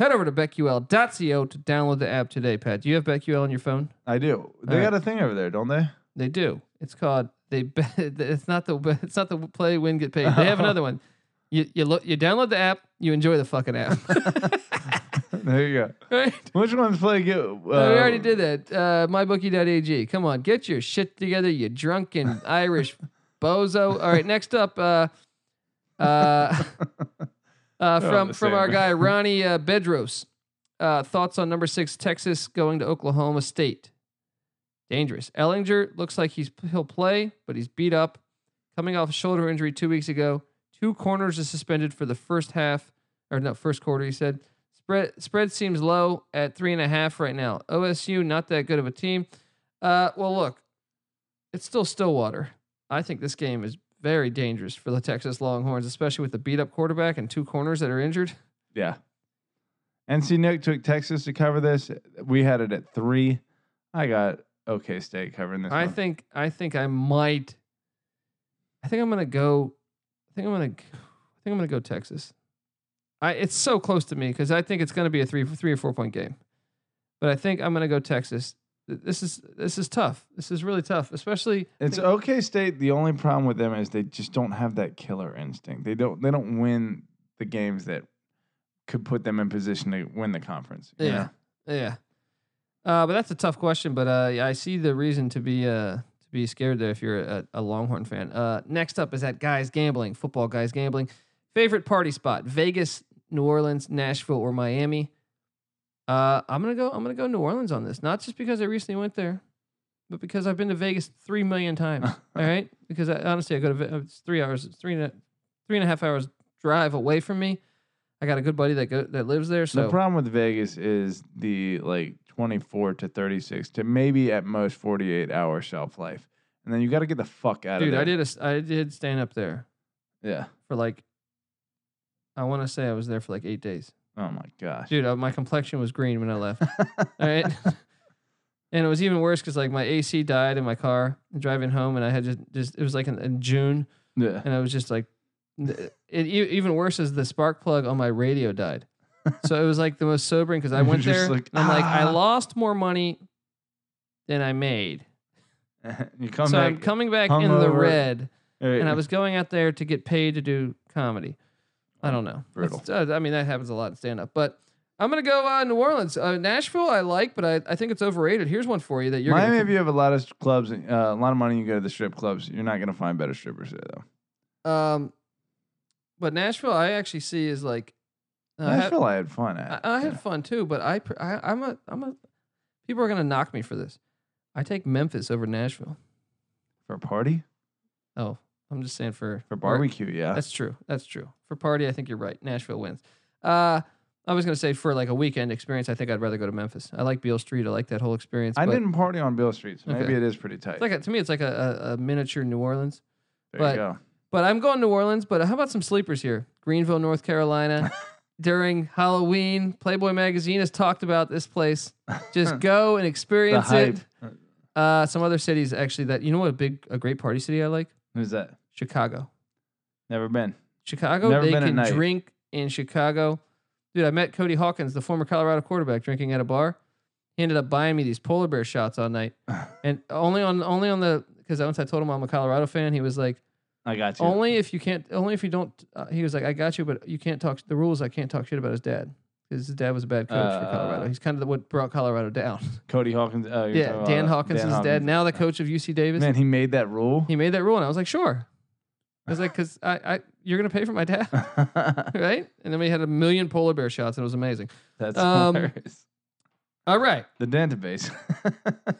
A: Head over to betql.co to download the app today, Pat. Do you have BetQL on your phone?
B: I do. They
A: All right.
B: got a thing over there, don't they? *laughs*
A: They do. It's called they *laughs* bet. It's not the it's not the play win get paid. They have another one. You you look you download the app. You enjoy the fucking app. *laughs*
B: there you go.
A: right?
B: Which ones play you? Uh,
A: Uh, we already did that. Uh, mybookie.ag. Come on, get your shit together, you drunken Irish bozo. All right, next up, uh, uh, *laughs* uh, from from
B: the same.
A: our
B: *laughs*
A: guy Ronnie uh, Bedros. Uh, thoughts on number six Texas going to Oklahoma State? Dangerous. Ellinger looks like he's he'll play, but he's beat up, coming off a shoulder injury two weeks ago. Two corners are suspended for the first half, or no, first quarter. He said spread spread seems low at three and a half right now. OSU not that good of a team. Uh, well, look, it's still Stillwater. I think this game is very dangerous for the Texas Longhorns, especially with the beat up quarterback and two corners that are injured.
B: Yeah. NC Nick took Texas to cover this. We had it at three. I got OK State covering this.
A: I
B: one.
A: think I think I might. I think I'm gonna go. I think I'm gonna. I think I'm gonna go Texas. I it's so close to me because I think it's gonna be a three three or four point game, but I think I'm gonna go Texas th- this is this is tough. This is really tough, especially I
B: It's
A: think-
B: OK State. The only problem with them is they just don't have that killer instinct. They don't. They don't win the games that could put them in position to win the conference. you
A: yeah,
B: know?
A: yeah. Uh, but that's a tough question. But uh, yeah, I see the reason to be uh, to be scared there if you're a, a Longhorn fan. Uh, next up is that guys gambling football guys gambling favorite party spot Vegas, New Orleans, Nashville, or Miami. Uh, I'm gonna go. I'm gonna go New Orleans on this, not just because I recently went there, but because I've been to Vegas three million times. all right, because I, honestly, I go to Ve- uh, it's three hours, it's three and a, three and a half hours drive away from me. I got a good buddy that go, that lives there, so
B: the problem with Vegas is the like 24 to 36 to maybe at most 48 hour shelf life, and then you got to get the fuck out of
A: Dude,
B: there.
A: I did a s- I did stand up there
B: Yeah.
A: for like I want to say I was there for like eight days.
B: Oh my gosh.
A: Dude, uh, my complexion was green when I
B: *laughs*
A: left. All right. *laughs* And it was even worse because like my AC died in my car driving home, and I had just, just it was like in, in June,
B: Yeah.
A: and I was just like, it, e- even worse is the spark plug on my radio died, so it was like the most sobering because I
B: *laughs* You're
A: went
B: just
A: there
B: like,
A: and I'm like I
B: "Ah."
A: lost more money than I made,
B: *laughs* you come
A: so
B: back.
A: I'm coming back in the
B: hungover.
A: red
B: Hey,
A: and I was going out there to get paid to do comedy. I don't know.
B: Brutal.
A: That's- uh, I mean, that happens a lot in stand up. But I'm gonna go uh, New Orleans, uh, Nashville. I like, but I, I think it's overrated. Here's one for you that you're.
B: Miami,
A: gonna,
B: if you have a lot of clubs, uh, a lot of money, you go to the strip clubs. You're not gonna find better strippers there, though.
A: um, but Nashville, I actually see is like. uh, I had-
B: Nashville, I had fun
A: I,
B: at.
A: I had fun too, but I, pr- I I'm a I'm a. People are gonna knock me for this. I take Memphis over Nashville.
B: for a party,
A: Oh, I'm just saying for
B: for
A: work.
B: barbecue. Yeah,
A: That's true. That's true. For party, I think you're right. Nashville wins. Uh, I was gonna say for like a weekend experience, I think I'd rather go to Memphis. I like Beale Street. I like that whole experience.
B: I
A: but
B: didn't party on Bill Street, so maybe
A: Okay.
B: it is pretty tight.
A: It's like a, to me, it's like a, a, a miniature New Orleans.
B: there
A: but-
B: you go.
A: But I'm going New Orleans. But how about some sleepers here? Greenville, North
B: *laughs*
A: Carolina. During Halloween, Playboy magazine has talked about this place.
B: *laughs*
A: Just go and
B: The
A: experience
B: hype.
A: it. Uh, some other cities actually that you know what a big a great party city I like
B: Who's that?
A: Chicago.
B: Never been.
A: Chicago,
B: Never
A: they
B: been at
A: can
B: night.
A: drink in Chicago. Dude, I met Cody Hawkins, the former Colorado quarterback, drinking at a bar. He ended up buying me these polar bear shots all
B: *sighs*
A: night, and only on only on the because once I told him I'm a Colorado fan, he was like,
B: I got you.
A: only if you can't, only if you don't. Uh, he was like, I got you, but you can't talk. The rules, I can't talk shit about his dad because his dad was a bad coach for Colorado.
B: Uh,
A: He's kind of the, what brought Colorado
B: *laughs*
A: down.
B: Cody Hawkins. Oh, you're talking
A: yeah,
B: about
A: Dan Hawkins is his dad,
B: Hawkins.
A: now the coach of UC Davis.
B: Man, he made that rule.
A: He made that rule, and I was like, sure. I was like, because I, I, you're gonna pay for my dad right? And then we had a million polar bear shots, and it was amazing.
B: *laughs* That's
A: Um,
B: hilarious.
A: All right,
B: The database.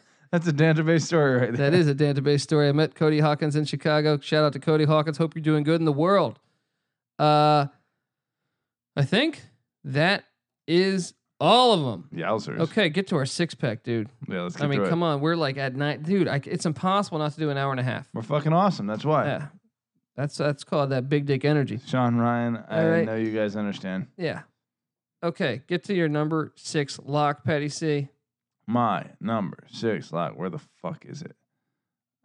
B: *laughs* That's a database story right there.
A: that is a database story. I met Cody Hawkins in Chicago. Shout out to Cody Hawkins. Hope you're doing good in the world. Uh, I think that is all of them.
B: Yowzers.
A: Okay, get to our six pack, dude.
B: Yeah, let's get
A: I mean,
B: through it.
A: come on, we're like at night, dude. I, it's impossible not to do an hour and a half.
B: We're fucking awesome. That's why.
A: Yeah, that's that's called that big dick energy.
B: Sean Ryan, I
A: All right.
B: know you guys understand.
A: Yeah. Okay, get to your number six lock, Patty C.
B: My number six lock. Where the fuck is it?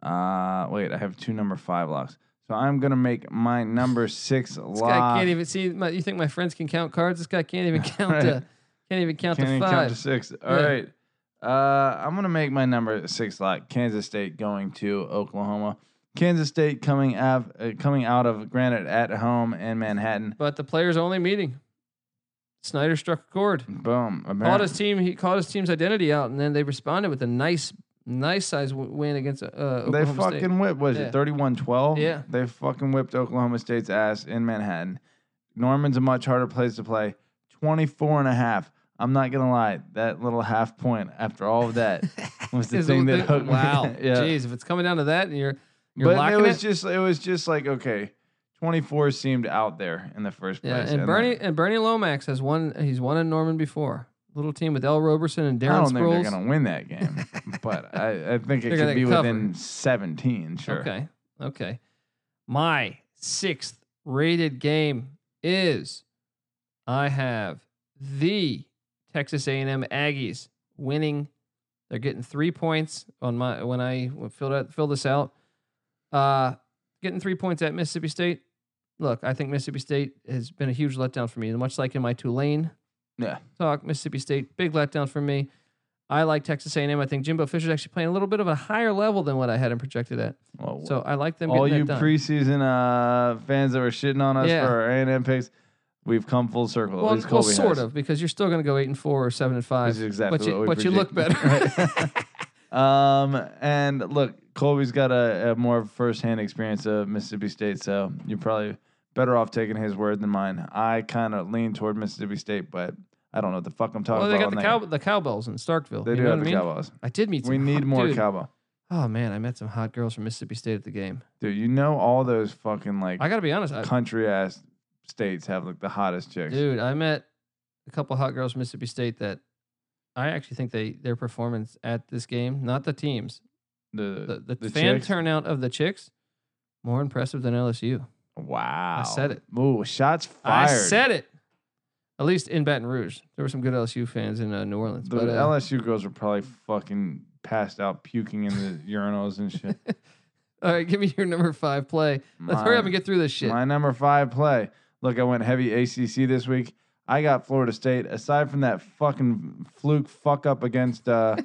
B: Uh wait, I have two number five locks. So I'm gonna make my number six
A: *laughs* This guy
B: lock.
A: can't even see. My, you think my friends can count cards? This guy can't
B: *laughs*
A: even count
B: Right.
A: to. Can't even count
B: Can't even
A: to
B: count
A: five.
B: to six. All
A: Yeah.
B: right. Uh, I'm gonna make my number six lock. Kansas State going to Oklahoma. Kansas State coming out uh, coming out of granted at home in Manhattan.
A: but the players only meeting. Snyder struck a chord.
B: Boom.
A: Called
B: America.
A: his team. He called his team's identity out, and then they responded with a nice, nice size w- win against uh, Oklahoma
B: They fucking
A: State.
B: whipped. Was
A: Yeah.
B: it 31-12?
A: Yeah.
B: They fucking whipped Oklahoma State's ass in Manhattan. Norman's a much harder place to play. 24 and a half. I'm not going to lie. That little half point after all
A: *laughs*
B: of that was the
A: Is
B: thing
A: the-
B: that hooked me.
A: wow,
B: *laughs* yeah.
A: jeez, if it's coming down to that, and you're you're
B: But
A: locking
B: it was
A: it,
B: just it was just like okay, 24 seemed out there in the first place.
A: yeah. And
B: then-
A: Bernie and Bernie Lomax has won. He's won in Norman before. Little team with L. Roberson and
B: I
A: Darren
B: don't
A: Sproles.
B: think they're going to win that game, but I,
A: *laughs*
B: I think it
A: They're gonna
B: could be
A: cover.
B: within 17, sure.
A: Okay. Okay. My sixth rated game is I have the Texas A&M Aggies winning. They're getting three points on my when I filled out filled this out. Uh, getting three points at Mississippi State. Look, I think Mississippi State has been a huge letdown for me, and much like in my Tulane
B: Yeah.
A: talk, Mississippi State big letdown for me. I like Texas A&M. I think Jimbo Fisher's actually playing a little bit of a higher level than what I had him projected at.
B: Well,
A: So I like them.
B: all
A: getting
B: you
A: that done.
B: preseason uh, fans that were shitting on us
A: Yeah.
B: for our A&M picks, we've come full circle. At
A: well,
B: least
A: well,
B: Colby
A: sort
B: has.
A: of because you're still going to go eight and four or seven and
B: This
A: five.
B: is exactly
A: but you,
B: what we
A: but you look better.
B: projected.
A: *laughs*
B: *laughs* Um, and look, Colby's got a, a more firsthand experience of Mississippi State, so you're probably better off taking his word than mine. I kind of lean toward Mississippi State, but I don't know what the fuck I'm talking
A: well, they
B: about.
A: got
B: when
A: the cow the
B: they-
A: cowbells in Starkville.
B: They
A: you
B: do
A: know
B: have
A: what
B: the
A: I mean?
B: Cowboys.
A: I did meet. Some
B: We need
A: hot-
B: more
A: dude.
B: Cowboy.
A: Oh man, I met some hot girls from Mississippi State at the game.
B: Dude, you know all those fucking like
A: I got to be honest, I,
B: country ass states have like the hottest chicks.
A: dude. I met a couple hot girls from Mississippi State that I actually think they their performance at this game, not the teams, the
B: the,
A: the, fan
B: chicks?
A: turnout of the chicks, more impressive than LSU.
B: Wow.
A: said it.
B: Ooh, shots fired.
A: I said it. At least in Baton Rouge, there were some good LSU fans in uh, New Orleans.
B: The
A: but uh,
B: LSU girls were probably fucking passed out, puking in
A: *laughs*
B: the urinals and shit.
A: all right, *laughs* give me your number five play. Let's hurry up and get through this shit.
B: My number five play. Look, I went heavy ACC this week. I got Florida State. Aside from that fucking fluke fuck up
A: *laughs*
B: against uh,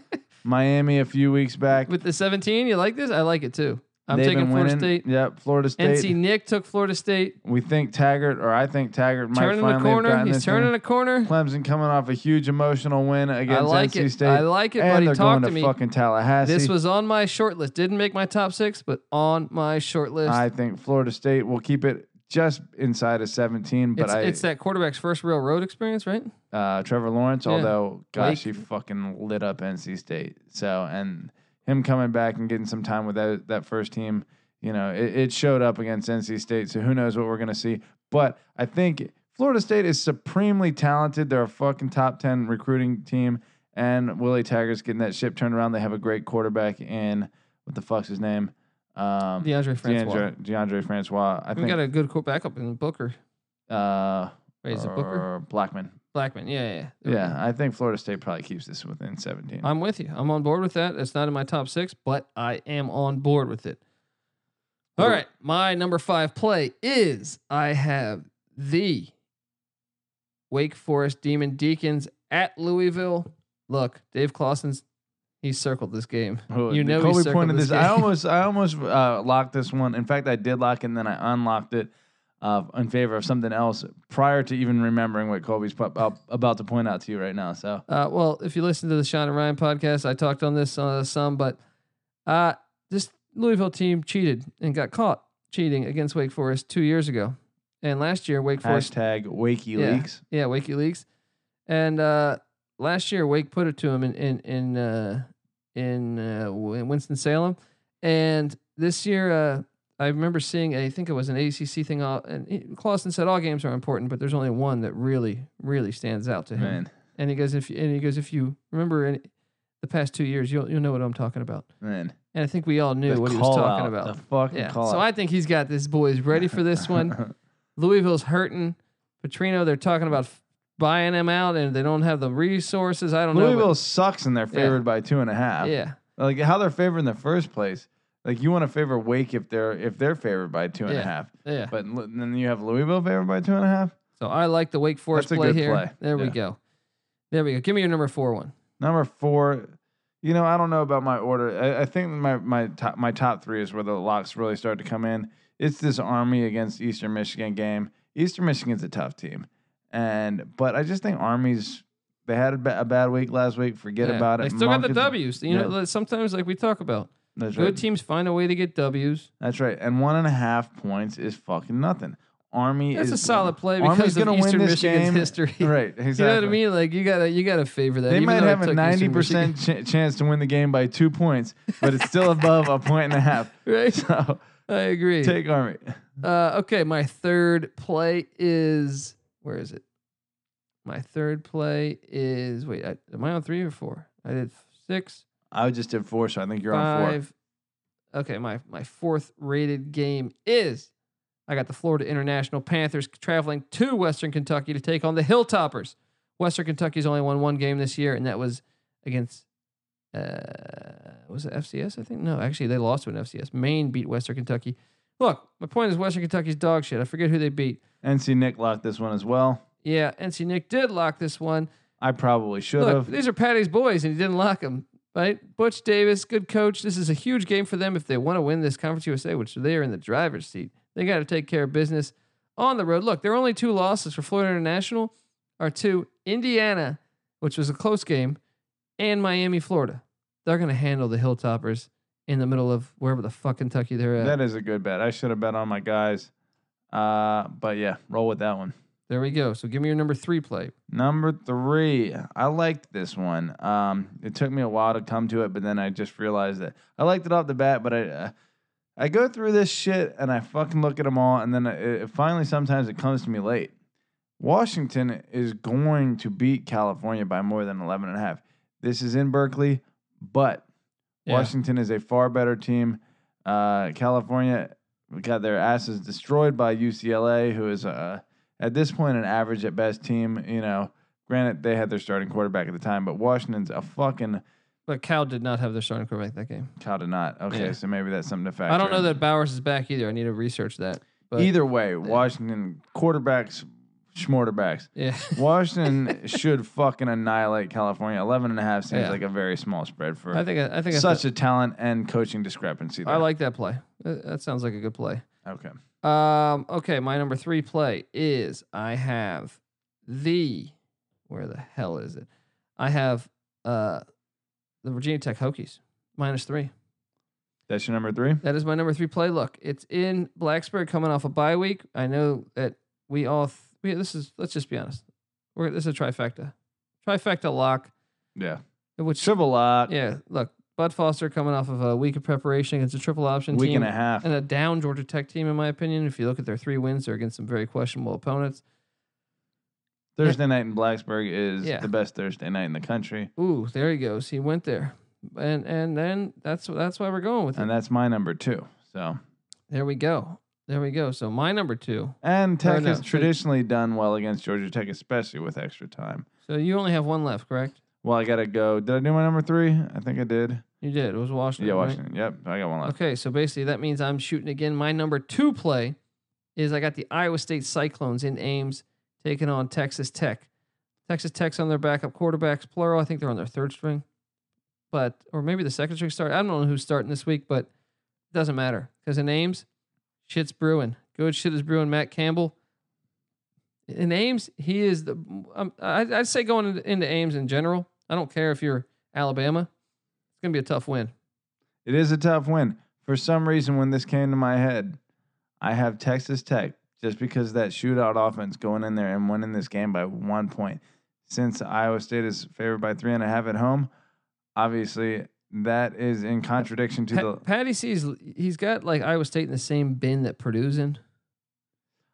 B: Miami a few weeks back,
A: With the 17, you like this? I like it too. I'm
B: they've
A: taking
B: been
A: Florida
B: winning.
A: State.
B: Yep, Florida State.
A: NC Nick took Florida State.
B: we think Taggart, or I think Taggart might
A: Turning
B: finally
A: the
B: have
A: corner.
B: gotten
A: He's
B: this
A: turning
B: thing.
A: a corner.
B: Clemson coming off a huge emotional win
A: I
B: against
A: like
B: NC
A: it.
B: State.
A: I like it,
B: and
A: buddy.
B: they're
A: Talk
B: going
A: to
B: to
A: me.
B: fucking Tallahassee.
A: This was on my short list. Didn't make my top six, but on my short list.
B: I think Florida State will keep it just inside of 17, but
A: it's,
B: I
A: it's that quarterback's first real road experience, right?
B: uh, Trevor Lawrence,
A: Yeah.
B: although gosh,
A: Blake.
B: he fucking lit up NC State. So and him coming back and getting some time with that that first team, you know, it, it showed up against NC State. So who knows what we're gonna see? But I think Florida State is supremely talented. They're a fucking top ten recruiting team, and Willie Taggart's getting that ship turned around. They have a great quarterback in what the fuck's his name? Um,
A: DeAndre Francois.
B: DeAndre, DeAndre Francois. I
A: We
B: think
A: got a good quarterback up in Booker.
B: uh,
A: Wait, is it Booker?
B: or Blackman.
A: Blackman. Yeah, yeah, yeah.
B: Yeah, I think Florida State probably keeps this within 17.
A: I'm with you. I'm on board with that. It's not in my top six, but I am on board with it. All
B: Cool.
A: right. My number five play is I have the Wake Forest Demon Deacons at Louisville. Look, Dave Clausen's he circled this game.
B: *laughs* Oh,
A: you know he
B: Colby
A: circled
B: pointed
A: this
B: this. I
A: game.
B: almost, I almost uh, locked this one. In fact, I did lock it, and then I unlocked it uh, in favor of something else prior to even remembering what Colby's pu- up- about to point out to you right now. So
A: *laughs* Uh, well, if you listen to the Sean and Ryan podcast, I talked on this uh, some, but uh, this Louisville team cheated and got caught cheating against Wake Forest two years ago, and last year Wake Forest
B: hashtag Wakey
A: Yeah.
B: Leaks.
A: Yeah, Wakey Leaks. And uh, last year, Wake put it to him in in in uh, in, uh, Winston Salem, and this year uh, I remember seeing I think it was an ACC thing. All, and he, Clausen said all games are important, but there's only one that really really stands out to him.
B: Man,
A: And he goes if you, and he goes if you remember any, the past two years, you'll you'll know what I'm talking about.
B: man,
A: And I think we all knew
B: The
A: what he
B: call
A: was talking
B: out,
A: about.
B: the fucking
A: yeah.
B: call.
A: So I think he's got this boys ready for
B: *laughs*
A: this one. Louisville's hurting. Petrino, they're talking about f- buying him out, and they don't have the resources. *laughs* I don't
B: Louisville
A: know.
B: sucks, and they're favored by two and a half.
A: but- yeah,
B: Like how they're favored in the first place. Like you want to favor Wake if they're if they're favored by two and a
A: Yeah.
B: half,
A: yeah.
B: but l- then you have Louisville favored by two and a half.
A: So I like the Wake Forest
B: That's a
A: play
B: good
A: here.
B: play.
A: There we
B: Yeah.
A: go. There we go. Give me your number four one.
B: Number four, you know, I don't know about my order. I, I think my my top my top three is where the locks really start to come in. It's this Army against Eastern Michigan game. Eastern Michigan's a tough team, and but I just think Army's they had a, ba- a bad week last week. Forget
A: Yeah.
B: about
A: They
B: it.
A: still got the
B: Monk is-
A: W's. You know,
B: yeah.
A: like, sometimes like we talk about,
B: That's
A: good
B: right.
A: teams find a way to get W's.
B: That's right. And one and a half points is fucking nothing. Army
A: That's
B: is
A: a solid play
B: Army's
A: because of
B: gonna win
A: Eastern
B: this
A: Michigan's
B: game.
A: history.
B: *laughs*
A: *laughs*
B: Right. Exactly.
A: You know what I mean? Like you gotta you gotta favor that.
B: They
A: even
B: might
A: though it
B: have
A: took
B: a
A: Eastern
B: ninety
A: Michigan-
B: percent ch- chance to win the game by two points, but it's still above a point and
A: *laughs*
B: a half.
A: Right,
B: *laughs* So
A: I agree.
B: take Army.
A: Uh, okay, my third play is where is it? My third play is wait, I, am I on three or four? I did six,
B: I just did four, so I think you're on four.
A: five. Okay, my my fourth rated game is I got the Florida International Panthers traveling to Western Kentucky to take on the Hilltoppers. Western Kentucky's only won one game this year, and that was against uh, was it FCS? I think no, actually they lost to an FCS. Maine beat Western Kentucky. Look, my point is Western Kentucky's dog shit. I forget who they beat.
B: NC Nick locked this one as well.
A: Yeah, NC Nick did lock this one.
B: I probably should
A: Look,
B: have.
A: these are Patty's boys, and he didn't lock them. Right, Butch Davis, good coach. This is a huge game for them if they want to win this Conference USA, which they are in the driver's seat. They got to take care of business on the road. Look, their only two losses for Florida International are to Indiana, which was a close game, and Miami, Florida. They're going to handle the Hilltoppers in the middle of wherever the fuck Kentucky they're at.
B: That is a good bet. I should have bet on my guys. Uh, but yeah, roll with that one.
A: there we go. So give me your number three play.
B: Number three, I liked this one. Um, it took me a while to come to it, but then I just realized that I liked it off the bat. But I, uh, I go through this shit and I fucking look at them all, and then it, it finally sometimes it comes to me late. Washington is going to beat California by more than 11 and a half. This is in Berkeley, but
A: Yeah.
B: Washington is a far better team. Uh, California got their asses destroyed by UCLA, who is uh, at this point an average at best team. You know, granted they had their starting quarterback at the time, but Washington's a fucking
A: But Cal did not have their starting quarterback that game.
B: cow to not. Okay,
A: Yeah.
B: so maybe that's something to factor.
A: I don't know
B: in.
A: that Bowers is back either. I need to research that. But
B: Either way, Washington quarterbacks, schmorterbacks.
A: yeah. *laughs*
B: Washington should fucking annihilate California. 11 and a half seems
A: Yeah.
B: like a very small spread for
A: I think I, I think that's
B: such a talent and coaching discrepancy.
A: I
B: there.
A: like that play. That, that sounds like a good play.
B: Okay.
A: Um, okay, my number three play is I have the where the hell is it? I have uh the Virginia Tech Hokies minus three.
B: That's your number three?
A: That is my number three play. Look, it's in Blacksburg coming off a bye week. I know that we all th- we, this is let's just be honest. We're this is a trifecta, trifecta lock.
B: Yeah.
A: Which
B: Triple lot.
A: yeah, look, Bud Foster coming off of a week of preparation against a triple option
B: Week
A: team.
B: and a half.
A: and a down Georgia Tech team, in my opinion. If you look at their three wins, they're against some very questionable opponents.
B: Thursday night in Blacksburg is
A: Yeah.
B: the best Thursday night in the country.
A: Ooh, there he goes. He went there, and and then that's that's why we're going with it.
B: And that's my number two. So
A: There we go. There we go. So my number two.
B: and Tech
A: no,
B: has
A: so-
B: traditionally done well against Georgia Tech, especially with extra time.
A: So you only have one left, correct?
B: Well, I gotta go. Did I do my number three? I think I did.
A: You did. It was Washington.
B: Yeah,
A: right?
B: Washington. Yep, I got one left.
A: Okay, so basically that means I'm shooting again. My number two play is I got the Iowa State Cyclones in Ames taking on Texas Tech. Texas Tech's on their backup quarterbacks, plural. I think they're on their third string, but or maybe the second string start. I don't know who's starting this week, but it doesn't matter because in Ames, shit's brewing. Good shit is brewing. Matt Campbell. In Ames, he is the. Um, I, I'd say going into- into Ames in general. I don't care if you're Alabama. It's gonna be a tough win.
B: It is a tough win. For some reason, when this came to my head, I have Texas Tech just because that shootout offense going in there and winning this game by one point. Since Iowa State is favored by three and a half at home, obviously that is in contradiction to
A: Pa-
B: the.
A: Patty sees he's got like Iowa State in the same bin that Purdue's in.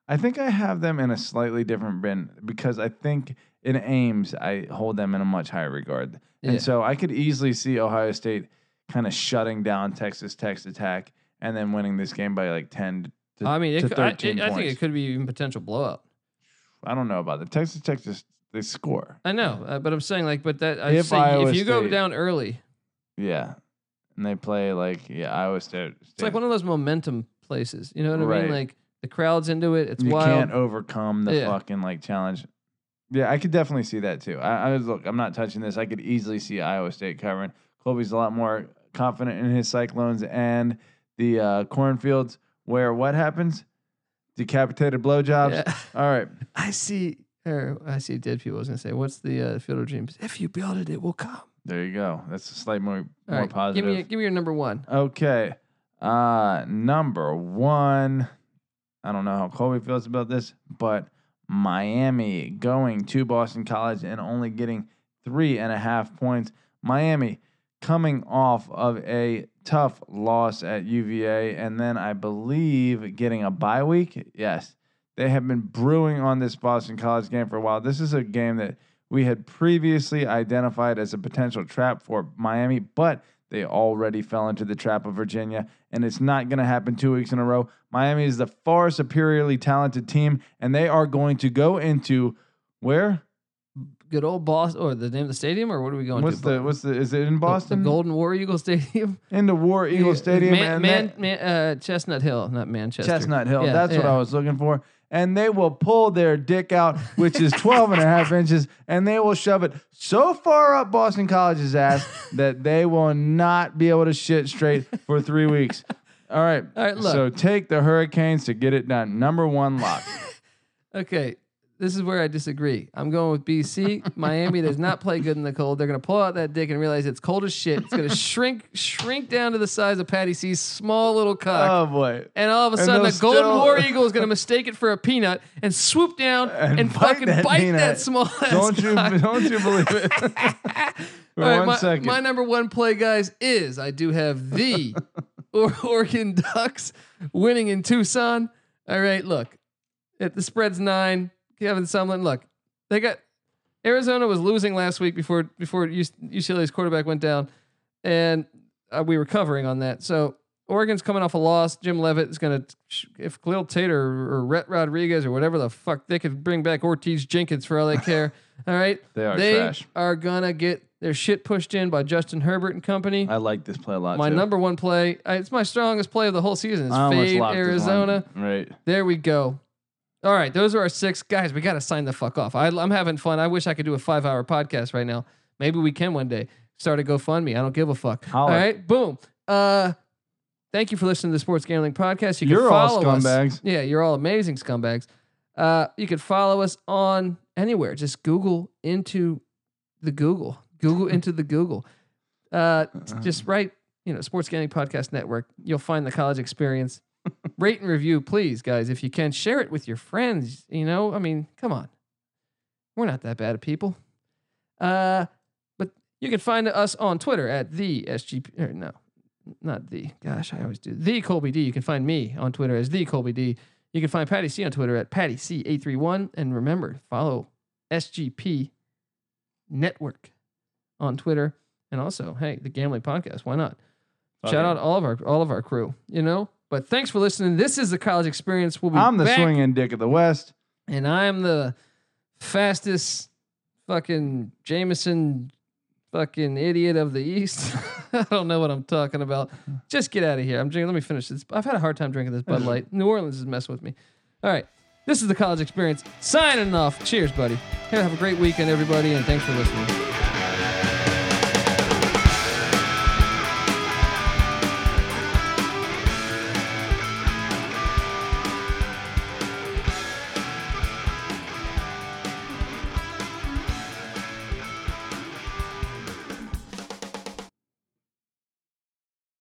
B: I think I have them in a slightly different bin because I think in Ames I hold them in a much higher regard,
A: Yeah.
B: and so I could easily see Ohio State kind of shutting down Texas Tech's attack and then winning this game by like ten. To,
A: I mean,
B: to
A: it, could- I,
B: 13
A: it- I think
B: points.
A: it could be even potential blowout.
B: I don't know about that. Texas Tech just they score.
A: I know, uh, but I'm saying like, but that I
B: If
A: say
B: Iowa
A: if you go
B: State-
A: down early,
B: Yeah, and they play like yeah Iowa State.
A: it's like one of those momentum places. You know what I
B: Right.
A: mean? Like the crowd's into it. It's
B: you
A: wild.
B: can't overcome the
A: Yeah.
B: fucking like challenge. Yeah, I could definitely see that too. I, I was look, I'm not touching this. I could easily see Iowa State covering. Colby's a lot more confident in his Cyclones and the uh, cornfields where what happens? Decapitated blowjobs. *laughs*
A: Yeah.
B: All right.
A: I see. Or I see dead people. I was gonna say, what's the uh, field of dreams? If you build it, it will come.
B: There you go. That's a slight more
A: All
B: more
A: right,
B: positive.
A: Give me, give me your number one.
B: Okay. Uh number one. I don't know how Colby feels about this, but Miami going to Boston College and only getting three and a half points. Miami coming off of a tough loss at UVA and then I believe getting a bye week. Yes. They have been brewing on this Boston College game for a while. This is a game that we had previously identified as a potential trap for Miami, but they already fell into the trap of Virginia, and it's not going to happen two weeks in a row. Miami is the far superiorly talented team, and they are going to go into where?
A: Good old Boston, or the name of the stadium, or what are we going
B: What's
A: to?
B: the what's the is it
A: Bo-
B: in
A: the-
B: Boston?
A: the Golden War Eagle *laughs* Stadium.
B: Into War Eagle
A: Yeah,
B: Stadium
A: Man,
B: and
A: Man-
B: that-
A: Man- uh, Chestnut Hill, not Manchester.
B: Chestnut Hill.
A: Yeah,
B: That's what
A: yeah.
B: I was looking for. and they will pull their dick out, which is 12 and a half inches, and they will shove it so far up Boston
A: *laughs*
B: College's ass that they will not be able to shit straight for three weeks. All right.
A: All right, look.
B: So take the Hurricanes to get it done. Number one
A: *laughs*
B: lock.
A: Okay, this is where I disagree. I'm going with
B: *laughs*
A: BC. Miami does not play good in the cold. They're going to pull out that dick and realize it's cold as shit. It's going
B: *laughs*
A: to shrink, shrink down to the size of Patty C's small little cock.
B: oh boy.
A: and all of a
B: and
A: sudden,
B: they'll
A: a golden
B: still- *laughs*
A: war eagle is going to mistake it for a peanut and swoop down and,
B: And bite
A: fucking
B: that
A: bite
B: peanut.
A: that small. ass
B: Don't you
A: cock.
B: *laughs* don't you believe it? *laughs* For
A: All right,
B: one
A: my,
B: second.
A: my number one play, guys, is I do have
B: *laughs*
A: the or- Oregon Ducks winning in Tucson. All right, look, it, the spread's nine. Kevin Sumlin, look, they got Arizona was losing last week before before UC UCLA's quarterback went down, and uh, we were covering on that. So Oregon's coming off a loss. Jim Levitt is going to if Khalil Tater or Rhett Rodriguez or whatever the fuck they could bring back Ortiz Jenkins for all they
B: *laughs*
A: care. All right,
B: They are
A: they
B: trash.
A: are gonna get their shit pushed in by Justin Herbert and company.
B: I like this play a lot.
A: my
B: too.
A: number one play, I- it's my strongest play of the whole season. Is
B: I almost
A: fade
B: locked this
A: Arizona.
B: one. Right.
A: There we go. All right, those are our six guys. We got to sign the fuck off. I, I'm having fun. I wish I could do a five hour podcast right now. Maybe we can one day. Start a GoFundMe. I don't give a fuck. All
B: Holler.
A: right, boom. Uh, thank you for listening to the Sports Gambling Podcast. You can
B: You're all
A: follow us. *laughs*
B: scumbags.
A: Yeah, you're all amazing scumbags. Uh, you can follow us on anywhere. Just Google into the Google. Google into the Google. Uh, t-
B: Uh-huh.
A: just write, you know, Sports Gambling Podcast Network. You'll find the college experience. Rate and review, please, guys. If you can, share it with your friends. You know, I mean, come on. We're not that bad of people. Uh, but you can find us on Twitter at the SGP. Or no, not the. Gosh, I always do the Colby D. You can find me on Twitter as the Colby D. You can find Patty C on Twitter at Patty C eight three one, and remember follow SGP Network on Twitter, and also hey, the Gambling Podcast. Why not?
B: Fuck
A: Shout
B: it.
A: out all of our all of our crew. You know. But thanks for listening. This is the college experience. We'll be
B: I'm the
A: back,
B: swinging dick of the West.
A: and I'm the fastest fucking Jameson fucking idiot of the East. *laughs* I don't know what I'm talking about. Just get out of here. I'm drinking. Let me finish this. I've had a hard time drinking this Bud Light. New Orleans is messing with me. All right. This is the college experience. Signing off. Cheers, buddy. Have a great weekend, everybody, and thanks for listening.